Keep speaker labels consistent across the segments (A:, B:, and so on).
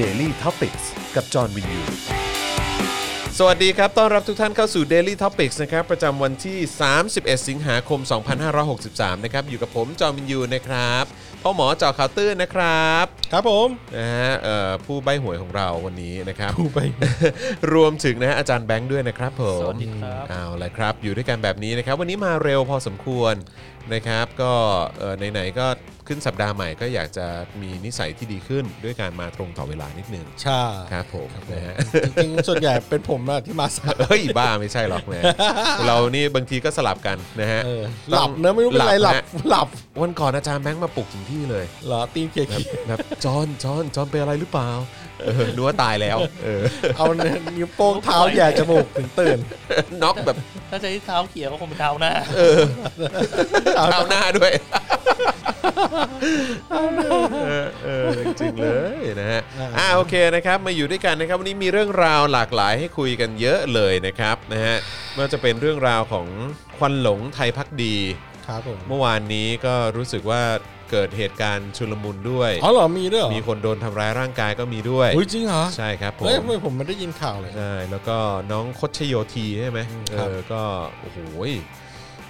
A: Daily t o p i c กกับจอห์นวินยู
B: สวัสดีครับ ต้อนรับทุกท่านเข้าสู่ Daily Topics นะครับ ประจำวันที่ 31 สิงหาคม 2563 นะครับ อยู่กับผม จอมินยูนะครับพ่อหมอเจอข่าวตื้นนะครับ
C: ครับผม
B: นะฮะเอ่อผู้ใบหวยของเราวันนี้นะครับ
C: ดูไป
B: รวมถึงนะฮะอาจารย์แบงค์ด้วยนะครับผม
D: สวัสดีครับ
B: เอาละครับ อยู่ด้วยกันแบบนี้นะครับ วันนี้มาเร็วพอสมควรนะครับ ก็เอ่อไหนๆก็ขึ้นสัปดาห์ใหม่ก็อยากจะมีนิสัยที่ดีขึ้น ด้วยการมาตรงต่อเวลานิดนึง
C: ใช่
B: ครับผมนะฮะ
C: จริงๆ ส่วนใหญ่เป็นผมอะที่มาสาย
B: เฮ้ยบ้าไม่ใช่หรอกแหม่ เรานี่บางทีก็สลับกันนะฮะ
C: เออห
B: ต้
C: ลั
B: อบ ง
C: นะไม่รู้เป็นไรหลับ
B: ฮะ
C: หลับ
B: วันก่อนอาจารย์แบงค์มาปลุกถึงที่เลย
C: เหรอตีนเคียร์
B: แบบแบบจอนจอนจอนเป็นอะไรหรือเปล่าเออนึกว่าตายแล้วเออ
C: เอานิ้วโป้งเท้าแหย่จมูกถึงตื่น
B: น็อกแบบ
D: ถ้าจะที่เท้าเขียวก็คงเป็นเท้าหน้า
B: เท้าหน้าด้วยเออเออจริงๆเลยนะฮะอ่าโอเคนะครับมาอยู่ด้วยกันนะครับวันนี้มีเรื่องราวหลากหลายให้คุยกันเยอะเลยนะครับนะฮะไม่ว่าจะเป็นเรื่องราวของควันหลงไทยพักดี
C: ครับผม
B: เมื่อวานนี้ก็รู้สึกว่าเกิดเหตุการณ์ชุลมุนด้วย
C: อ๋อเหรอมีด้วยเหรอ
B: มีคนโดนทำร้ายร่างกายก็มีด้วย
C: อุ้ยจริงเหรอ
B: ใช่ครับผม
C: เฮ้ยทำไมผมไม่ได้ยินข่าวเลย
B: ใช่แล้วก็น้องคดชโยทีใช่ไหมเอ
C: ครับ
B: อก็โอ้โหย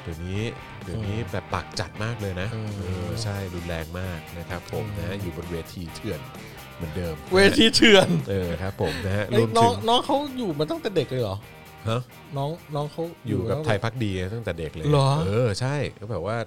B: เดี๋ยวนี้เดี๋ยวนี้แบบปากจัดมากเลยนะ
C: อืม
B: เออใช่รุนแรงมากนะครับผมนะอยู่บนเวทีเถื่อนเหมือนเดิม
C: เวทีเชือน
B: เออครับผมนะฮะร
C: เอ้ยว
B: ม
C: น้อ
B: ถึ
C: ง
B: ง
C: น้องเขาอยู่มาตั้งแต่เด็กเลยเหรอ
B: ฮะ
C: น้องน้องเขา
B: อยู่กับไทยพักดีตั้งแต่เด็กเลย
C: เหรอ
B: เออใช่ก็แบบว่า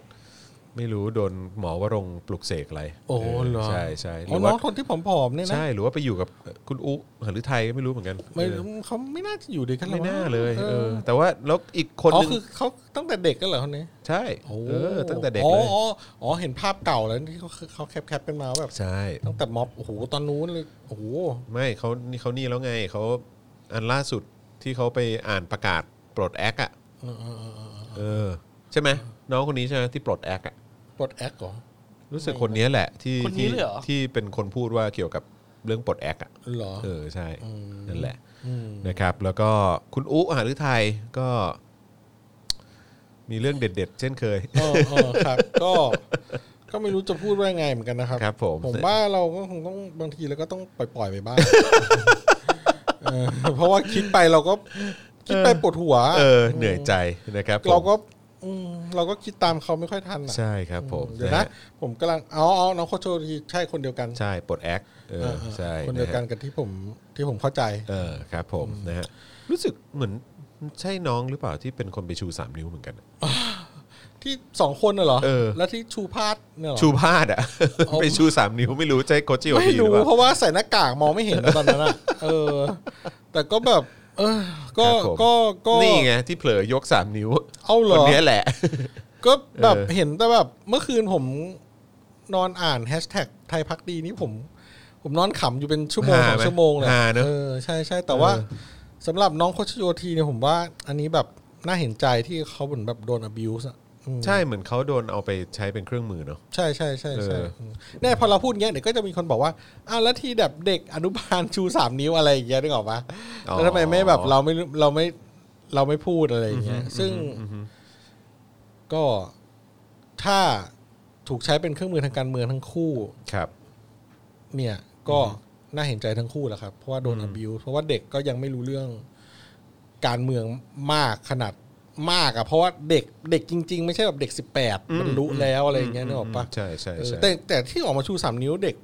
B: ไม่รู้โดนหมอวรงค์ปลุกเสกอะไร
C: โอ้เหรอ
B: ใช่ใช่ห
C: อ๋อ
B: รือ
C: น้
B: ว่า
C: องคนที่ผอมๆเนี่ยนะ
B: ใช่หรือว่าไปอยู่กับคุณอุหรือไทยก็ไม่รู้เหมือนกัน
C: ไม่
B: เออ
C: เขาไม่น่าจะอยู่ด้วยกันหรอ
B: ไม่
C: วะ
B: น่าเลย
C: อ
B: เอ
C: อ
B: อ แต่ว่าแล้วอีกคน
C: อ๋อ
B: นึง
C: คือเขาตั้งแต่เด็กกันเหรอคนนี้
B: ใช่
C: โอ้
B: เออตั้งแต่เด็กเลย
C: อ๋ออ๋ออ๋อ เห็นภาพเก่าแล้วที่เขาเขาแคปแคปเป็นมาแบบ
B: ใช่
C: ตั้งแต่ม็อบ โอ้โห ตอนนู้นเลย โอ้โห
B: ไม่เขานี่เขานี่แล้วไงเขาอันล่าสุดที่เขาไปอ่านประกาศปลดแอคอะเออ ใช่ไหมน้องคนนี้ใช่ไหมที่ปลดแอคอะ
C: ปลดแอคเหรอ
B: รู้สึกคนนี้แหละที่
D: คนนี้
B: ที่
D: เลยเหรอ
B: ที่เป็นคนพูดว่าเกี่ยวกับเรื่องปลดแอกอ่ะ
C: เหรอ
B: เออใช่
C: อืม
B: นั่นแหละ
C: ม
B: นะครับ แล้วก็คุณอุ๊หารือไทยก็ มีเรื่องเด็ด ๆ เช่นเคย
C: เออเออครับ ก็ ก็ไม่รู้จะพูดว่าไงเหมือนกันนะครับ
B: ครับผม
C: ผมว่าเราก็คงต้องบางทีเราก็ต้องปล่อยๆไปบ้าง เออเพราะว่าคิดไปเราก็ คิดไปปวดหัว
B: เออ เหนื่อยใจนะครับผม
C: เราก็อืมเราก็คิดตามเขาไม่ค่อยทันอะ
B: ใช่ครับผม
C: เดี๋ยวนะ
B: ฮ
C: ผมกำลังอ๋ออ๋อน้องโคชโชทีใช่คนเดียวกัน
B: ใช่ปลดแอกเออใช่
C: คนเดียวกันะ
B: ฮะ
C: กับที่ผมที่ผมเข้าใจ
B: เออครับ ผมนะฮะรู้สึกเหมือนใช่น้องหรือเปล่าที่เป็นคนไปชูสามนิ้วเหมือนกันอะ
C: ที่สองคนน่ะเหรอ
B: เออ
C: แล้วที่ชูพาดเนี่ยเหรอ
B: ชูพาดอ่ะ ไปชูสามนิ้วไม่รู้ใช่โคจิโอ
C: ไม่
B: ทีหรื
C: รู้
B: อเปล่า
C: เพราะว่าใส่หน้ากากมองไม่เห็น นะตอนนั้นอะเออ แต่ก็แบบ เออ ก็
B: ครับผม
C: ก็ก็
B: นี่ไงที่เผลอยกสามนิ้ว
C: เอาเหร
B: คน
C: อ
B: เนี้ยแหละ
C: ก็แบบ
B: เออ
C: เห็นแต่แบบเมื่อคืนผมนอนอ่านแฮชแท็กไทยพักดีนี่ผม ผมนอนขำอยู่เป็นชั่วโมง
B: หา
C: สอง
B: ไหม
C: ชั่วโมงเลย
B: หาเนอะ
C: เออใช่ใช่แต่ว่า
B: เออ
C: สำหรับน้องโคชโยทีเนี่ยผมว่า อันนี้แบบน่าเห็นใจที่เขาเหมือนแบบโดน abuse อะอืม
B: ใช่เหมือนเขาโดนเอาไปใช้เป็นเครื่องมือเนาะ
C: ใช่ใช่ใช่ใช่
B: เออ
C: เนี่ยพอเราพูดอย่างเงี้ยเดี๋ยวก็จะมีคนบอกว่าอ้าวแล้วที่แบบเด็กอนุบาลชูสามนิ้วอะไรอย่างเงี้ยนึกออกปะแล้วทำไมไม่แบบเราไม่เราไม่เราไม่พูดอะไรอย่างเงี้ยซึ่งก็ถ้าถูกใช้เป็นเครื่องมือทางการเมืองทั้งคู่
B: ครับ
C: เนี่ยก็น่าเห็นใจทั้งคู่แหละครับเพราะว่าโดน abuse เพราะว่าเด็กก็ยังไม่รู้เรื่องการเมืองมากขนาดมากอะเพราะว่าเด็กเด็กจริง ๆ ไม่ใช่แบบเด็กสิบแปดบรรลุแล้วอะไรอย่างเงี้ยนึกออกปะ
B: ใช่ใช่
C: เออ
B: ใช่
C: แต่แต่ที่ออกมาชูสามนิ้วเด็ก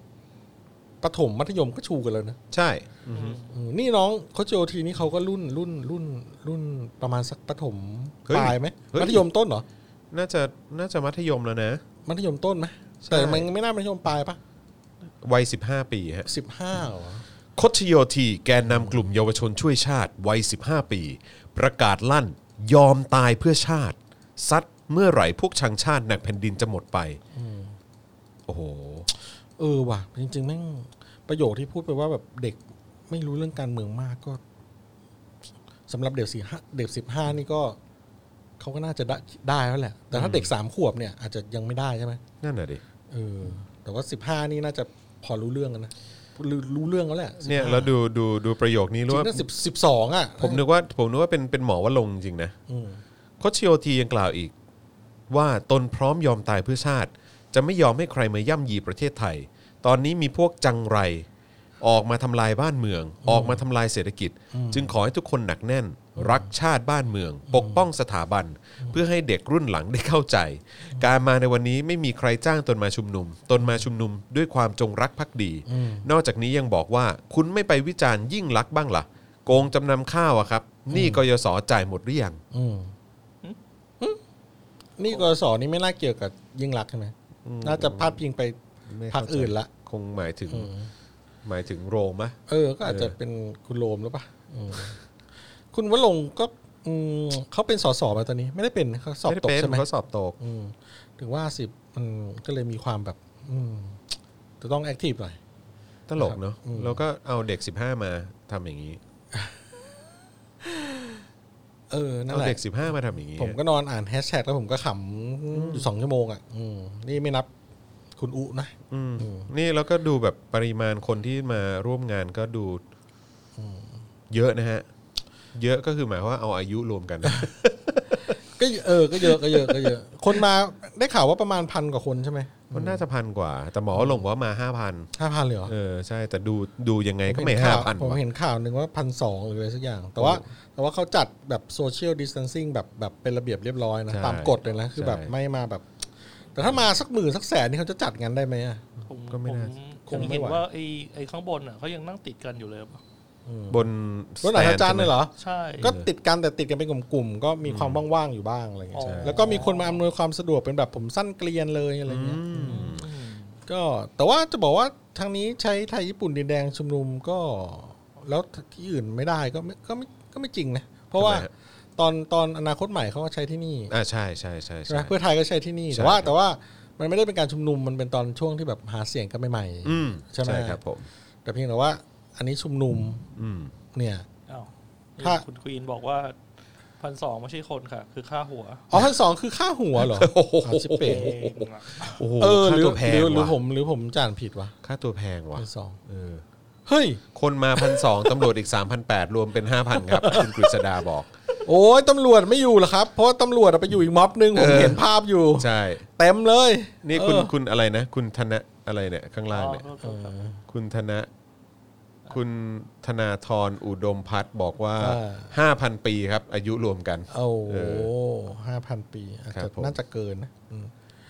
C: ประถมมัธยมก็ชูกันแล้วนะ
B: ใช่
C: เออนี่น้องเขาโจทีนี่เขาก็รุ่นรุ่นรุ่นรุ่นประมาณสักประถมปลายไหมมัธยมต้นเหรอ
B: น่าจะน่าจะมัธยมแล้วนะ
C: มัธยมต้นไหม
B: ใช่
C: แต่มันไม่น่ามัธยมปลายปะ
B: วัย 15 ปีฮะ
C: สิบห้าเหรอ
B: คดชโยธีแกนนำกลุ่มเยาวชนช่วยชาติ วัย 15 ปี ประกาศลั่น ยอมตายเพื่อชาติ ซัดเมื่อไหร่พวกชังชาติหนักแผ่นดินจะหมดไปโอ้โห
C: เออว่ะจริงๆแม่งประโยคที่พูดไปว่าแบบเด็กไม่รู้เรื่องการเมืองมากก็สำหรับเด็กสี่ห้าเด็กสิบห้านี่ก็เขาก็น่าจะได้ได้แล้วแหละ แต่ถ้าเด็กสามขวบเนี่ยอาจจะยังไม่ได้ใช่ไหม
B: นั่นน่ะดิ
C: เออแต่ว่าสิบห้านี่น่าจะพอรู้เรื่องกันนะรู้รู้เรื่องแล้วแหละ
B: เนี่ย
C: 15
B: แล้วดูดูดูประโยคนี้
C: จ
B: รู้
C: ริง
B: ว่า
C: ๆน่าสิบสิบสองอ่ะ
B: ผมนึกว่าผมนึกว่าเป็นเป็นหมอว่าลงค์จริงๆนะ
C: อืม
B: โคชโยทียังกล่าวอีก ว่าตนพร้อมยอมตายเพื่อชาติ จะไม่ยอมให้ใครมาย่ำยีประเทศไทย ตอนนี้มีพวกจังไร ออกมาทำลายบ้านเมือง ออกมาทำลายเศรษฐกิจ จึงขอให้ทุกคนหนักแน่น รักชาติบ้านเมือง ปกป้องสถาบัน เพื่อให้เด็กรุ่นหลังได้เข้าใจ การมาในวันนี้ไม่มีใครจ้างตนมาชุมนุม ตนมาชุมนุมด้วยความจงรักภักดี นอกจากนี้ยังบอกว่าคุณไม่ไปวิจารณ์ยิ่งลักษณ์บ้างล่ะ โกงจำนำข้าวอะครับหนี่กยศจ่ายหมดหรือยัง
C: อืมนี่กสนี่ไม่น่าเกี่ยวกับยิ่งรักษณ์ใช่ไหมน่าจะพาดพิงไป
B: ไม่
C: พร
B: เข้าร
C: ค
B: ใจ
C: อื่นละ
B: คงหมายถึงหมายถึงโรมมะ
C: เออ ก็อาจจะ
B: เออ
C: เป็นคุณโรมหรือเปล่าอืมคุณวลงค์ก็อืมเขาเป็นสสมาตอนนี้ไม่ได้เป็นเขาสอบ
B: ไม่ได้
C: ตก
B: เป็น
C: ใช่ไหม
B: เขาสอบตก
C: อืมถึงว่าสิบมันก็เลยมีความแบบ อืมจะต้องแอคทีฟหน่อย
B: ตลกเนาะ
C: อืม
B: แล้วก็เอาเด็ก 15 มาทำอย่างนี้
C: เออนั่น
B: เอา
C: แหละ
B: เด็ก 15 มาทำอย่างนี้
C: ผมก็นอนอ่านแฮชแท็กแล้วผมก็ขำอยู่สองชั่วโมงอ่ะอืมนี่ไม่นับคุณอุนะ
B: อืมนี่แล้วก็ดูแบบปริมาณคนที่มาร่วมงานก็ดูเยอะนะฮะ เยอะก็คือหมายความว่าเอาอายุรวมกัน
C: ก็เออ ก็เยอะก็เยอะก็เยอะ คนมาได้ข่าวว่าประมาณพันกว่าคนใช่ไหม
B: มันน่าจะพันกว่า แต่หมอลงบอกว่ามา 5,000
C: ห้าพันเลยเหรอ
B: เออ ใช่แต่ดูดูยังไงก็ไม่
C: ผเห็นข่าว
B: 5,000
C: ผม
B: ว่ะ
C: เห็นข่าวหนึ่งว่าพันสองหรืออะไรสักอย่าง แต่ว่า แต่ว่าเขาจัดแบบโซเชียลดิส a ทนซิ่งแบบแบบเป็นระเบียบเรียบร้อยนะ ตามกฎเลยนะ คือแบบไม่มาแบบ แต่ถ้ามาสักหมื่นสักแสนนี่เขาจะจัดงานได้ไหมอะ
D: ผม
B: ก็ไม่น่า
D: ผ
C: ค
D: ม
C: งไม่
D: เห็น
C: ไหว
D: ว่าไอ้ไอ้ข้างบนอ่ะเขายังนั่งติดกันอยู่เลยป่ะ
B: บน
C: รถไหนอาจารย์
B: ใช่ไม
C: เลยเหรอ
D: ใช่
C: ก็ติดกันแต่ติดกันเป็นกลุ่มๆก็มีความว่างๆอยู่บ้างอะไรอย่าง
D: อ๋อ
C: เงี้ยแล้วก็มีคนมาอำนวยความสะดวกเป็นแบบผมสั้นเกลียนเลยอะไรเงี้ย
D: อืม
C: ก็แต่ว่าจะบอกว่าทางนี้ใช้ไทยญี่ปุ่นดินแดงชุมนุมก็ แล้วที่อื่นไม่ได้ก็ไม่ก็ไม่ก็ไม่จริงนะเพราะว่า
B: ทำไมฮะ
C: ตอนตอนอนาคตใหม่เขาก็ใช้ที่นี่
B: อ่าใช่ใช่ใช่
C: ใช่ไหม
B: ใช่
C: เพื่อไทยก็ใช้ที่นี่
B: ใช่
C: แต่ว่า
B: ครับ
C: แต่ว่ามันไม่ได้เป็นการชุมนุมมันเป็นตอนช่วงที่แบบหาเสียงกันใหม่
B: อืม
C: ใช่ไหม
B: ครับผม
C: ๆแต่เพียงแต่ว่า อันนี้ชุมนุม
B: อืม
C: เนี่ย
D: อ้าวนี่
C: ถ้า
D: คุณควีนบอกว่าพันสองไม่ใช่คนค่ะ คือค่าหัว
C: อ๋อพันสองคือค่าหัวเหรอ
B: โอ้โห
C: สามสิบเปน
B: โอ้โห
C: เออห
B: ค่า
C: รือ
B: ตัวแพ
C: ห
B: ง
C: รือหรือ
B: ว่ะ
C: ผมหรือผมจานผิดวะ
B: ค่าตัวแพงว่ะ
C: พันสอง
B: เออ
C: เฮ้ย
B: คนมาพันสองต ำรวจอีก 3,800 รวมเป็น 5,000 ครับ คุณกฤษดาบอก
C: โอ้ยตำรวจไม่อยู่เหรอครับ เพราะว่าตำรวจอะไปอยู่อีกม็อบนึงผม
B: เออ
C: เห็นภาพอยู่
B: ใช่
C: เต็มเลย
B: นี่คุณ
C: เออ
B: คุณอะไรนะ คุณธนะอะไรเนี่ย ข้างล่างเนี่ย
D: อ๋อโทษครับ
B: คุณธนะ คุณธนาธรอุดมพัฒน์บอกว่า 5,000 ปีครับ อายุรวมกัน
C: โอ้โห
B: เอ
C: ห้าพันปีอาจ
B: ครั
C: จะ
B: บผม
C: น่าจะเกินนะอืม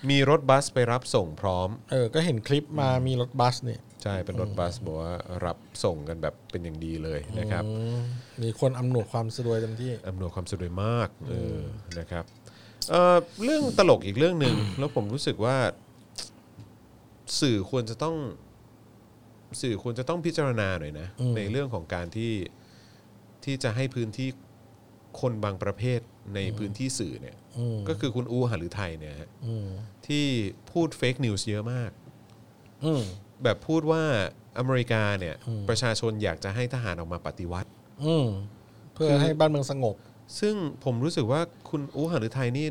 B: มีรถบัสไปรับส่งพร้อม
C: เออ ก็เห็นคลิปมามีรถบัสเนี่ย
B: ใช่ เป็นรถบัสบอกว่ารับส่งกันแบบเป็นอย่างดีเลยนะครับ
C: อืมมีคนอำนวยความสะดวกเต็มที่
B: อำนวยความสะดวกมากเออนะครับเอ่อเรื่องตลกอีกเรื่องหนึ่ง แล้วผมรู้สึกว่า สื่อควรจะต้อง สื่อควรจะต้องพิจารณาหน่อยนะ
C: อืม
B: ในเรื่องของการที่ที่จะให้พื้นที่คนบางประเภทในพื้นที่สื่อเนี่ย
C: อืม
B: ก็คือคุณอูหฤทัยเนี่ยฮะ
C: อืม
B: ที่พูดเฟกนิวส์เยอะมาก
C: อืม
B: แบบพูดว่าอเมริกาเนี่ย
C: อืม
B: ประชาชนอยากจะให้ทหารออกมาปฏิวัติ
C: อืมเพื่อให้บ้านเมืองสงบ
B: ซึ่งผมรู้สึกว่าคุณอูหฤทัยนี่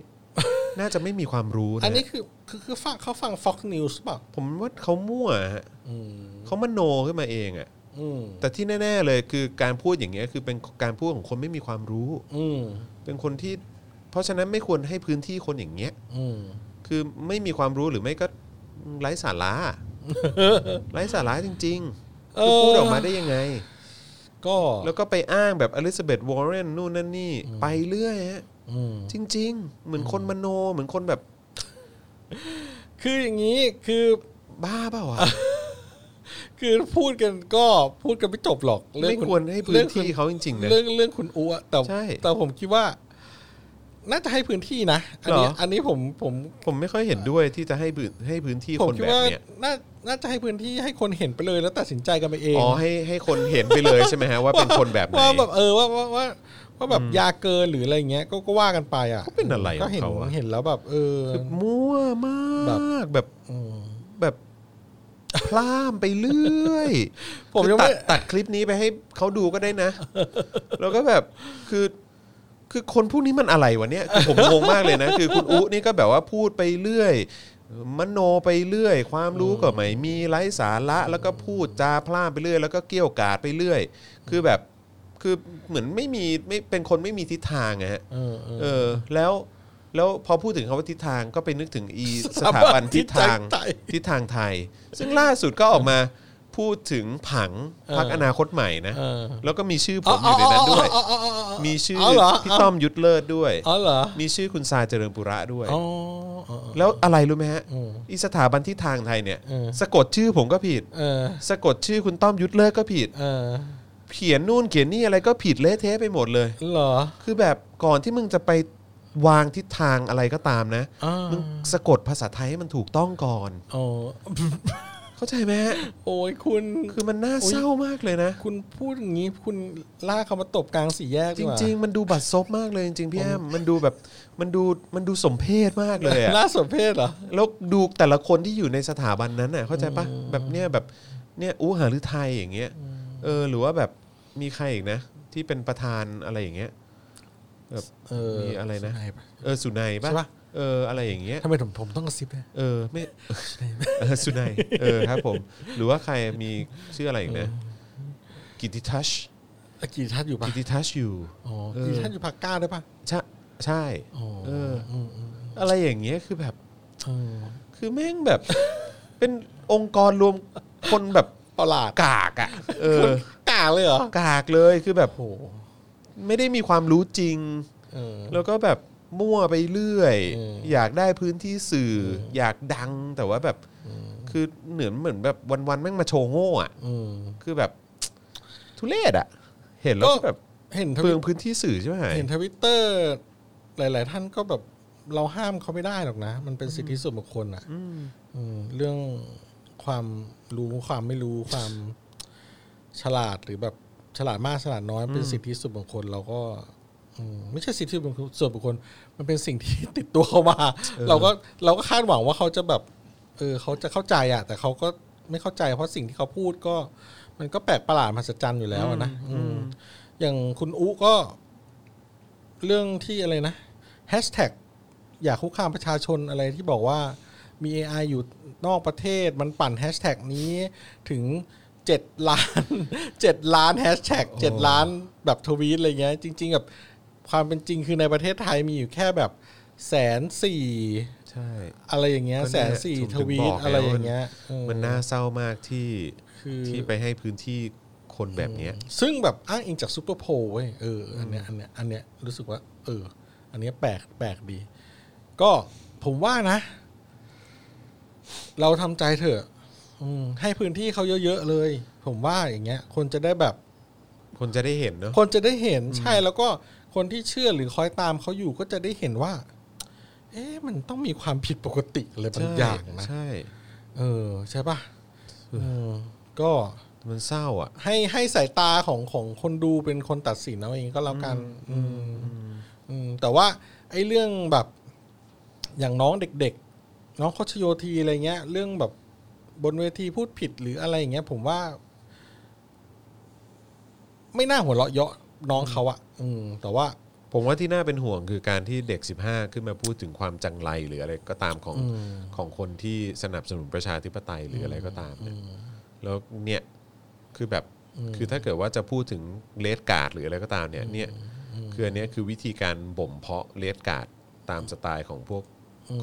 B: น่าจะไม่มีความรู้นะ
C: อันนี้คือคือคือฟังเขาฟัง Fox News เปล่า
B: ผมว่าเขามั่วฮะ
C: อืม
B: เขามโนขึ้นมาเองอะ
C: อืม
B: แต่ที่แน่ ๆ เลยคือการพูดอย่างเงี้ยคือเป็นการพูดของคนไม่มีความรู้
C: อืม
B: เป็นคนที่ เพราะฉะนั้นไม่ควรให้พื้นที่คนอย่างเงี้ย
C: อืม
B: คือไม่มีความรู้หรือไม่ก็ไร้สาระไร้สาระจริงๆคือพูดออกมาได้ยังไง
C: ก็
B: แล้วก็ไปอ้างแบบอลิซาเบธวอร์เรนนู่นนั่นนี่ ไปเรื่อยฮะ
C: อืม
B: จริง ๆ เหมือนคนมโนเหมือนคนแบบ
C: คืออย่างนี้คือ
B: บ้าเปล่าวะ
C: คือพูดกันก็พูดกันไม่จบหรอกเรื่อง
B: ไม่ควรให้พื้นที่เขาจริงๆนะ
C: เรื่องเรื่องคุณอัวแต่
B: ใช่
C: แต่ผมคิดว่า น่าจะให้พื้นที่นะอันนี้
B: เหรอ
C: อันนี้ผมผม
B: ผมไม่ค่อยเห็นด้วยที่จะให้พื้นให้พื้นที่
C: ผม
B: คน
C: คิด
B: แบบ
C: ว่า
B: เนี้ย
C: น่าน่าจะให้พื้นที่ให้คนเห็นไปเลยแล้วตัดสินใจกันไปเอง
B: อ๋อให้ให้คนเห็นไปเลยใช่ไหม ฮะว่าเป็นคนแบบไหน
C: ว่าแบบเออว่าว่าว่าว่าแบบยาเกินหรืออะไรเงี้ย ก็ก็ว่ากันไปอ่ะ
B: เขาเป็นอะไรของ
C: ก็เห็น
B: เขาอะ
C: เห็นแล้วแบบเออ
B: คือมั่วม
C: แบ
B: ากแบบ
C: อืม
B: แบบพลามไปเรื่อย
C: ผม
B: คือ
C: ยังไม่
B: ตัดตัดคลิปนี้ไปให้เขาดูก็ได้นะ แล้วก็แบบคือคือคนพวกนี้มันอะไรวะเนี่ยคือผมงงมากเลยนะ คือคุณอุ๊นี่ก็แบบว่าพูดไปเรื่อยมโนไปเรื่อย ความรู้ก็ไม่มีไร้สาระแล้วก็พูดจาพลาดไปเรื่อย แล้วก็เกี่ยวกาดไปเรื่อย คือแบบคือเหมือนไม่มีไม่เป็นคนไม่มีทิศทางอะฮะ
C: เออเออ
B: เออแล้วแล้วพอพูดถึงคำว่าทิศทางก็ไปนึกถึงอีสถาบันทิศทาง
C: ไต
B: ทิศทางไทย ซึ่งล่าสุดก็ออกมา พูดถึงผัง
C: เออ
B: พักอนาคตใหม่นะ
C: เออ
B: แล้วก็มีชื่อผมอยู่ในนั้นด้วย
C: อ๋ออ๋ออ๋ออ๋อ
B: มีชื่อ
C: อเหรอ
B: พี่ต้อมยุทธเลิศด้วย
C: อ๋อเหรอ
B: มีชื่อคุณทรายเจริญปุระด้วย
C: อ๋ออ๋อ
B: แล้วอะไรรู้ไหมฮะ
C: อืม
B: อีสถาบันที่ทางไทยเนี่ย
C: เออ
B: สะกดชื่อผมก็ผิด
C: เออ
B: สะกดชื่อคุณต้อมยุทธเลิศก็ผิด
C: เออ
B: เขียนนู่นเขียนนี่อะไรก็ผิดเละเทะไปหมดเลย
C: เหรอ
B: คือแบบก่อนที่มึงจะไปวางทิศทางอะไรก็ตามนะ
C: อ่ามึ
B: มึงสะกดภาษาไทยให้มันถูกต้องก่อน
C: โอ้
B: เข้าใจไหมฮะ
C: โอ้ยคุณ
B: คือมันน่าเศร้ามากเลยนะ
C: คุณพูดอย่างนี้คุณลากเขามาตบกลางสี่แยก
B: จ
C: ดีกว่า
B: ริง ๆ มันดูบัดซบมากเลยจริงๆพี่แอมมันดูแบบมันดูมันดูสมเพศมากเลยอะ
C: ล่าสมเพศเหรอ
B: แล้วดูแต่ละคนที่อยู่ในสถาบันนั้นน่ะเข้าใจปะแบบเนี้ยแบบเนี่ยอู้หารือไทยอย่างเงี้ยเออหรือว่าแบบมีใครอีกนะ ที่เป็นประธานอะไรอย่างเงี้ยแบบ
C: เออ
B: มีอะไรนะ
C: สุนัยปะ
B: เออสุนัยปะ
C: ใช่ปะ
B: เอออะไรอย่างเงี้ย
C: ทำไมผมผมต้องกระซิบเนี่ย
B: เออไม่เออสุนัยเออครับผม หรือว่าใครมีชื่ออะไรอีกนะกิติทัช
C: อ่ะกี่ทัดอยู่ปะ
B: กิติทัชอยู่
C: อ๋อ
B: เออ
C: กี่ทัดอยู่พักก้าด้วยปะ
B: ใช่ใช่
C: อ๋อ
B: เออ
C: อืมอืม
B: อะไรอย่างเงี้ยคือแบบ
C: เออ
B: คือแม่งแบบ เป็นองค์กรรวมคนแบบ
C: ประหลาด
B: กากอ่ะเออ
C: กล้าเลยเหรอก
B: ากเลยคือแบบ
C: โอ้โห
B: ไม่ได้มีความรู้จริง
C: เออ
B: แล้วก็แบบมั่วไปเรื่อย
C: อืม
B: อยากได้พื้นที่สื่อออยากดังแต่ว่าแบบ คือเหมือนเหมือนแบบวันๆแม่งมาโชว์โง่อ่ะ
C: อืม
B: คือแบบ ทุเรศอ่ะ เห็นแล้ว
C: ก็
B: ก็แบบ
C: เห็นท
B: เปลื
C: วิ
B: อง
C: ต
B: พื้นที่สื่อใช่ไหม
C: เห็นทวิตเตอร์ หลาย ๆ ท่านก็แบบเราห้ามเขาไม่ได้หรอกนะ มันเป็นสิทธิส่วนบุคคลอ่ะ
B: อืม
C: อืมเรื่องความรู้ความไม่รู้ความ ฉลาดหรือแบบฉลาดมากฉลาดน้อยเป็นสิทธิส่วนบุคคลเราก็อืมไม่ใช่สิทธิส่วนบุคคลส่วนบุคคล มันเป็นสิ่งที่ ติดตัวเขามาเราก็เราก็คาดหวังว่าเขาจะแบบเออเขาจะเข้าใจอ่ะ แต่เขาก็ไม่เข้าใจ เพราะสิ่งที่เขาพูดก็ มันก็แปลกประหลาดมหัศจรรย์อยู่แล้วอะนะอืมอย่างคุณอุก็ เรื่องที่อะไรนะแฮชแท็กอย่าคุกคามประชาชนอะไรที่บอกว่ามี AI อยู่นอกประเทศมันปั่นแฮชแท็กนี้ถึง 7 ล้าน 7 ล้านแฮชแท็ก7ล้านแบบทวีตอะไรเงี้ยจริง ๆ กับความเป็นจริงคือในประเทศไทยมีอยู่แค่แบบแสนสี่
B: ใช่
C: อะไรอย่างเงี้ย
B: ก็เนี่ย
C: แสนสี่
B: ผมถึ
C: ท
B: ง
C: วี
B: บ
C: ต
B: อกไง
C: อะไรอย่างเงี้ย
B: ว่า
C: เออ
B: มันน่าเศร้ามากที่
C: คือ
B: ที่ไปให้พื้นที่คนแบบเนี้ย
C: ซึ่งแบบอ้างอิงจากซูเปอร์โพลเว้ยเอออันเนี้ยอันเนี้ยอันเนี้ยรู้สึกว่า เออ อันเนี้ยแปลกแปลกดี ก็ผมว่านะ เราทำใจเถอะอืมให้พื้นที่เขาเยอะๆเลย ผมว่าอย่างเงี้ย คนจะได้แบบ
B: คนจะได้เห็นเนาะ
C: คนจะได้เห็นใช่แล้วก็คนที่เชื่อหรือคอยตามเขาอยู่ก็จะได้เห็นว่า เอ๊ะมันต้องมีความผิดปกติอะไรบางอย่างนะ
B: ใช่
C: เออ ใช่ปะเออก็
B: มันเศร้าอ่ะ
C: ให้ให้สายตาของของคนดูเป็นคนตัดสินเอาเองก็แล้วกัน อืมอืมแต่ว่าไอ้เรื่องแบบอย่างน้องเด็กๆ น้องโคชโยทีอะไรเงี้ย เรื่องแบบบนเวทีพูดผิดหรืออะไรอย่างเงี้ย ผมว่า ไม่น่าหัวเราะเยาะน้องเขาอะอืม แต่ว่า
B: ผมว่าที่น่าเป็นห่วงคือการที่เด็ก 15 ขึ้นมาพูดถึงความจังไรหรืออะไรก็ตามของของคนที่สนับสนุนประชาธิปไตยหรืออะไรก็ตามเนี่ยแล้วเนี่ยคือแบบคือถ้าเกิดว่าจะพูดถึงเลดการ์ดหรืออะไรก็ตามเนี่ยเนี่ยคืออันเนี้ยคือวิธีการบ่มเพาะเลดการ์ดตามสไตล์ของพวก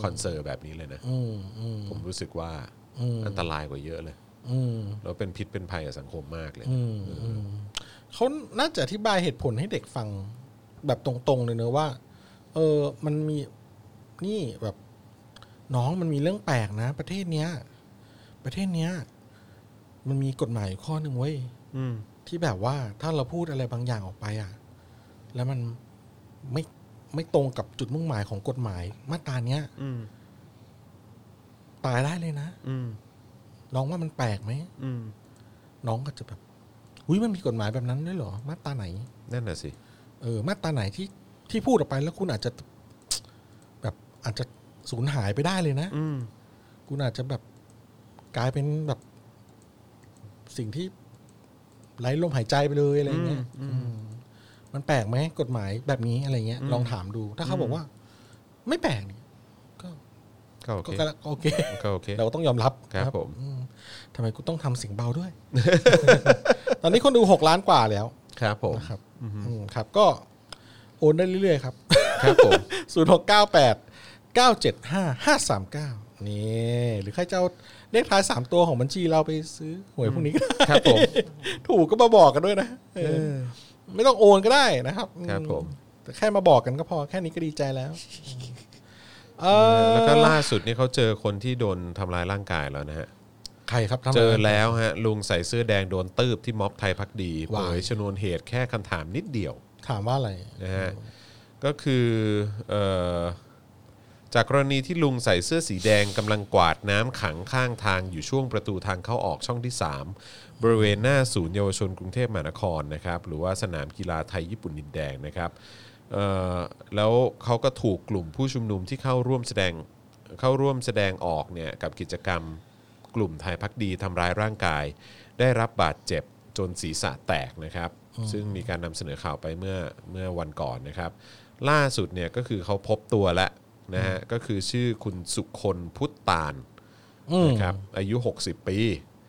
B: คอนเซอร์แบบนี้เลยนะ
C: อืมอืม
B: ผมรู้สึกว่า
C: อืม
B: อันตรายกว่าเยอะเลย
C: อืม
B: แล้วเป็นพิษเป็นภัยกับสังคมมากเลย
C: อืมอืมเขาน่าจะอธิบายเหตุผลให้เด็กฟังแบบตรงๆเลยเนอะว่า เออ มันมี นี่แบบน้องมันมีเรื่องแปลกนะ ประเทศเนี้ย ประเทศเนี้ย มันมีกฎหมายอยู่ข้อหนึ่งเว้ย
B: อืม
C: ที่แบบว่าถ้าเราพูดอะไรบางอย่างออกไปอ่ะ แล้วมันไม่ไม่ตรงกับจุดมุ่งหมายของกฎหมาย มาตราเนี้ย
B: อืม
C: ตายได้เลยนะ
B: อืม
C: น้องว่ามันแปลกไหม
B: อืม
C: น้องก็จะแบบอุ้ยมันมีกฎหมายแบบนั้นด้วยเหรอมาตราไหน
B: นั่นน่ะสิ
C: เออ มาตราไหนที่ที่พูดออกไปแล้วคุณอาจจะ แบบอาจจะสูญหายไปได้เลยนะ
B: อืม
C: คุณอาจจะแบบกลายเป็นแบบสิ่งที่ไร้ลมหายใจไปเลยอะไรเงี้ยอืมมันแปลกไหมกฎหมายแบบนี้อะไรเงี้ย ลองถามดู ถ้าเขาบอกว่า ไม่แปลกนี่ก็
B: ก็โอ
C: ก็
B: เค
C: ก็โอเค
B: ก็โอเค
C: เราต้องยอมรับ
B: ครับผม
C: อืมทำไมกูต้องทำเสียงเบาด้วย ตอนนี้คนดูหกล้านกว่าแล้ว
B: ครับผม
C: นะครับ อืมครับ ก็โอนได้เรื่อยๆครับ
B: ครับ ผม
C: 0 6 9 8 9 7 5 5 3 9 นี่ หรือใครจะเอา เลขท้ายสามตัวของบัญชีเราไปซื้อหวยพวกนี้ก็ได้
B: ครับผม
C: ถูกก็มาบอกกันด้วยนะเออไม่ต้องโอนก็ได้นะครับ
B: ครับผม
C: แต่แค่มาบอกกันก็พอแค่นี้ก็ดีใจแล้วเออ
B: แล้วก็ล่าสุดนี่เขาเจอคนที่โดนทำร้ายร่างกายแล้วนะฮะ
C: ใครครับทำไม
B: เจอแล้วฮะ ลุงใส่เสื้อแดงโดนตืบที่ม็อบไทยพักดีเผ
C: ว้าย
B: ยชนวนเหตุแค่คำถามนิดเดียว
C: ถามว่าอะไร
B: นะฮะก็คือเอ่อจากกรณีที่ลุงใส่เสื้อสีแดงกำลังกวาดน้ำขังข้างทางอยู่ช่วงประตูทางเข้าออกช่องที่ 3 บริเวณหน้าศูนย์เยาวชนกรุงเทพมหานครนะครับหรือว่าสนามกีฬาไทยญี่ปุ่นดินแดงนะครับเอ่อแล้วเขาก็ถูกกลุ่มผู้ชุมนุมที่เข้าร่วมแสดงเข้าร่วมแสดงออกเนี่ยกับกิจกรรมกลุ่มไทยพักดีทำร้ายร่างกาย ได้รับบาดเจ็บจนศีรษะแตกนะครับ ซึ่งมีการนำเสนอข่าวไปเมื่อเมื่อวันก่อนนะครับ ล่าสุดเนี่ยก็คือเขาพบตัวแล้วนะฮะก็คือชื่อคุณสุคนพุทธตาล
C: อืม
B: นะครับอายุ 60 ปี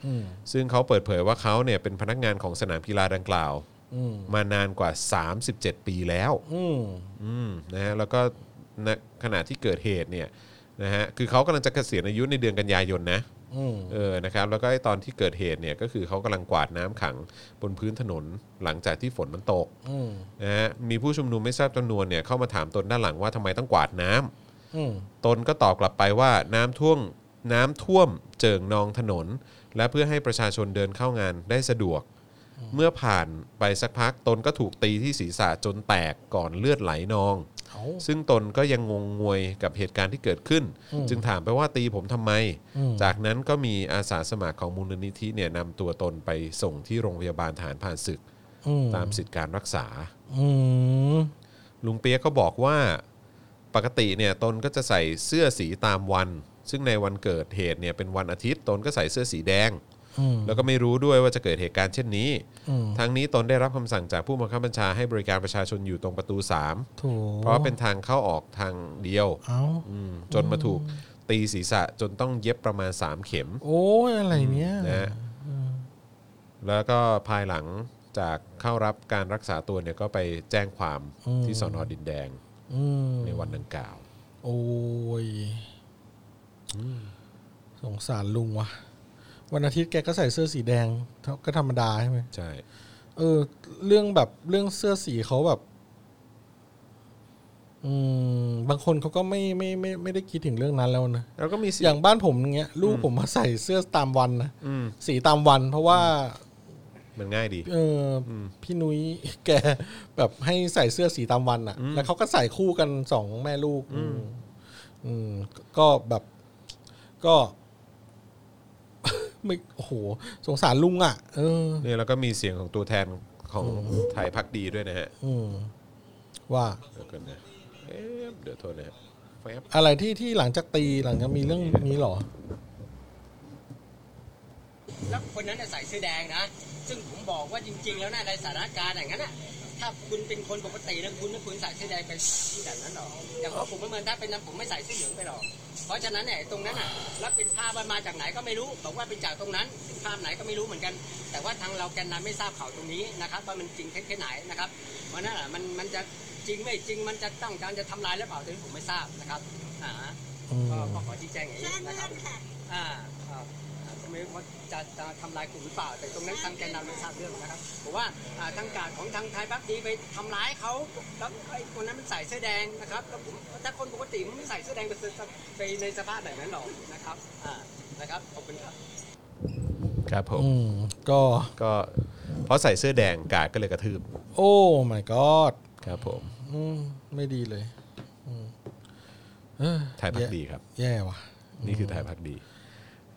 C: อืม
B: ซึ่งเขาเปิดเผยว่าเขาเนี่ยเป็นพนักงานของสนามกีฬาดังกล่าว
C: อืม
B: มานานกว่า 37 ปีแล้ว
C: อืม
B: อืมนะฮะแล้วก็ณขณะที่เกิดเหตุเนี่ยนะฮะคือเขากำลังจะเกษียณอายุในเดือนกันยายนนะ
C: อืม
B: เออ นะครับ แล้วก็ไอ้ตอนที่เกิดเหตุเนี่ย ก็คือเขากำลังกวาดน้ำขังบนพื้นถนนหลังจากที่ฝนมันตก
C: อืม
B: นะฮะ มีผู้ชุมนุมไม่ทราบจำนวนเนี่ยเข้ามาถามตนด้านหลังว่าทำไมต้องกวาดน้ำ
C: อืม
B: ตนก็ตอบกลับไปว่าน้ำท่วมน้ำท่วมเจิ่งนองถนน และเพื่อให้ประชาชนเดินเข้างานได้สะดวก เมื่อผ่านไปสักพักตนก็ถูกตีที่ศีรษะจนแตกก่อนเลือดไหลนอง
C: เอา
B: ซึ่งตนก็ยังงงงวยกับเหตุการณ์ที่เกิดขึ้น
C: อืม
B: จึงถามไปว่าตีผมทำไม
C: อืม
B: จากนั้นก็มีอาสาสมัครของมูลนิธิเนี่ยนำตัวตนไปส่งที่โรงพยาบาลฐานผ่านศึก
C: อืม
B: ตามสิทธิการรักษา
C: อืม
B: ลุงเปียกก็บอกว่าปกติเนี่ยตนก็จะใส่เสื้อสีตามวัน ซึ่งในวันเกิดเหตุเนี่ยเป็นวันอาทิตย์ตนก็ใส่เสื้อสีแดง
C: อืม
B: แล้วก็ไม่รู้ด้วยว่าจะเกิดเหตุการณ์เช่นนี้
C: อืม
B: ทั้งนี้ตนได้รับคำสั่งจากผู้บังคับบัญชาให้บริการประชาชนอยู่ตรงประตู 3
C: ถูก
B: เพราะเป็นทางเข้าออกทางเดียว
C: เอา
B: อืมจนมาถูกตีศีรษะจนต้องเย็บประมาณ 3 เข็ม
C: โอ้ยอะไรเนี่ย
B: นะฮะแล้วก็ภายหลังจากเข้ารับการรักษาตัวเนี่ยก็ไปแจ้งความที่สอนอดินแดง
C: อืม
B: ในวันดังกล่าว
C: โอ้ยสงสารลุงวะวันอาทิตย์แกก็ใส่เสื้อสีแดงเท่าก็ธรรมดาใช่ไหม
B: ใช่
C: เออ เรื่องแบบเรื่องเสื้อสีเขาแบบ อืม บางคนเขาก็ไม่ไม่ไม่ไม่ได้คิดถึงเรื่องนั้นแล้วนะ
B: แล้วก็มีเสี
C: อย ย่าง งบ้านผมอย่างเงี้ย ลูกผมมาใส่เสื้อตามวันนะ
B: อืม
C: สีตามวัน เพราะว่า
B: มันง่ายดี
C: เอออพี่นุ้ย แกแบบให้ใส่เสื้อสีตามวันอะ่ะ แล้วเขาก็ใส่คู่กันสองแม่ลูก อืมอืมก็ก็แบบ ก็ ไม่โอ้โห สงสารลุงอะ่ะ เออ
B: เนี่ยแล้วก็มีเสียงของตัวแทนของไทยพักดีด้วยนะฮะ
C: อืม ว่า
B: เดี๋ยวกันนะเอ๊ะเดี๋ยวโทษนะฮะแฟบ
C: อะไรที่ที่หลังจากตีหลังจากมีเรื่องนี้เหรอ
E: แล้วคนนั้นน่ะใส่เสื้อแดงนะ ซึ่งผมบอกว่าจริง ๆ แล้วนะในสถานการณ์อย่างนั้นนะถ้าคุณเป็นคนปกตินะคุณไม่ควรใส่เสื้อแดงไปแบบนั้นหรอกอย่างว่าผมไม่เหมือนถ้าเป็นนั้นผมไม่ใส่เสื้อเหลืองไปหรอก เพราะฉะนั้นเนี่ยไอ้ตรงนั้นอ่ะแล้วเป็นภาพมันมาจากไหนก็ไม่รู้ บอกว่าเป็นจากตรงนั้นซึ่งภาพไหนก็ไม่รู้เหมือนกัน แต่ว่าทางเราแกนนำไม่ทราบข่าวตรงนี้นะครับว่ามันจริงเท็จแค่ไหนนะครับ เพราะนั่นแหละมันมันจะจริงไม่จริงมันจะต้องการจะทำลายหรือเปล่าตรงนี้ผมไม่ทราบนะครับอ่า
C: อืม
E: ก็ก็ขอชี้แจงอย่างนี้นะครับ อ่าครับอ่าไม่ว่าจะจะทำลายกลุ่มหรือเปล่า แต่ตรงนั้นทางแกนนำไม่ทราบเรื่องนะครับผมว่าอ่าทางการของทางไทยพักดีไปทำร้ายเขาแล้วไอ้คนนั้นมันใส่เสื้อแดงนะครับแล้วผมถ้าคนปกติมันไม่ใส่เสื้อแดงไปไปในสภาพแบบนั้นหรอกนะครับอ่านะครับขอบคุณครับ
B: ครับผม
C: อืม ก็
B: ก็เพราะใส่เสื้อแดงกาดก็เลยกระทืบ
C: โอ้ my god
B: ครับผม
C: อืม ไม่ดีเลย
B: ไทยพักดีครับ
C: แย่ว่ะ
B: นี่คือไทยพักดี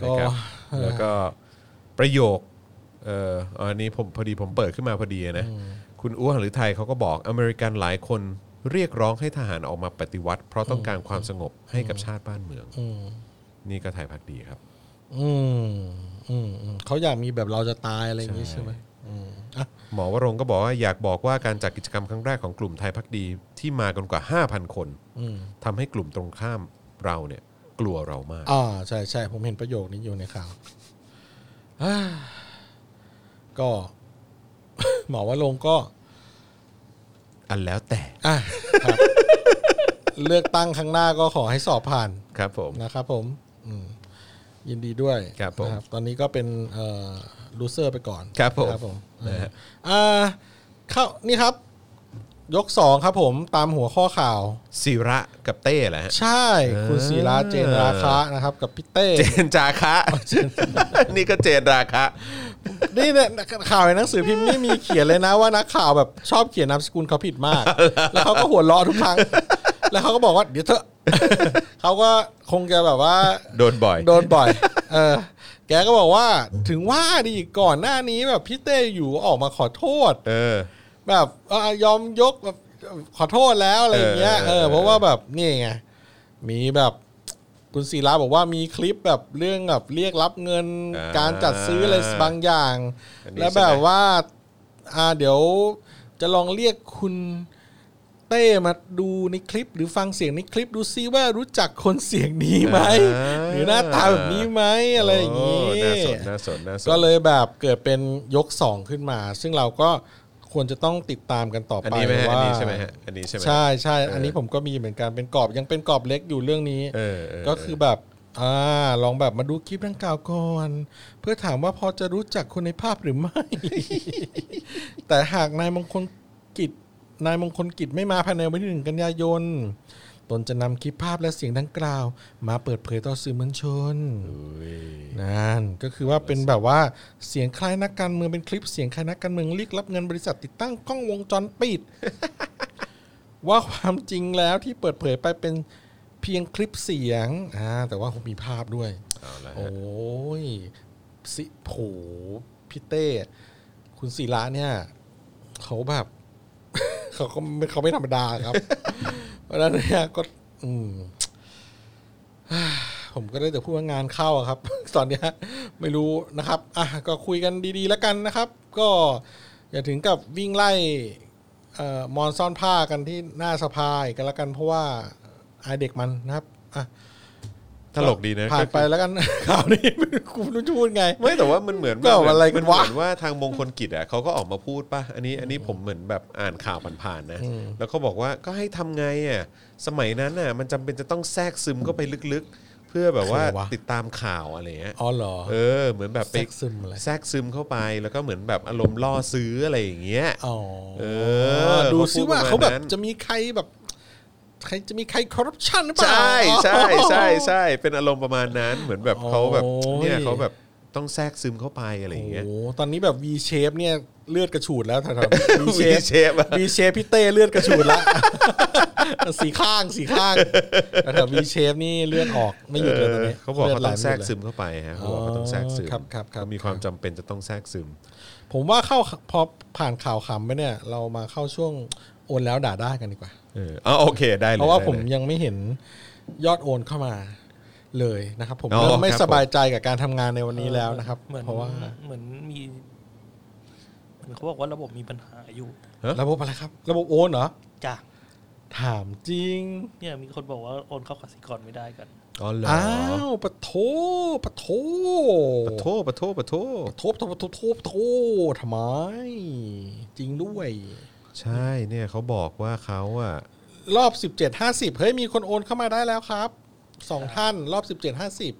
C: ก็
B: นะครับ
C: เออ
B: แล้วก็ประโยคเอ่ออันนี้ผมพอดีผมเปิดขึ้นมาพอดีนะ คุณอ้วนหรือไทยเขาก็บอกอเมริกันหลายคนเรียกร้องให้ทหารออกมาปฏิวัติ เพราะต้องการความสงบให้กับชาติบ้านเมือง
C: อืม
B: นี่ก็ไทยพักดีครับ
C: อืมอืมอืมเขาอยากมีแบบเราจะตายอะไรอย่างนี้ใช่ไหมอืมอ่ะ
B: หมอวรงค์ก็บอกว่าอยากบอกว่าการจัดกิจกรรมครั้งแรกของกลุ่มไทยพักดีที่มากันกว่า 5,000 คน
C: อืม
B: ทำให้กลุ่มตรงข้ามเราเนี่ยกลัวเรามาก
C: อ่าใช่ใช่ผมเห็นประโยคนี้อยู่ในข่าว อ่าก็ หมอว่าลงค์ก็
B: อันแล้วแต่
C: อ่ะครับ เลือกตั้งครั้งหน้าก็ขอให้สอบผ่าน
B: ครับผม
C: นะครับผม อืม ยินดีด้วย
B: ครับผม
C: นะตอนนี้ก็เป็นเอ่อลูเซอร์ไปก่อน
B: ครับผม
C: ครับผม
B: นะฮะ
C: อ่าเข้านี่ครับ ยกสองครับผมตามหัวข้อข่าว
B: ศิระกับเต้แหละฮะ
C: ใช่คุณ
B: เออ
C: ศิราเจนราคะนะครับ กับพี่เต้
B: เจนจาคะ นี่ก็เจนราคะ
C: นี่เนี่ยข่าวในหนังสือพิมพ์นี่มีเขียนเลยนะว่านักข่าวแบบชอบเขียนนามสกุลเขาผิดมาก แล้วเขาก็หัวเราะทุกครั้ง แล้วเขาก็บอกว่าเดี๋ยวเถอะ เขาก็คงจะแบบว่า
B: โดนบ่อย
C: โดนบ่อย เออ แกก็บอกว่าถึงว่าดีก่อนหน้านี้แบบพี่เต้อยู่ออกมาขอโทษ
B: เออ
C: แบบเอ่อยอมยกแบบขอโทษแล้วอะไรอย่างเงี้ย
B: เอ
C: เอ
B: อเอ
C: อ
B: อ
C: เพราะว่าแบบนี่ไงมีแบบคุณศิลาบอกว่ามีคลิปแบบเรื่องแบบเรียกรับเงิน
B: อ่า
C: การจัดซื้ออะไรบางอย่าง
B: อันนี้
C: แล้ว
B: ใช่ไหม
C: แบบว่าอ่าเดี๋ยวจะลองเรียกคุณเต้มาดูในคลิป หรือฟังเสียงในคลิปดูซิว่ารู้จักคนเสียงนี้ไหมหรือหน้าตาแบบนี้ไหมอะไรอย่าง
B: นี้
C: งี้
B: น่าสนน่าสนน่าสน
C: ก็เลยแบบเกิดเป็นยก 2 ขึ้นมา ซึ่งเราก็ควรจะต้องติดตามกันต่อ
B: อัน
C: ไป
B: นี้ไหมฮะอัน
C: ว่า
B: นี้ใช่ไหมฮะอันนี้ใช่ไหม
C: ใช่ใช่
B: เอออั
C: อันนี้ผมก็มีเหมือนกันเป็นกรอบยังเป็นกรอบเล็กอยู่เรื่องนี้
B: เออเออ
C: ก็คือแบบอ่าลองแบบมาดูคลิปดังกล่าวก่อน เพื่อถามว่าพอจะรู้จักคนในภาพหรือไม่ แต่หากนายมงคลกิจนายมงคลกิจไม่มาภายในวันที่หนึ่งกันยายนตนจะนำคลิปภาพและเสียงดังกล่าว มาเปิดเผยต่อสื่อมวลชน
B: อุ้ย
C: นั่นก็คือว่าเป็นแบบว่าเสียงคล้ายนักการเมืองเป็นคลิปเสียงคล้ายนักการเมืองเรียกรับเงินบริษัทติดตั้งกล้องวงจรปิด ว่าความจริงแล้วที่เปิดเผยไปเป็นเพียงคลิปเสียงอ่าแต่ว่าผมมีภาพด้วย
B: เอาละ
C: โอ
B: ฮะ
C: ้ยสิโผพี่เต้ คุณศิระเนี่ย เขาแบบ เขาก็ไม่เขาไม่ธรรมดา ครับ เพราะฉะนั้นเนี่ยก็ อืม ผมก็ได้แต่พูดว่างานเข้าอะครับ ตอนเนี้ยไม่รู้นะครับอ่ะก็คุยกันดีๆแล้วกันนะครับ ก็อย่าถึงกับวิ่งไล่เอ่อมอนซ่อนผ้ากันที่หน้าสภาอีกกันแล้วกันเพราะว่าอายเด็กมันนะครับอ่ะ
B: ตลกดีนะ
C: ผ่านไป
B: ก็คือ
C: แล้วกัน ข่าวนี้ กูไม่รู้จะพูดไง
B: ไม่แต่ว่ามันเหมือน
C: ก็
B: มั
C: อะไรกัน
B: มั
C: วะ
B: เหมือนว่าทางมงคลกิจอ่ะเขาก็ออกมาพูดป่ะอันนี้อันนี้ผมเหมือนแบบอ่านข่าวผ่านๆนะ แล้วเขาบอกว่าก็ให้ทำไงอ่ะสมัยนั้นน่ะ มันจำเป็นจะต้องแทรกซึมเข้าไปลึกๆ เพื่อแบบว่า
C: ใครวะ
B: ติดตามข่าวอะไรเงี้ย
C: อ๋อเหรอ
B: เออเหมือนแบบไป
C: แทรกซึมอะไร
B: แทรกซึมเข้าไปแล้วก็เหมือนแบบอารมณ์ล่อซื้ออะไรอย่างเงี้ย
C: อ๋อ
B: เออ
C: ดูซิว่า
B: เขาพู
C: เขา
B: ดประมาณ
C: แบบ
B: นั้น
C: จะมีใครแบบ ใครจะมีใครคอร์รัปชันหรือเปล่า
B: ใช่ใช่ใช่ใช่เป็นอารมณ์ประมาณนั้นเหมือนแบบเขาแบบ
C: โอ้ย
B: เนี่ยเขาแบบต้องแทรกซึมเข้าไปอะไรอ
C: โอ้
B: ย่าง
C: โห
B: เงี้ย
C: ตอนนี้แบบ V shape เนี่ยเลือดกระฉูดแล้วแถว ๆ V
B: วี
C: shape
B: เชฟอะ
C: V shape พี่เต้เลือดกระฉูดละ สีข้างสีข้างแถวๆ V shape นี่เลือดออกไม่หยุดเลยตอนนี้
B: เออเขาบอก
C: ลืด
B: เขาต้อง
C: ไหลไม่หยุด
B: แทรก
C: เลย
B: ซึมเข้าไปฮะเขาบอกเขาต้องแทรกซึม
C: ครับครับครับ
B: เขามีความจำเป็นจะต้องแทรกซึม
C: ผมว่าเข้าพอผ่านข่าวขำไปเนี่ย เรามาเข้าช่วงโอนแล้วด่าได้กันดีกว่า
B: เอออ๋อโอเคได้เลย
C: เพราะว่า
B: ได้ลย
C: ผมยังไม่เห็นยอดโอนเข้ามาเลยนะครับ ผม
B: อ๋อ
C: เริ่มไม่
B: ครับผม
C: สบายใจกับการทำงานในวันนี้แล้วนะครับ
D: เหมือน
C: เพราะว่า
D: เหมือนมีเหมือนเขาบอกว่าระบบมีปัญหาอยู่
B: ฮะ
C: ระบบอะไรครับ ระบบโอนเหรอ
D: จ้ะ
C: ถามจริง
D: เนี่ยมีคนบอกว่าโอนเข้ากสิกรไม่ได้กัน
B: อ๋อเหรอ
C: อ้าวปะโถปะโถ
B: ปะโทปะโทปะโท
C: ปะโถปะโถปะโถปะโถทำไม จริงด้วย
B: ใช่เนี่ยเขาบอกว่าเขาอะ
C: รอบสิบเจ็ดห้าสิบเฮ้ยมีคนโอนเข้ามาได้แล้วครับสองท่านรอบสิบเจ็ดห้าสิบ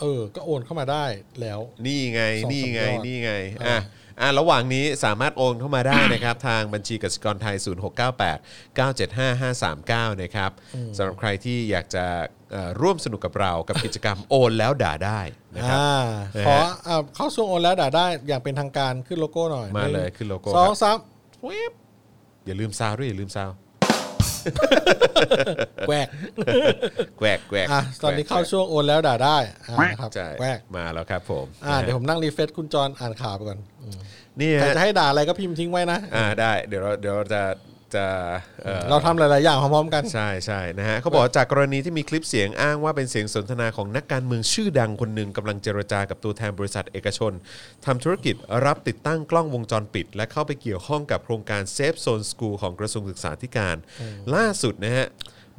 C: เออ ก็โอนเข้ามาได้แล้ว
B: นี่ไง
C: สองสาม
B: นี่ไง
C: ยอด
B: นี่ไง
C: เอออ่
B: อ่ะอ่ะระหว่างนี้สามารถโอนเข้ามาได้นะครับ ทางบัญชีกสิกรไทย 0698 975 539 นะครับสำหรับใครที่อยากจะเอ่อร่วมสนุกกับเรากับกิจกรรมโอนแล้วด่าได้นะครับ
C: อ่า
B: นะฮะ
C: ขออ่าเข้าช่วงโอนแล้วด่าได้อย่างเป็นทางการขึ้นโลโก้หน่อย
B: มาเลย
C: หง
B: ขึ้นโลโก้
C: สอ
B: ค
C: ง
B: รับ
C: สามเว็บ
B: อย่าลืมซาวด้วยอย่าลืมซาว
C: แหวก
B: แกวกแกวก
C: อ่ะตอนนี้เข้าช่วงโอนแล้วด่าได้อ่านะครับ
B: ใช่
C: แหวก
B: มาแล้วครับผม
C: อ่าเดี๋ยวผมนั่งรีเฟซคุณจรอ่านข่าวไปก่อนอืม
B: นี่
C: ใคร
B: ฮะ
C: จะให้ด่าอะไรก็พิมพ์ทิ้งไว้นะ
B: อ่าได้เดี๋ยวเราเดี๋ยวเราจะจะอ่อ
C: เราทำหลาย ๆ อย่างพร้อม ๆ กัน
B: ใช่ใช่นะฮะเขาบอกว่าจากกรณีที่มีคลิปเสียงอ้างว่าเป็นเสียงสนทนาของนักการเมืองชื่อดังคนหนึ่งกำลังเจรจากับตัวแทนบริษัทเอกชนทำธุรกิจรับติดตั้งกล้องวงจรปิด และเข้าไปเกี่ยวข้องกับโครงการเซฟโซนสกูลของกระทรวงศึกษาธิการ ล่าสุดนะฮะ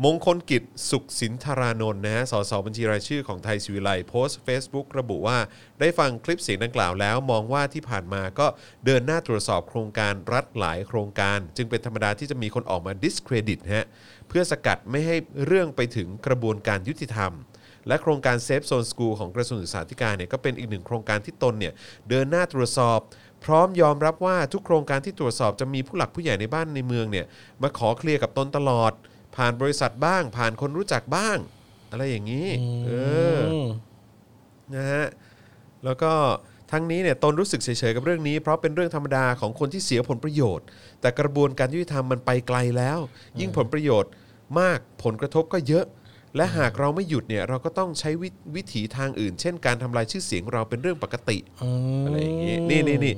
B: มงคลกิจสุขสินธารานนท์นะฮะ สสบัญชีรายชื่อของไทยศิวิไลโพสต์ Facebook ระบุว่า ได้ฟังคลิปเสียงดังกล่าวแล้ว มองว่าที่ผ่านมาก็เดินหน้าตรวจสอบโครงการรัฐหลายโครงการ จึงเป็นธรรมดาที่จะมีคนออกมาดิสเครดิตฮะ เพื่อสกัดไม่ให้เรื่องไปถึงกระบวนการยุติธรรม และโครงการเซฟโซนสกูลของกระทรวงศึกษาธิการเนี่ยก็เป็นอีกหนึ่งโครงการที่ตนเนี่ยเดินหน้าตรวจสอบ พร้อมยอมรับว่าทุกโครงการที่ตรวจสอบจะมีผู้หลักผู้ใหญ่ในบ้านในเมืองเนี่ยมาขอเคลียร์กับตนตลอด ผ่านบริษัทบ้าง ผ่านคนรู้จักบ้าง อะไรอย่างนี้เออ
C: ม
B: นะฮะแล้วก็ทั้งนี้เนี่ยตนรู้สึกเฉยๆกับเรื่องนี้ เพราะเป็นเรื่องธรรมดาของคนที่เสียผลประโยชน์ แต่กระบวนการยุติธรรมมันไปไกลแล้ว ยิ่งผลประโยชน์มากผลกระทบก็เยอะ และหากเราไม่หยุดเนี่ยเราก็ต้องใช้ววิถีทางอื่น เช่นการทำลายชื่อเสียงเราเป็นเรื่องปกติ
C: ม
B: อะไรอย่างงี้นี่นี่นี่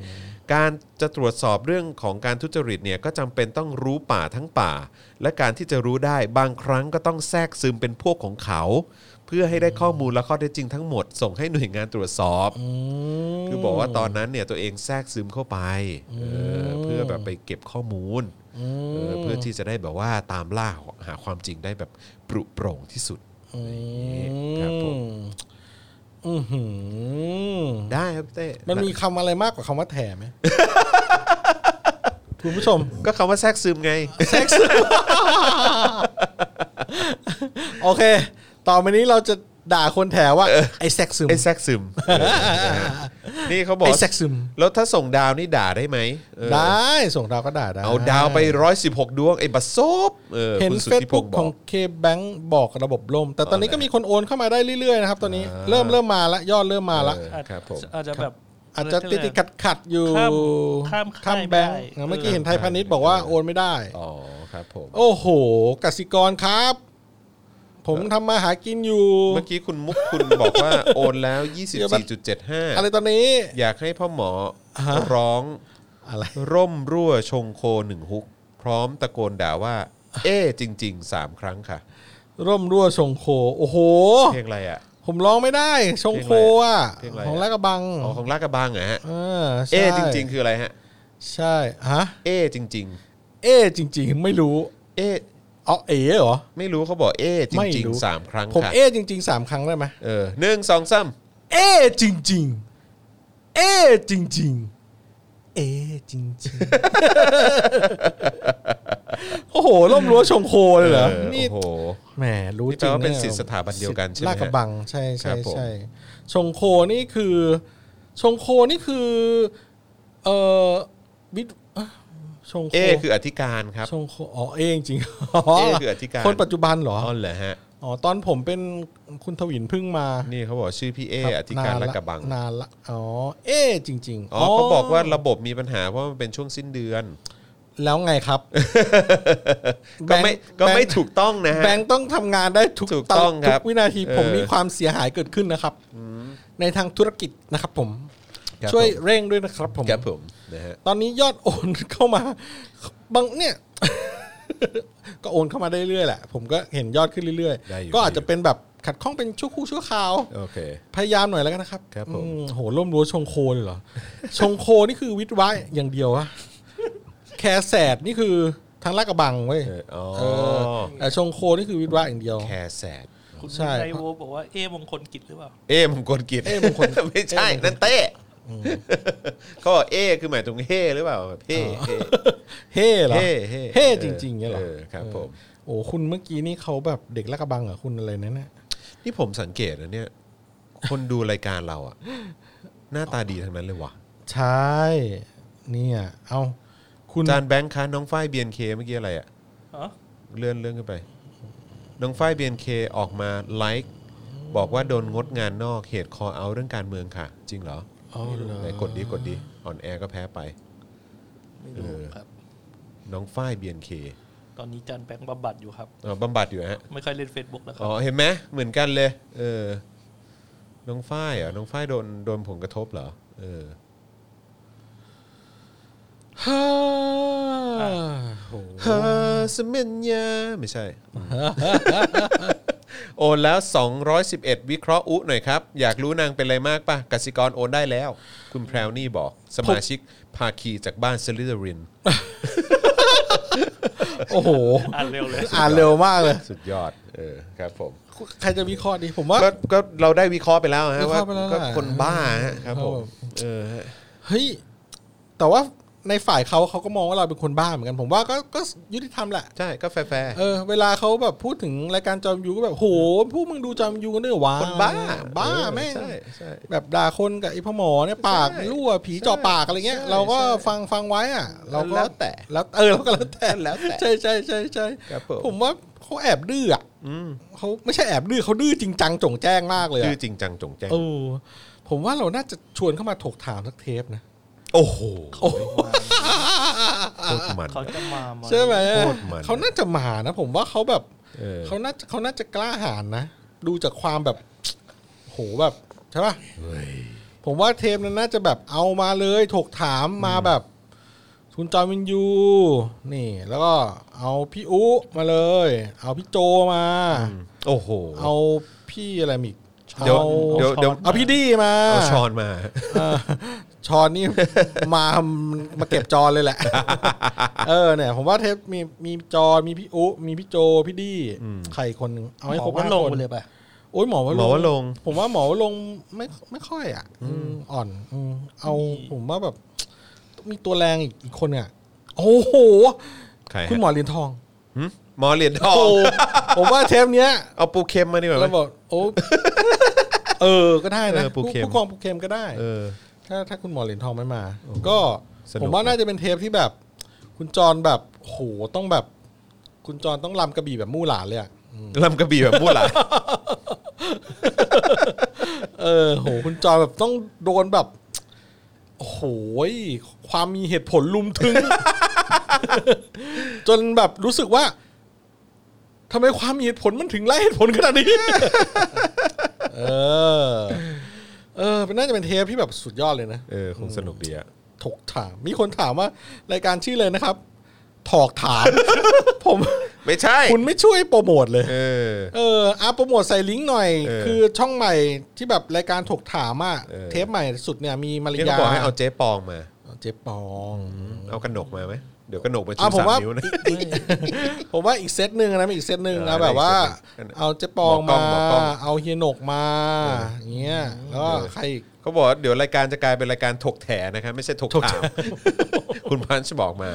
B: การจะตรวจสอบเรื่องของการทุจริตเนี่ยก็จำเป็นต้องรู้ป่าทั้งป่า และการที่จะรู้ได้บางครั้งก็ต้องแทรกซึมเป็นพวกของเขา เพื่อให้ได้ข้อมูลและข้อเท็จจริงทั้งหมด ส่งให้หน่วยงานตรวจสอบ
C: อืม
B: คือบอกว่าตอนนั้นเนี่ยตัวเองแทรกซึมเข้าไปเออเพื่อแบบไปเก็บข้อมูล
C: อืม
B: เออเพื่อที่จะได้แบบว่าตามล่าหาความจริงได้แบบปรุโปร่งที่สุดอะไรอย่างงี้ครับผม
C: อื้อหือ
B: ได้ครับพี่เต้
C: มันมีคำอะไรมากกว่าคำว่าแถ ไหม คุณผู้ชม
B: ก็คำว่าแทรกซึมไง
C: โอเค ต่อไปนี้เราจะด่าคนแถว่า ไอ้แซกซึม
B: ไอ้แซกซึมเออนะฮะนี่เขาบอก
C: ไอ้
B: ว่า
C: แซกซึม
B: แล้วถ้าส่งดาวนี่ด่าได้ไหมเออ
C: ได้ส่งดาวก็ด่าได้
B: เอาดาวไป 116 ดวง ไอ้บัสโซบเออ
C: เห็น
B: คุณสุ
C: เฟ
B: ท
C: ซ
B: ธิพ
C: บุ๊
B: ง
C: ก
B: ศ์บ
C: ข
B: อ
C: อง
B: ก
C: เคแบงบอกระบบล่ม แต่ตอนนี้ก็มีคนโอนเข้ามาได้เรื่อยๆนะครับตอนนี้เริ่มเริ่มมาละยอดเริ่มมาละ
B: เอ ครับผม
D: อาจจะแบบ
C: อาจจะติดติดขัดขัดๆอยู่
D: ข้ามข้ามค่าย
C: ข้ามแบงก์
D: ไม่ได้
C: เมื่อกี้เห็นไทยพาณิชย์บอกว่าโอนไม่ได้
B: อ๋อครับผม
C: โอ้โหกสิกรครับ ผมทำมาหากินอยู่
B: เมื่อกี้คุณมุกคุณบอกว่า โอนแล้ว
C: เดี๋ยวมัน อะไร
B: 24.75
C: ตอนนี้
B: อยากให้พ่อหมอ
C: อ่าฮะ
B: ร้อง
C: อะไร
B: ร่มรั่วชงโคหนึ่งฮุก พร้อมตะโกนด่า ว่า เอ้จริง ๆ 3 ครั้งค่ะ
C: ร่มรั่วชงโค โอ้โห
B: เพลงอะไรอ่ะ
C: ผมร้องไม่ได้ชงโคอ่ะ
B: เพลงอะไรอะ
C: ของลาดกระบัง
B: อ๋อของลาดกระบังเหรอฮะ
C: เออ
B: เอ้จริง ๆ คืออะไรฮะ
C: ๆใช่ฮะ
B: เอ้จริง
C: เอ้จริง ๆ ไม่รู้
B: ๆ เอ้
C: อ๋อเอ๋เหรอ
B: ไม่รู้เขาบอกเอ้จ
C: ไม่
B: ริง
C: รู้
B: ๆสามครั้ง
C: ผม
B: ค่ะ
C: เอ้จริงๆสามครั้งได้ไหม
B: เออหนึ่งสองสาม
C: เอ้จริง ๆ เอ้จริง ๆ เอ้จริงๆ โอ้โหล่มรั้วชงโคเลยเหรอ
B: ออ
C: นี่
B: โอ้โห
C: แหมรู้
B: นี่
C: จริง
B: แปลว่าเป็น
C: ย
B: สิทธิสถาบันเดียวกันใช่ไหม
C: ลาดกระบังใช่
B: ครั
C: ใช่
B: บผม
C: ใช่ชงโคนี่คือ ชงโคนี่คือเอ่อวิทอ่ะชงโค
B: เอ้คืออธิการครับ
C: ชงโคอ๋อเอ้จริงๆ
B: เอ้คืออธิการ
C: คนปัจจุบันเหรอ
B: อ๋อเหรอฮะ
C: อ๋อตอนผมเป็นคุณทวินเพึ่งมา
B: นี่เขาบอกชื่อพี่เอ
C: ครับ
B: อธิการ
C: นน
B: ลาดกระบัง
C: นานละอ๋อ เอ๊ะจริงๆ
B: อ๋อเขาบอกว่าระบบมีปัญหาเพราะมันเป็นช่วงสิ้นเดือน
C: แล้วไงครับ
B: ก็ไม่
C: แบงค์
B: ก็ไม่
C: แบงค์
B: ถูกต้องนะฮะ
C: แบงค์ต้องทำงานได้ทุก
B: ถูกต้อง
C: ทุ
B: ครับ
C: กวินาที
B: เออ
C: ผมมีความเสียหายเกิดขึ้นนะครับ ในทางธุรกิจนะครับผม
B: ครับ
C: ช่วย
B: ผม
C: เร่งด้วยนะครับผม
B: ครับผมนะฮะ
C: ตอนนี้ยอดโอนเข้ามา บางเนี่ย ก็โอนเข้ามาได้เรื่อยๆแหละ ผมก็เห็นยอดขึ้นเรื่อย
B: ได้อยู่
C: ก็อาจจะเป็นแบบขัดข้องเป็นชั่วครู่ชั่วคราว
B: โอเค
C: พยายามหน่อยแล้วกันนะครับ
B: ครับผม
C: อืโหร่วมรั้วชงโคเล ยเหรอ ชงโคนี่คือวิทย์วะอย่างเดียวอะ แคร์แสดนี่คือทางลาดกระบังเว้ย
B: เอออ๋อ
C: เออแต่ชงโคนี่คือวิทย์วะอย่างเดียว
B: แคร์แสด
D: คุณ
C: ใช่
D: ไทยโวบอกว่าเอ้มงคลกิจหรือเปล่า
B: เอ้มงคลกิจ
C: เอ้มงคล
B: ไม่ใช่นั่นเต้เขาบอกเอ้คือหมายถึงเฮ่หรือเปล่าแบบเฮ่เฮ่
C: เฮ่เหรอ
B: เฮ่เฮ่
C: เฮ่จริงๆเนี่ยเหรอ
B: ครับผม
C: โอ้คุณเมื่อกี้นี่เขาแบบเด็กลาดกระบังเหรอคุณอะไรนั่นน่ะ
B: นี่ผมสังเกตนะเนี่ย คนดูรายการเราอะ หน้าตาดีทั้งนั้นเลยว่ะ
C: ใช่เนี่ยเอาคุณ
B: จานแบงค์คะน้องฝ้ายเบียนเคเมื่อกี้อะไรอะ
D: ฮะ
B: เลื่อนเลื่อนขึ้นไป น้องฝ้ายเบียนเคออกมาไลค์บอกว่าโดนงดงานนอกเหตุคอเอาเรื่องการเมืองค่ะ จริงเหรอ
C: อ๋อเหรอ
B: ไหนกดดีกดดีออนแอร์ก็แพ้ไป
D: ไม่รู้ครับ
B: น้องฝ้ายเบียนเค
D: ตอนนี้จันแบงค์บำบัดอยู่ครับ
B: บำบัดอยู่ฮะ
D: ไม่ค่อยเล่น Facebook แล้วค
B: อ๋
D: รั
B: อบ เห็นไหมเหมือนกันเลย เออ น้องฝ้ายเหรอ่ะน้องฝ้ายโดนโดนผลกระทบเหรอเออ
C: ฮ่า
B: ฮาสมัญญาไม่ใช่ โอนแล้ว 211 วิเคราะห์อุหน่อยครับ อยากรู้นางเป็นอะไรมากปะกสิกรโอนได้แล้ว คุณแพรวนี่บอก สมาชิกภาคีจากบ้านซิลิเดริน
C: โอ้โห
D: อ่านเร็วเลย
C: อ่านเร็วมากเลย
B: สุดยอด เออครับผม
C: ใครจะวิเคราะห์ดีผมว่า
B: ก็ก็เราได้วิเคราะห์ไปแล้วฮะ
C: วิเค
B: ว่า
C: ราะห์ไปแล้ว
B: ก็
C: ล่ะ
B: คนบ้าฮะครับผม
C: ครับผม
B: เออฮะ
C: เฮ้ย แต่ว่า ในฝ่ายเขาเขาก็มองว่าเราเป็นคนบ้าเหมือนกัน ผมว่าก็ก็ยุติธรรมแหละ
B: ใช่ก็แฟร์
C: เออ เวลาเขาแบบพูดถึงรายการจอมยูก็แบบโหพวกมึงดูจอมยูกันด้วยเหรอวะ
B: ๆคนบ้า
C: บ้า
B: เออ
C: แม่ง
B: ใช่ใช่
C: แบบด่าคนกับไอ้พ่อหมอเนี่ยปาก
B: ใช่
C: รั่วผีเจ่อปากอะไรเงี้ย
B: ใช่
C: เราก็
B: ใช่
C: ฟังฟังไว้อ่ะ เราก็
B: แล้วแต่
C: แล้วเออเราก็แล้วแต่
B: แล้วแต่
C: ใช่ใช่ใช่ใช่
B: ครับผม
C: ผมว่าเขาแอบดื้ออ่ะ
B: อืม
C: เขาไม่ใช่แอบดื้อเขาดื้อจริงจังจงแจ้งมากเลย
B: ชื่อ
C: อะ
B: จริงจังจงแจ้ง
C: เออผมว่าเราน่าจะชวนเข้ามาถกถามสักเทปนะ
B: โอ้โหโคตรมัน
D: เขาจะมาไหม
C: ใช่ไหม
B: โคตรมัน
C: เขาน่าจะมานะ ผมว่าเขาแบบ
B: เออ
C: เขาน่าจะเขาน่าจะกล้าหาญนะดูจากความแบบโหแบบใช่ป่ะ
B: เฮ้ย
C: ผมว่าเทมนั้นน่าจะแบบเอามาเลยถกถามมาแบบคุณจอมินยู นี่ แล้วก็เอาพี่อุมาเลย เอาพี่โจมา
B: โอ้โห
C: เอาพี่อะไรมอีก
B: เดี๋ยว
C: อา
B: เดี๋ยวเดี๋ยว
C: เอาพี่ดีมา
B: เอาช้อนมา
C: เออชอนนี่ มามาเก็บจอนเลยแหละ เออเนี่ย ผมว่าเทปมีมีจอนมีพี่อุมีพี่โจพี่ดี
B: อืม
C: ใครคนหนึ่งเอาให้
D: หม
C: คร
D: อบ ว่า
C: ห้า
D: ลง
C: คน
D: ไปเลยป่ะ
C: โอ้ยหมอว่า
B: หมอวรงค์
C: ผมว่าหมอว่าลงค์ไม่ไม่ค่อยอ่ะอืมอ่อนอืมเอาผมว่าแบบ มีตัวแรงอีกอีกคนอ่ะโอ้โห
B: ใครฮะ
C: คุณหมอเหรียญทอง
B: หึหมอเหรียญทอง
C: โอ้ผมว่าเทปเนี้ย
B: เอาปูเค็มมาดีกว่าไหม
C: เราบอกโอ้เออก็ได้นะ
B: เออปูเข็ม
C: ผู้กองปูเข็มก็ได้
B: เออ
C: ถ้าถ้าคุณหมอเหรียญทองไม่มา ก็
B: สนุก
C: ผมว่าน่าจะเป็นเทปที่แบบ คุณจรแบบโหต้องแบบ คุณจรต้องลำกระบี่แบบมู่หลานเลยอ่ะ
B: ลำกระบี่แบบพูดหลา
C: เออโหคุณจอยแบบต้องโดนแบบโอ้โหยความมีเหตุผลลุมถึง จนแบบรู้สึกว่าทำไมความมีเหตุผลมันถึงไร้เหตุผลขนาดนี้ เออ เออเป็นน่าจะเป็นเทปที่แบบสุดยอดเลยนะ
B: เออ คงสนุกดีอะ
C: ถกถาม มีคนถามว่ารายการชื่อเลยนะครับ ถอกถาม ผม
B: ไม่ใช่
C: คุณไม่ช่วยโปรโมทเลย
B: เออ
C: เอออ่ะโปรโมทใส่ลิงก์หน่อย
B: เออ
C: คือช่องใหม่ที่แบบรายการถกถามอ่ะ
B: เออ
C: เทปใหม่สุดเนี่ยมีมาริ
B: นี่เขาบ
C: ยา
B: อกให้เอาเจ๊ปองมา
C: เจ๊ปอง
B: เอากระหนกมาไหม เดี๋ยวกระหนกไปชู
C: อ่ะผ
B: สาม ม
C: ว่า
B: นิ้วนะ
C: อีก ผมว่าอีกเซตหนึ่งนะมีอีกเซตหนึ่ง
B: เออ
C: นะแบบว่า
B: อีกเซตหนึ่ง
C: เอาเจ๊ปอง
B: หมอกล้องหมอก
C: มา
B: ล้อง
C: เอาเฮียหนกมาอย่างเงี้ยแล้วก็
B: เออ
C: ใครอีก
B: เขาบอกว่าเดี๋ยวรายการจะกลายเป็นรายการถกแถนะครับ ไม่ใช่ถกถาม คุณพันช์บอกมา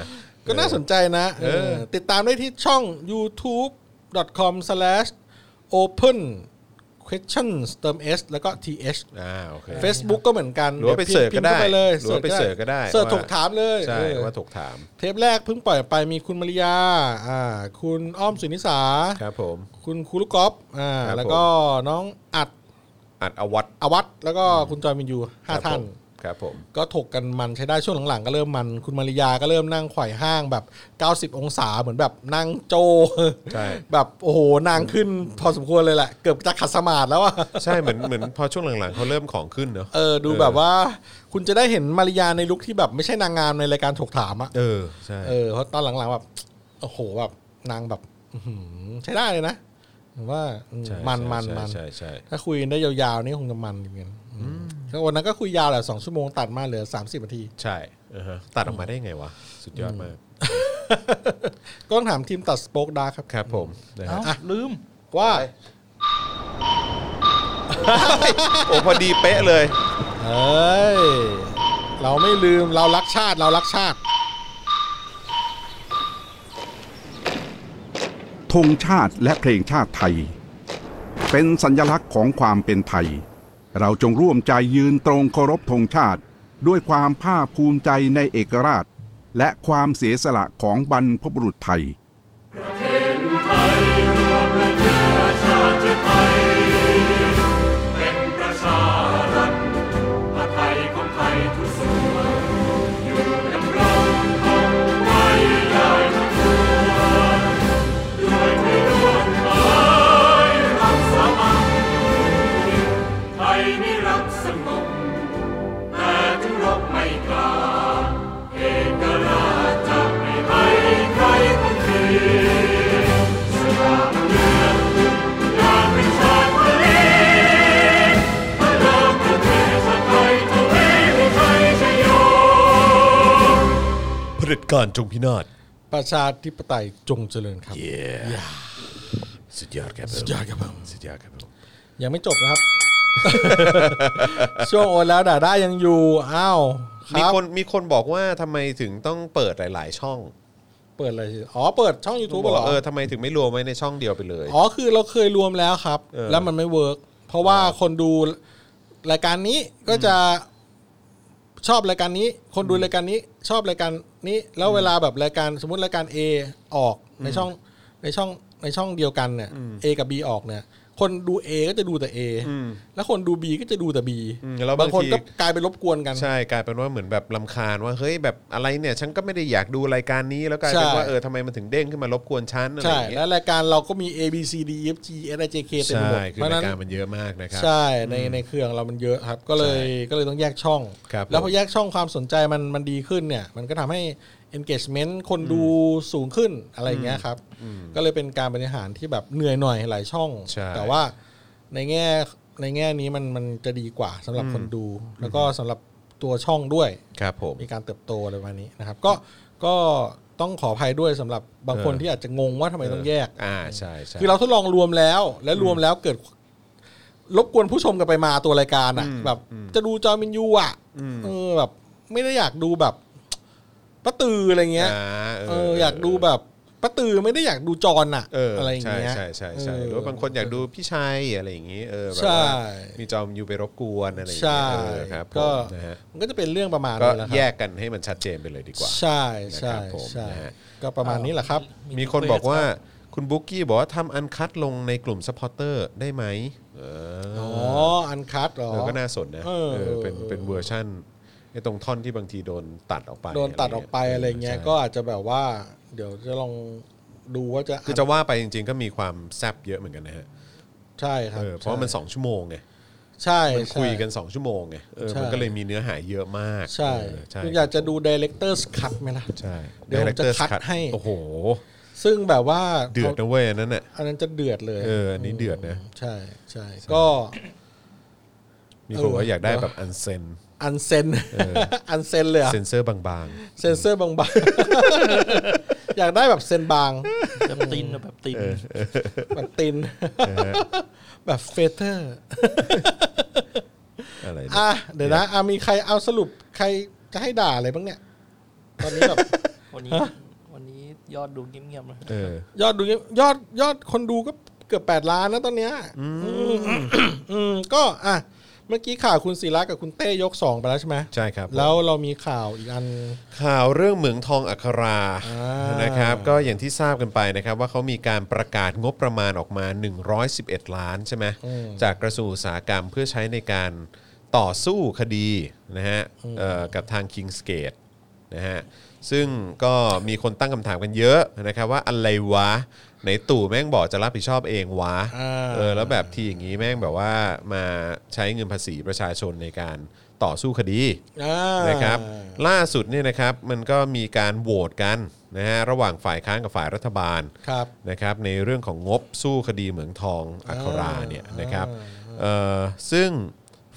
C: ก็น่าสนใจนะ
B: เออ
C: เออติดตามได้ที่ช่อง youtube.com/open questions เติม s แล้วก็ th
B: อ่าโอเค
C: Facebook ก็เหมือนกัน
B: หรือว่าไปเสิร์ชก็ได้
C: พิมพ์ข้าไปเลย
B: หรือว่าไปเสิร์ชก็ได้
C: เสิร์ช
B: ว่า
C: ถกถามเลย
B: ใช่
C: เออ
B: ว่าถกถาม
C: เทปแรกเพิ่งปล่อยไปมีคุณมาริยาอ่าคุณอ้อมสุนิสา
B: ครับผม
C: คุณครูลูกกอล์ฟอ่า
B: ครับ
C: แล้วก็น้องอัด
B: อัดอวัต
C: อวัตแล้วก็คุณจอยมินยูห้าท่าน
B: ครับผม
C: ก็ถกกันมันใช้ได้ช่วงหลังๆ ก็เริ่มมัน คุณมาริยาก็เริ่มนั่งไขว่ห้างแบบ 90 องศาเหมือนแบบนั่งโจ
B: ใช่
C: แบบโอ้โหนางขึ้นพอสมควรเลยแหละเกือบจะขัดสมาธิแล้วอะ
B: ใช่เหมือนเหมือนพอช่วงหลังๆเขาเริ่มของขึ้นเนอะ
C: เออดู
B: เออ
C: แบบว่าคุณจะได้เห็นมาริยาในลุคที่แบบไม่ใช่นางงามในรายการถกถามอะ
B: เออใช่
C: เออเพราะตอนหลังๆแบบโอ้โหแบบนางแบบอื้อหือใช้ได้เลยนะผมว่าอืม
B: ใช่
C: มัน
B: ใช่
C: มันมัน
B: ใช่ใช่
C: ถ้าคุยได้ยาวๆนี่คงจะมันเหมือนกันอืมก็วันนั้นก็คุยยาวแหละสองชั่วโมงตัดมาเหลือ 30นาที
B: ใช่เออฮะตัดออกมาได้ไงวะ สุดยอดมาก
C: ก็ต้องถามทีมตัดสป็อกดาร์ครับ
B: ครับผมนะฮะ
D: เอ้าลืม
C: ว่า
B: โอ้พอดีเป๊ะเลย
C: เอ้ยเราไม่ลืมเรารักชาติเรารักชาติ
F: ธงชาติและเพลงชาติไทย เป็นสัญลักษณ์ของความเป็นไทย เราจงร่วมใจยืนตรงเคารพธงชาติ ด้วยความภาคภูมิใจในเอกราช และความเสียสละของบรรพบุรุษไทย
G: ประชารัฐอาไทยของไทยทุกส่วนอยู่ดำรงคงไว้ได้ทุกตัวด้วยไม่ร่วมหมายรักสามัคคีไทยไม่รักสงบแต่ถึงรบไม่กล้าเอกราชจะไม่ให้ใครคนดีสถาบันเมืองอยากเป็นชาติ
B: เผด็จการจงพินาศ
C: ประชาธิปไตยจงเจริญครับ
B: เย้สุดยอดครับผม
C: สุดยอดครับผม
B: สุดยอดครับผม
C: ยังไม่จบนะครับ ช่วงโอนแล้วด่าได้ยังอยู่ อ้าว ครับ
B: มีคนมีคนบอกว่าทำไมถึงต้องเปิดหลาย ๆ ช่อง
C: เปิดอะไรสิอ๋อเปิดช่อง YouTube
B: บอก
C: เหร
B: ว่า
C: อ
B: เออทำไมถึงไม่รวมไว้ในช่องเดียวไปเลย
C: อ๋อคือเราเคยรวมแล้วครับ
B: เออ
C: แล้วมันไม่เวิร์กเพราะว่าคนดูรายการนี้ก็จะชอบรายการนี้ คนดูรายการนี้ชอบรายการนี้ แล้วเวลาแบบรายการสมมติรายการ A ออกในช่องในช่องในช่องเดียวกันเนี่ย A กับ B ออกเนี่ย คนดู A ก็จะดูแต่ A แล้วคนดู B ก็จะดูแต่ B
B: อืมแล้ว
C: บา
B: บาง ง
C: คน
B: ที
C: ก็กลายเป็นรบกวนกัน
B: ใช่กลายเป็นว่าเหมือนแบบลำคาญว่าเฮ้ยแบบอะไรเนี่ย ฉันก็ไม่ได้อยากดูรายการนี้แล้วกลายเป็นว่า
C: ใช่
B: เออทำไมมันถึงเด้งขึ้นมารบกวนฉันอะไร
C: ใช่
B: อย่างเงี้ย
C: แล้วรายการเราก็มี A B C D E F G S I J K เต็มไปหมด
B: ใช่คือ
C: เพราะฉะ
B: รา
C: นั้น
B: ยการมันเยอะมากนะครับ
C: ใช่ในในเครื่องเรามันเยอะครับ ก็เลยก็เลยต้องแยกช่อง
B: ครับ
C: แล้วพ
B: ผ
C: อ
B: ม
C: แยกช่องความสนใจมันมันดีขึ้นเนี่ย มันก็ทำให้ engagement คนดูสูงขึ้นอะไรอย่างเงี้ยครับ ก็เลยเป็นการบริหารที่แบบเหนื่อยหน่อยหลายช่อง
B: ใช่
C: แต่ว่าในแง่ในแง่นี้มันมันจะดีกว่าสำหรับคนดู แล้วก็สำหรับตัวช่องด้วย
B: ครับผม
C: มีการเติบโตอะไรประมาณนี้นะครับ ก็ก็ต้องขออภัยด้วยสำหรับบางคน
B: เออ
C: ที่อาจจะงงว่าทำไมต้องแยก
B: อ่าใช่ใช่
C: คือเราทดลองรวมแล้วและรวมแล้วเกิดรบกวนผู้ชมกันไปมาตัวรายการอ่ะ แบบ จะดูจอมินยูอ่ะเออแบบ ไม่ได้อยากดูแบบป้าตืออะไรเงี้ย
B: อ่า
C: เอออยากดูแบบป้าตือไม่ได้อยากดูจอนอ่ะ
B: เอออ
C: อะไรอย่างเงี้ย
B: ใช่ใช่ใช่ใช่
C: เห
B: รือว่าบางคนอยากดูพี่ชัยอะไรอย่างงี้เออแบบ
C: ใช่
B: ว่ามีจอมอยู่ไปรบกวนอะไรอย่าง
C: ใช่
B: เงี้ยเออครับผม
C: ก็
B: นะฮะ
C: มันก็จะเป็นเรื่องประมาณ
B: ก็
C: นี้แหละครับ
B: แยกกันให้มันชัดเจนไปเลยดีกว่า
C: ใช่
B: นะค
C: ใช่
B: รับผม
C: ใช่
B: นะฮะ
C: ก็ประมาณนี้แหละครับ
B: มีคนบอกว่าคุณบุ๊กกี้บอกว่าทำอันคัดลงในกลุ่มซัพพอร์เตอร์ได้ไหมเออ
C: อ๋อ อันคัดเหรอ
B: เออก็น่าสนนะ
C: เออ
B: เออเป็นเป็นเวอร์ชั่นไอ้ตรงท่อนที่บางทีโดนตัดออกไป
C: โดนตัดออกไปอะไรเงี้ย
B: ใช่
C: ก็อาจจะแบบว่า เดี๋ยวจะลองดูว่าจะ
B: คือจะว่าไปจริง ๆ ก็มีความแซบเยอะเหมือนกันนะฮะ
C: ใช่ครับ
B: เออเพราะว่ามันสองชั่วโมงไง
C: ใช่
B: มันคุยกัน
C: ใช่
B: 2 ชั่วโมงไงเออ
C: ใช่
B: มันก็เลยมีเนื้อหาเยอะมาก
C: ใช่
B: เออใช่
C: คุณอยากจะดู director's cut ไหมล่ะ
B: ใช่
C: เดี๋ยวผมจะคัดให้
B: โอ้โห
C: ซึ่งแบบว่า
B: เดือดนะเว้ยอันนั้นน่ะ
C: อันนั้นจะเดือดเลย
B: เอออันนี้เดือดนะ
C: ใช่ใช่ก็
B: มีคน
C: เออ
B: ว่าอยากได้แบบอันเซน
C: อันเซน
B: เออ
C: อันเซนเลยเหรอ
B: เซนเซอร์บาง
C: เซนเซอร์บาง ๆ อยากได้แบบเซนบาง
D: แบบตินอะแบบติน
C: แบบติน แบบเฟเตอร์
B: ๆ อะไรนะ
C: อ่ะเดี๋ยวนะอ่ะมีใครเอาสรุปใครจะให้ด่าอะไรบ้างเนี่ย ตอนนี้แบบ
D: วันนี้ วันนี้ยอดดูเงียบๆนะ
B: เออย
C: อดดูเยอะยอดยอดคนดูก็เกือบ8ล้านนะตอนเนี้ยอืมอืมก็อ่ะเมื่อกี้ข่าวคุณศิระกับคุณเต้ยกสองไปแล้วใช่ไหม
B: ใช่ครับ
C: แล้วเรามีข่าวอีกอัน
B: ข่าวเรื่องเหมืองทองอัครา
C: อ่าน
B: นะครับ ก็อย่างที่ทราบกันไปนะครับ ว่าเขามีการประกาศงบประมาณออกมา 111 ล้านใช่ไหม
C: อืม
B: จากกระทรวงอุตสาหกรรมเพื่อใช้ในการต่อสู้คดีนะฮะเอ่อกับทาง King's Gate นะฮะซึ่งก็มีคนตั้งคำถามกันเยอะนะครับว่าอะไรวะไหนตู่แม่งบอกจะรับผิดชอบเองวะ
C: อ่า
B: เออแล้วแบบทีอย่างนี้แม่งแบบว่ามาใช้เงินภาษีประชาชนในการต่อสู้คดี
C: อ่า
B: นะครับล่าสุดเนี่ยนะครับมันก็มีการโหวตกันนะฮะระหว่างฝ่ายค้านกับฝ่ายรัฐบาล
C: ครับ
B: นะครับในเรื่องของงบสู้คดีเหมืองทองอัคราเนี่ย
C: อ่าน
B: นะครับเอ่อซึ่ง